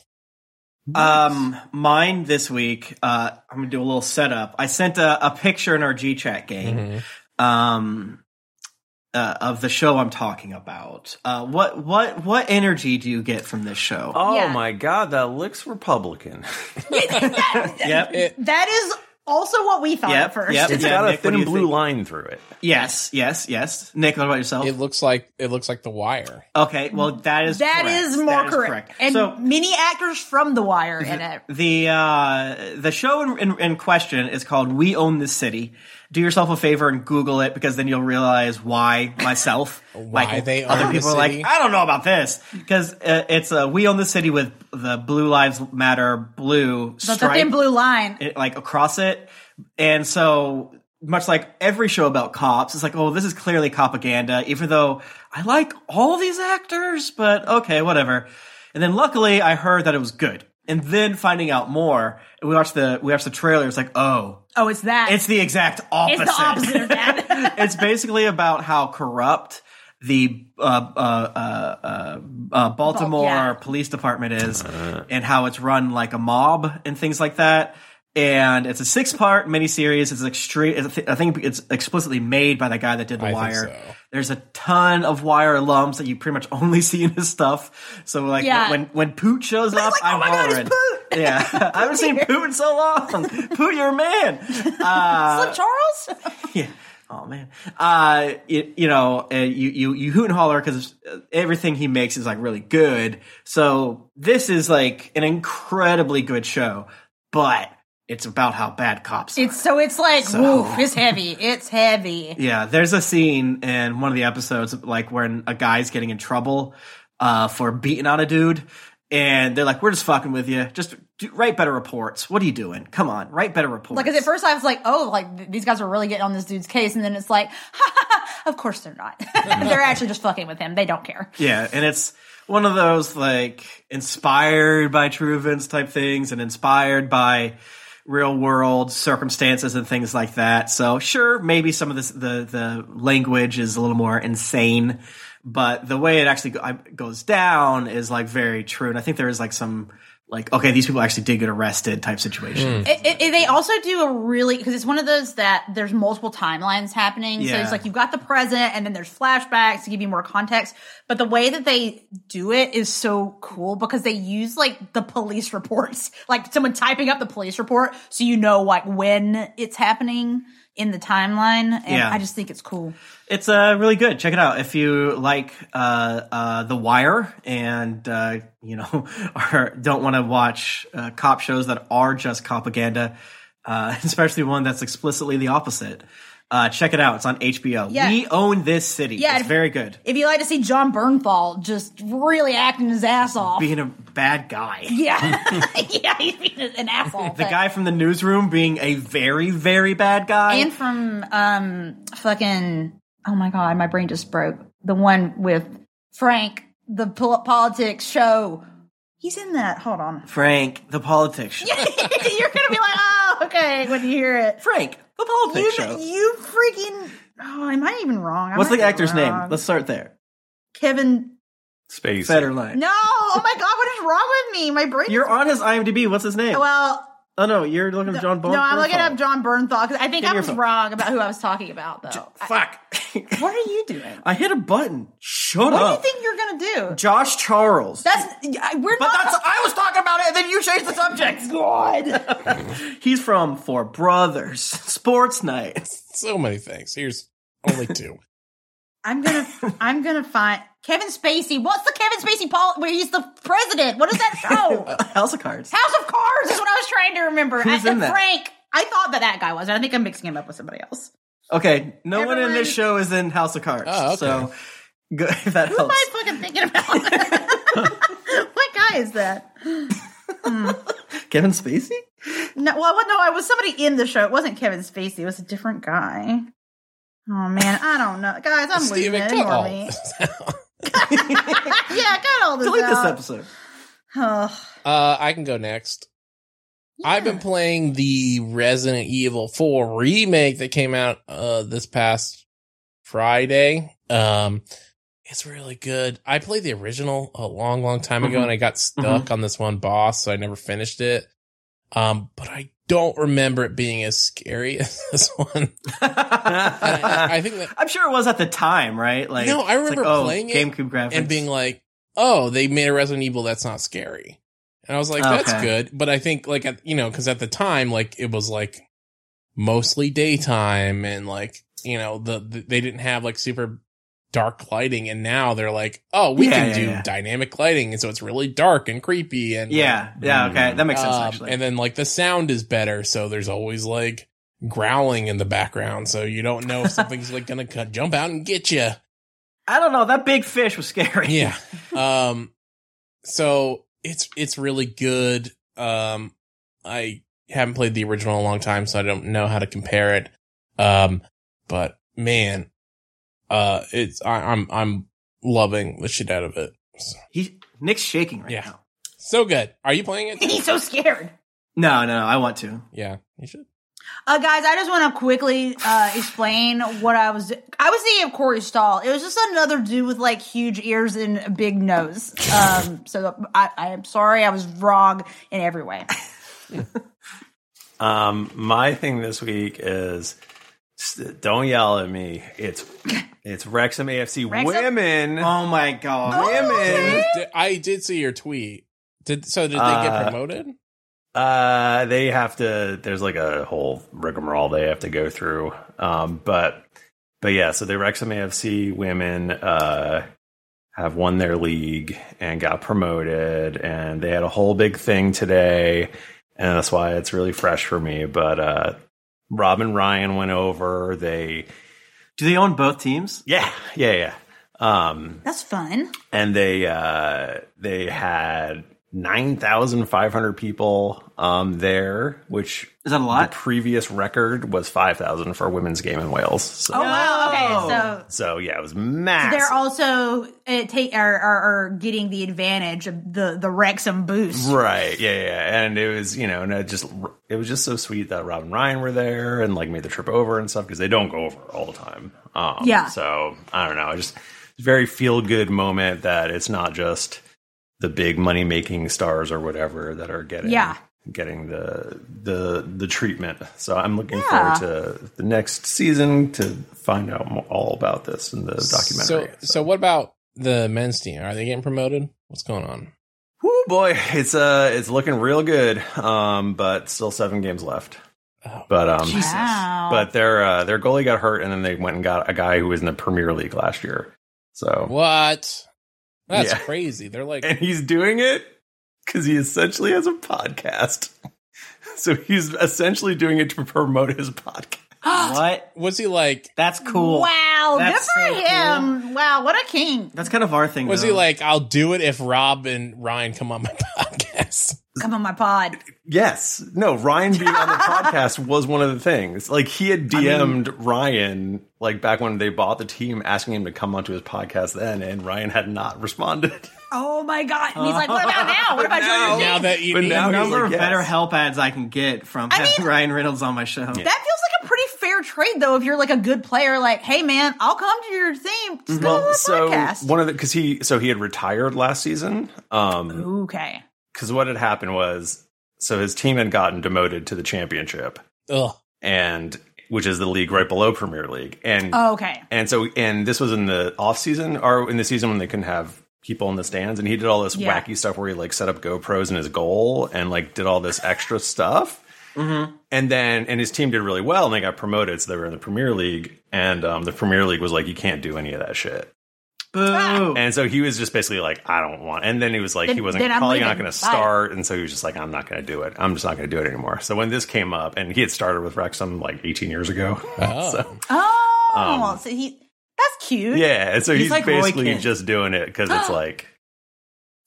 [SPEAKER 3] Um, mine this week. Uh, I'm gonna do a little setup. I sent a, a picture in our G chat game.
[SPEAKER 4] Mhm.
[SPEAKER 2] Mm-hmm.
[SPEAKER 3] um uh, of the show I'm talking about. Uh, what what what energy do you get from this show?
[SPEAKER 5] Oh
[SPEAKER 2] Yeah.
[SPEAKER 5] my god, that looks Republican.
[SPEAKER 3] yep.
[SPEAKER 4] It-
[SPEAKER 2] That is also what we thought
[SPEAKER 3] Yep,
[SPEAKER 2] at first.
[SPEAKER 3] yep.
[SPEAKER 5] It's
[SPEAKER 3] Yeah,
[SPEAKER 5] got a
[SPEAKER 3] Nick, what do
[SPEAKER 5] thin
[SPEAKER 3] you
[SPEAKER 5] blue
[SPEAKER 3] think?
[SPEAKER 5] line through it.
[SPEAKER 3] yes, yes, yes. Nick, what about yourself?
[SPEAKER 4] It looks like it looks like the wire.
[SPEAKER 3] okay, well that is
[SPEAKER 2] That
[SPEAKER 3] correct.
[SPEAKER 2] is more
[SPEAKER 3] That is
[SPEAKER 2] correct. and
[SPEAKER 3] so
[SPEAKER 2] many actors from The Wire in it.
[SPEAKER 3] the uh, the show in, in, in question is called "We Own This City." Do yourself a favor and Google it because then you'll realize why myself,
[SPEAKER 4] Why
[SPEAKER 3] Michael,
[SPEAKER 4] they
[SPEAKER 3] other
[SPEAKER 4] own the
[SPEAKER 3] people are
[SPEAKER 4] city.
[SPEAKER 3] like, I don't know about this because uh, it's uh, "We Own This City" with the Blue Lives Matter blue
[SPEAKER 2] The,
[SPEAKER 3] stripe.
[SPEAKER 2] the thin blue line.
[SPEAKER 3] it, like across it. And so much like every show about cops, it's like, oh, this is clearly propaganda, even though I like all these actors, but okay, whatever. And then luckily I heard that it was good. And then finding out more, and we watched the we watched the trailer, it's like, oh,
[SPEAKER 2] Oh, it's that.
[SPEAKER 3] it's the exact opposite.
[SPEAKER 2] It's the opposite of that.
[SPEAKER 3] It's basically about how corrupt the uh, uh, uh, uh, uh, Baltimore
[SPEAKER 2] yeah.
[SPEAKER 3] Police Department is, and how it's run like a mob and things like that. and it's a six part miniseries. It's extreme. it's a th- I think it's explicitly made by the guy that did The
[SPEAKER 4] I think
[SPEAKER 3] Wire.
[SPEAKER 4] so.
[SPEAKER 3] There's a ton of Wire alums that you pretty much only see in his stuff. So like
[SPEAKER 2] Yeah.
[SPEAKER 3] when when Poot shows up,
[SPEAKER 2] like,
[SPEAKER 3] I'm
[SPEAKER 2] "Oh my God, it's
[SPEAKER 3] hollering.
[SPEAKER 2] Poot!"
[SPEAKER 3] Yeah, I haven't seen Poot in so long. Poot, you're a man. Uh,
[SPEAKER 2] Slip Charles?
[SPEAKER 3] yeah. Oh man. Uh, you, you know, uh, you you you hoot and holler because everything he makes is like really good. So this is like an incredibly good show, but it's about how bad cops. are.
[SPEAKER 2] it's so it's like
[SPEAKER 3] So-
[SPEAKER 2] woof, it's heavy. It's heavy.
[SPEAKER 3] Yeah, there's a scene in one of the episodes like when a guy's getting in trouble uh, for beating on a dude, and they're like, "We're just fucking with you. Just do, write better reports. What are you doing? Come on, write better reports."
[SPEAKER 2] Like, 'cause at first I was like, oh, like th- these guys are really getting on this dude's case, and then it's like, of course they're not. they're actually just fucking with him. They don't care.
[SPEAKER 3] Yeah, and it's one of those like inspired by true events type things and inspired by real world circumstances and things like that. So sure, maybe some of this the the language is a little more insane, but the way it actually go, I- goes down is like very true. And I think there is like some like okay, these people actually did get arrested type situation.
[SPEAKER 2] It, it, it- they also do a really because it's one of those that there's multiple timelines happening. So
[SPEAKER 3] Yeah.
[SPEAKER 2] it's like you've got the present, and then there's flashbacks to give you more context. But the way that they do it is so cool because they use like the police reports, like someone typing up the police report, so you know like when it's happening in the timeline. And
[SPEAKER 3] Yeah.
[SPEAKER 2] I just think it's cool.
[SPEAKER 3] It's uh, really good. Check it out if you like uh, uh, The Wire and uh, you know or don't want to watch uh, cop shows that are just propaganda, uh, especially one that's explicitly the opposite. Uh, check it out. It's on HBO.
[SPEAKER 2] Yeah.
[SPEAKER 3] We own this city.
[SPEAKER 2] Yeah,
[SPEAKER 3] it's
[SPEAKER 2] if-
[SPEAKER 3] very good.
[SPEAKER 2] If you like to see John Bernthal just really acting his ass off.
[SPEAKER 3] Being a bad guy.
[SPEAKER 2] yeah. yeah, he's being an asshole.
[SPEAKER 3] The guy from the newsroom being a very, very bad guy.
[SPEAKER 2] and from um fucking oh my god, my brain just broke. The one with Frank, the pol- politics show. He's in that. Hold on.
[SPEAKER 3] Frank, the politics show.
[SPEAKER 2] You're gonna be like, oh, okay, when you hear it.
[SPEAKER 3] Frank, the politics
[SPEAKER 2] You,
[SPEAKER 3] show.
[SPEAKER 2] you freaking. Oh, am I even wrong? I
[SPEAKER 3] What's
[SPEAKER 2] might
[SPEAKER 3] the
[SPEAKER 2] be
[SPEAKER 3] actor's
[SPEAKER 2] wrong.
[SPEAKER 3] name? Let's start there.
[SPEAKER 2] Kevin.
[SPEAKER 5] Space.
[SPEAKER 3] Federline.
[SPEAKER 2] No. Oh my god, what is wrong with me? My brain.
[SPEAKER 3] You're on his IMDb. What's his name?
[SPEAKER 2] well,
[SPEAKER 3] Oh no, you're looking at John Bone.
[SPEAKER 2] No, I'm looking up John Bernthal because I think
[SPEAKER 3] Give
[SPEAKER 2] I
[SPEAKER 3] me your
[SPEAKER 2] was
[SPEAKER 3] phone.
[SPEAKER 2] wrong about who I was talking about, though. I-
[SPEAKER 3] Oh, Fuck.
[SPEAKER 2] what are you doing?
[SPEAKER 3] I hit a button.
[SPEAKER 2] What
[SPEAKER 3] Shut
[SPEAKER 2] do you
[SPEAKER 3] up.
[SPEAKER 2] think you're gonna do?
[SPEAKER 3] Josh Charles.
[SPEAKER 2] That's I- we're
[SPEAKER 3] but
[SPEAKER 2] not.
[SPEAKER 3] that's I was talking about it, and then you changed the subject. God. He's from Four Brothers, Sports Night.
[SPEAKER 4] So many things. Here's only two.
[SPEAKER 2] I'm gonna. I'm gonna find Kevin Spacey. What's the Kevin Spacey Paul where he's the president? What is that show?
[SPEAKER 3] House of Cards.
[SPEAKER 2] House of Cards is what I was trying to remember.
[SPEAKER 3] Who's
[SPEAKER 2] I,
[SPEAKER 3] in that?
[SPEAKER 2] Frank. I thought that that guy was. and I think I'm mixing him up with somebody else.
[SPEAKER 3] Okay, no one in
[SPEAKER 2] Everyone-
[SPEAKER 3] this show is in House of Cards.
[SPEAKER 4] Oh, okay.
[SPEAKER 3] So go, if that
[SPEAKER 2] Who am
[SPEAKER 3] helps.
[SPEAKER 2] I fucking thinking about? what guy is that?
[SPEAKER 3] Kevin Spacey?
[SPEAKER 2] No, well, no, I was somebody in the show. It wasn't Kevin Spacey. It was a different guy. Oh man, I don't know, guys. I'm
[SPEAKER 4] Steven,
[SPEAKER 2] losing it.
[SPEAKER 4] cut
[SPEAKER 2] Ignore
[SPEAKER 4] all
[SPEAKER 2] me.
[SPEAKER 4] this out.
[SPEAKER 2] yeah, cut all this
[SPEAKER 3] Oh. Delete this
[SPEAKER 2] out.
[SPEAKER 3] episode.
[SPEAKER 2] Oh,
[SPEAKER 4] Uh, I can go next. I've been playing the Resident Evil 4 remake that came out uh this past Friday. Um it's really good. I played the original a long long time ago
[SPEAKER 3] Mhm.
[SPEAKER 4] and I got stuck on this one boss so I never finished it. Um but I don't remember it being as scary as this one. And I, I think that
[SPEAKER 3] I'm sure it was at the time, right? Like
[SPEAKER 4] No, I
[SPEAKER 3] it's like,
[SPEAKER 4] remember
[SPEAKER 3] oh,
[SPEAKER 4] playing it
[SPEAKER 3] GameCube graphics
[SPEAKER 4] and being like, "Oh, they made a Resident Evil that's not scary," and I was like, "That's
[SPEAKER 3] Okay.
[SPEAKER 4] good." But I think like at, you know because at the time like it was like mostly daytime and like you know the, the they didn't have like super dark lighting, and now they're like, "Oh, we
[SPEAKER 3] Yeah,
[SPEAKER 4] can
[SPEAKER 3] yeah,
[SPEAKER 4] do
[SPEAKER 3] yeah.
[SPEAKER 4] dynamic lighting," and so it's really dark and creepy and
[SPEAKER 3] yeah, yeah, okay, that makes sense
[SPEAKER 4] um,
[SPEAKER 3] actually.
[SPEAKER 4] and then like the sound is better, so there's always like growling in the background, so you don't know if something's like gonna cut, jump out and get you.
[SPEAKER 3] I don't know. That big fish was scary.
[SPEAKER 4] yeah um so it's it's really good um i haven't played the original in a long time so i don't know how to compare it um but man uh it's I, i'm i'm loving the shit out of it
[SPEAKER 3] He, Nick's shaking right
[SPEAKER 4] Yeah.
[SPEAKER 3] now.
[SPEAKER 4] so good are you playing it
[SPEAKER 2] he's so scared.
[SPEAKER 3] No, no, no. I want to.
[SPEAKER 4] yeah you should
[SPEAKER 2] Uh, guys, I just want to quickly uh, explain what I was. I was thinking of Corey Stahl. It was just another dude with like huge ears and a big nose. Um, so I, I am sorry, I was wrong in every way.
[SPEAKER 5] Um, my thing this week is st- don't yell at me. It's it's Wrexham AFC
[SPEAKER 2] Wrexham?
[SPEAKER 5] women.
[SPEAKER 3] Oh my god.
[SPEAKER 2] Oh!
[SPEAKER 5] women.
[SPEAKER 4] Did- I did see your tweet. Did so? Did they
[SPEAKER 5] Uh,
[SPEAKER 4] get promoted?
[SPEAKER 5] Uh, they have to. There's like a whole rigmarole they have to go through. Um, but but yeah, so the Wrexham AFC women uh have won their league and got promoted, and they had a whole big thing today, and that's why it's really fresh for me. But uh, Rob and Ryan went over. They
[SPEAKER 3] Do they own both teams?
[SPEAKER 5] yeah yeah yeah. Um,
[SPEAKER 2] That's fun.
[SPEAKER 5] and they uh, they had nine thousand five hundred people um, there, which
[SPEAKER 3] Is that a lot?
[SPEAKER 5] the previous record was five thousand for a women's game in Wales. So,
[SPEAKER 2] Oh wow.
[SPEAKER 3] No.
[SPEAKER 2] Okay, so
[SPEAKER 5] so yeah, it was massive.
[SPEAKER 2] they're also uh, take are, are, are getting the advantage of the the Wrexham boost.
[SPEAKER 5] Right, yeah, yeah, yeah, and it was you know, and it just it was just so sweet that Rob and Ryan were there and like made the trip over and stuff because they don't go over all the time. Um,
[SPEAKER 2] Yeah.
[SPEAKER 5] So I don't know, I just very feel good moment that it's not just the big money making stars or whatever that are getting
[SPEAKER 2] Yeah.
[SPEAKER 5] getting the the the treatment. So I'm looking
[SPEAKER 2] Yeah.
[SPEAKER 5] forward to the next season to find out mo- all about this in the documentary.
[SPEAKER 4] So, so what about the men's team? Are they getting promoted? What's going on?
[SPEAKER 5] Woo boy, it's uh it's looking real good. Um but still 7 games left.
[SPEAKER 4] Oh.
[SPEAKER 5] But um
[SPEAKER 3] Jesus.
[SPEAKER 2] Wow.
[SPEAKER 5] but their uh, their goalie got hurt and then they went and got a guy who was in the Premier League last year. So
[SPEAKER 4] What? That's
[SPEAKER 5] Oh. Yeah.
[SPEAKER 4] crazy. They're like,
[SPEAKER 5] and he's doing it cuz he essentially has a podcast. So he's essentially doing it to promote his podcast.
[SPEAKER 3] what?
[SPEAKER 4] was he like,
[SPEAKER 3] That's cool.
[SPEAKER 2] Wow,
[SPEAKER 3] That's
[SPEAKER 2] good for
[SPEAKER 3] so
[SPEAKER 2] him. Wow, what a king.
[SPEAKER 3] That's kind of our thing.
[SPEAKER 4] was he
[SPEAKER 3] though.
[SPEAKER 4] like, I'll do it if Rob and Ryan come on my podcast?
[SPEAKER 2] Come on my pod.
[SPEAKER 5] Yes. No, Ryan being on the podcast was one of the things. Like he had DM'd Ryan like back when they bought the team asking him to come onto his podcast then and Ryan had not responded.
[SPEAKER 2] Oh my god. And he's like, what about now? What about joining
[SPEAKER 5] Now-
[SPEAKER 2] the team?
[SPEAKER 4] Now that you
[SPEAKER 5] Oh. But
[SPEAKER 4] need
[SPEAKER 5] now
[SPEAKER 3] The
[SPEAKER 5] he's
[SPEAKER 3] number
[SPEAKER 5] like,
[SPEAKER 3] of
[SPEAKER 5] yes.
[SPEAKER 3] better help ads I can get from
[SPEAKER 2] I
[SPEAKER 3] having
[SPEAKER 2] mean-
[SPEAKER 3] Ryan Reynolds on my show.
[SPEAKER 2] That feels like a pretty fair trade, though. If you're like a good player, like, hey man, I'll come to your theme. Just go on
[SPEAKER 5] Mm-hmm. Well,
[SPEAKER 2] the
[SPEAKER 5] so
[SPEAKER 2] podcast.
[SPEAKER 5] one of the cuz he so he had retired last season. Um
[SPEAKER 2] okay.
[SPEAKER 5] cuz what had happened was so his team had gotten demoted to the championship
[SPEAKER 4] Ugh.
[SPEAKER 5] and which is the league right below Premier League and
[SPEAKER 2] Okay.
[SPEAKER 5] And so, and this was in the off season or in the season when they couldn't have people in the stands. And he did all this
[SPEAKER 2] Yeah.
[SPEAKER 5] wacky stuff where he like set up GoPros in his goal and like did all this extra stuff.
[SPEAKER 2] Mm-hmm.
[SPEAKER 3] Mhm.
[SPEAKER 5] And then, and his team did really well and they got promoted. So they were in the Premier League. And um, the Premier League was like, you can't do any of that shit.
[SPEAKER 3] Boo.
[SPEAKER 5] And so he was just basically like, I don't want. And then he was like,
[SPEAKER 2] Then-
[SPEAKER 5] he wasn't
[SPEAKER 2] then I'm
[SPEAKER 5] probably not
[SPEAKER 2] leaving.
[SPEAKER 5] going to
[SPEAKER 2] Bye.
[SPEAKER 5] start. And so he was just like, I'm not going to do it. I'm just not going to do it anymore. So when this came up, and he had started with Wrexham like 18 years ago.
[SPEAKER 3] Uh-huh.
[SPEAKER 4] Oh.
[SPEAKER 5] So-
[SPEAKER 2] Oh,
[SPEAKER 5] Um,
[SPEAKER 2] so he. That's cute.
[SPEAKER 5] Yeah, and so
[SPEAKER 3] He's
[SPEAKER 5] he's,
[SPEAKER 3] like Roy
[SPEAKER 5] basically
[SPEAKER 3] Kent.
[SPEAKER 5] just doing it because it's like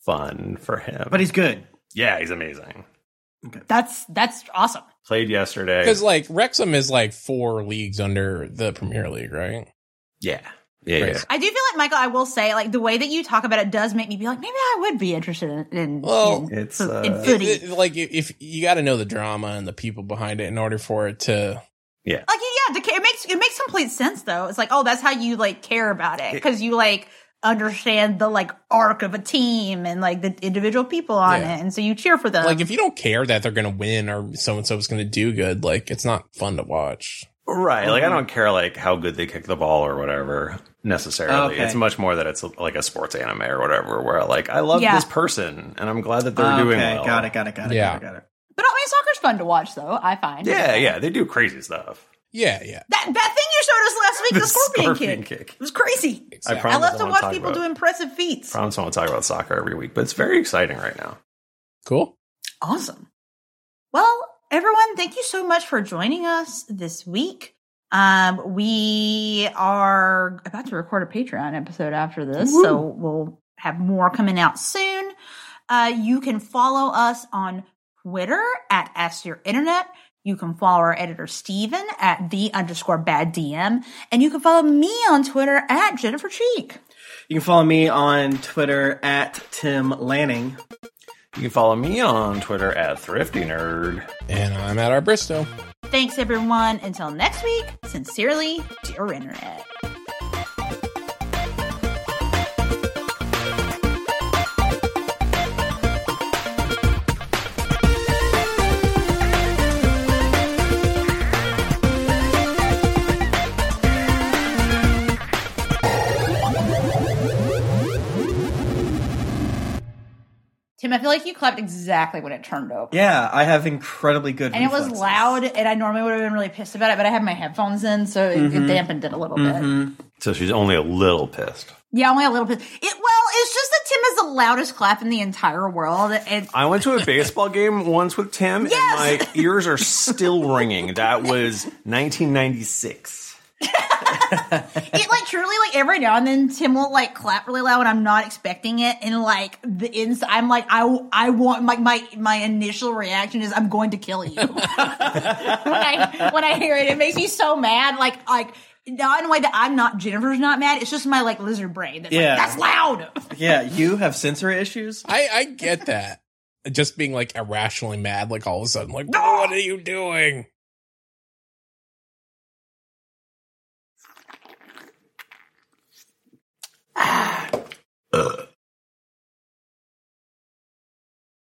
[SPEAKER 5] fun for him.
[SPEAKER 3] But he's good.
[SPEAKER 5] yeah, he's amazing.
[SPEAKER 2] That's that's awesome.
[SPEAKER 5] Played yesterday.
[SPEAKER 4] Because like Wrexham is like four leagues under the Premier League, right?
[SPEAKER 5] Yeah, yeah, yeah.
[SPEAKER 4] Right.
[SPEAKER 2] I do feel like Michael. I will say, like the way that you talk about it does make me be like, maybe I would be interested in. in
[SPEAKER 4] Well,
[SPEAKER 2] in,
[SPEAKER 5] It's
[SPEAKER 2] fo-
[SPEAKER 5] uh,
[SPEAKER 2] in footy.
[SPEAKER 4] It- like if if- you got to know the drama and the people behind it in order for it to.
[SPEAKER 2] like yeah, it makes it makes complete sense though. It's like, oh, that's how you like care about it because you like understand the like arc of a team and like the individual people on
[SPEAKER 4] Yeah.
[SPEAKER 2] it, and so you cheer for them.
[SPEAKER 4] Like if you don't care that they're gonna win or so and so is gonna do good, like it's not fun to watch.
[SPEAKER 5] right. Like I don't care like how good they kick the ball or whatever necessarily.
[SPEAKER 3] Okay.
[SPEAKER 5] It's much more that it's like a sports anime or whatever where like I love
[SPEAKER 2] Yeah.
[SPEAKER 5] this person and I'm glad that they're doing
[SPEAKER 3] okay,
[SPEAKER 5] well.
[SPEAKER 3] got it, got it, got it,
[SPEAKER 4] Yeah.
[SPEAKER 3] got it, got it.
[SPEAKER 2] but I mean, soccer's fun to watch though. I find.
[SPEAKER 5] Yeah, yeah, they do crazy stuff.
[SPEAKER 4] Yeah, yeah.
[SPEAKER 2] That that thing you showed us last week, the, scorpion, kick.
[SPEAKER 5] kick.
[SPEAKER 2] It was crazy.
[SPEAKER 5] I
[SPEAKER 4] Exactly.
[SPEAKER 5] promise
[SPEAKER 2] I love to
[SPEAKER 5] won't
[SPEAKER 2] watch
[SPEAKER 5] talk
[SPEAKER 2] people
[SPEAKER 5] about
[SPEAKER 2] do
[SPEAKER 5] it.
[SPEAKER 2] impressive feats.
[SPEAKER 5] Promise I won't talk about soccer every week, but it's very exciting right now.
[SPEAKER 4] Cool.
[SPEAKER 2] Awesome. Well, everyone, thank you so much for joining us this week. Um, we are about to record a Patreon episode after this, so we'll have more coming out soon. Uh, you can follow us on Twitter at Ask Your Internet. You can follow our editor Steven at the underscore bad DM, and you can follow me on Twitter at Jennifer Cheek.
[SPEAKER 3] You can follow me on Twitter at Tim Lanning.
[SPEAKER 5] You can follow me on Twitter at Thrifty Nerd.
[SPEAKER 4] And I'm at our Bristow.
[SPEAKER 2] Thanks, everyone. Until next week, sincerely, dear Internet. I feel like you clapped exactly when it turned over.
[SPEAKER 3] Yeah, I have incredibly good.
[SPEAKER 2] And it was
[SPEAKER 3] reflexes.
[SPEAKER 2] loud, and I normally would have been really pissed about it, but I had my headphones in, so it,
[SPEAKER 3] Mm-hmm.
[SPEAKER 2] it dampened it a little bit.
[SPEAKER 5] So she's only a little pissed.
[SPEAKER 2] Yeah, only a little bit. It well, it's just that Tim is the loudest clap in the entire world. And
[SPEAKER 5] I went to a baseball game once with Tim, and
[SPEAKER 2] Yes!
[SPEAKER 5] my ears are still ringing. That was 1996.
[SPEAKER 2] it like truly like every now and then Tim will like clap really loud when I'm not expecting it, and like the inside, I'm like I I want like my my initial reaction is I'm going to kill you when I when I hear it. It makes me so mad. Like like not in a way that I'm not Jennifer's not mad. It's just my like lizard brain. That's
[SPEAKER 3] Yeah.
[SPEAKER 2] like, that's loud.
[SPEAKER 3] Yeah, you have sensory issues.
[SPEAKER 4] I, I get that. Just being like irrationally mad, like all of a sudden, like, what are you doing?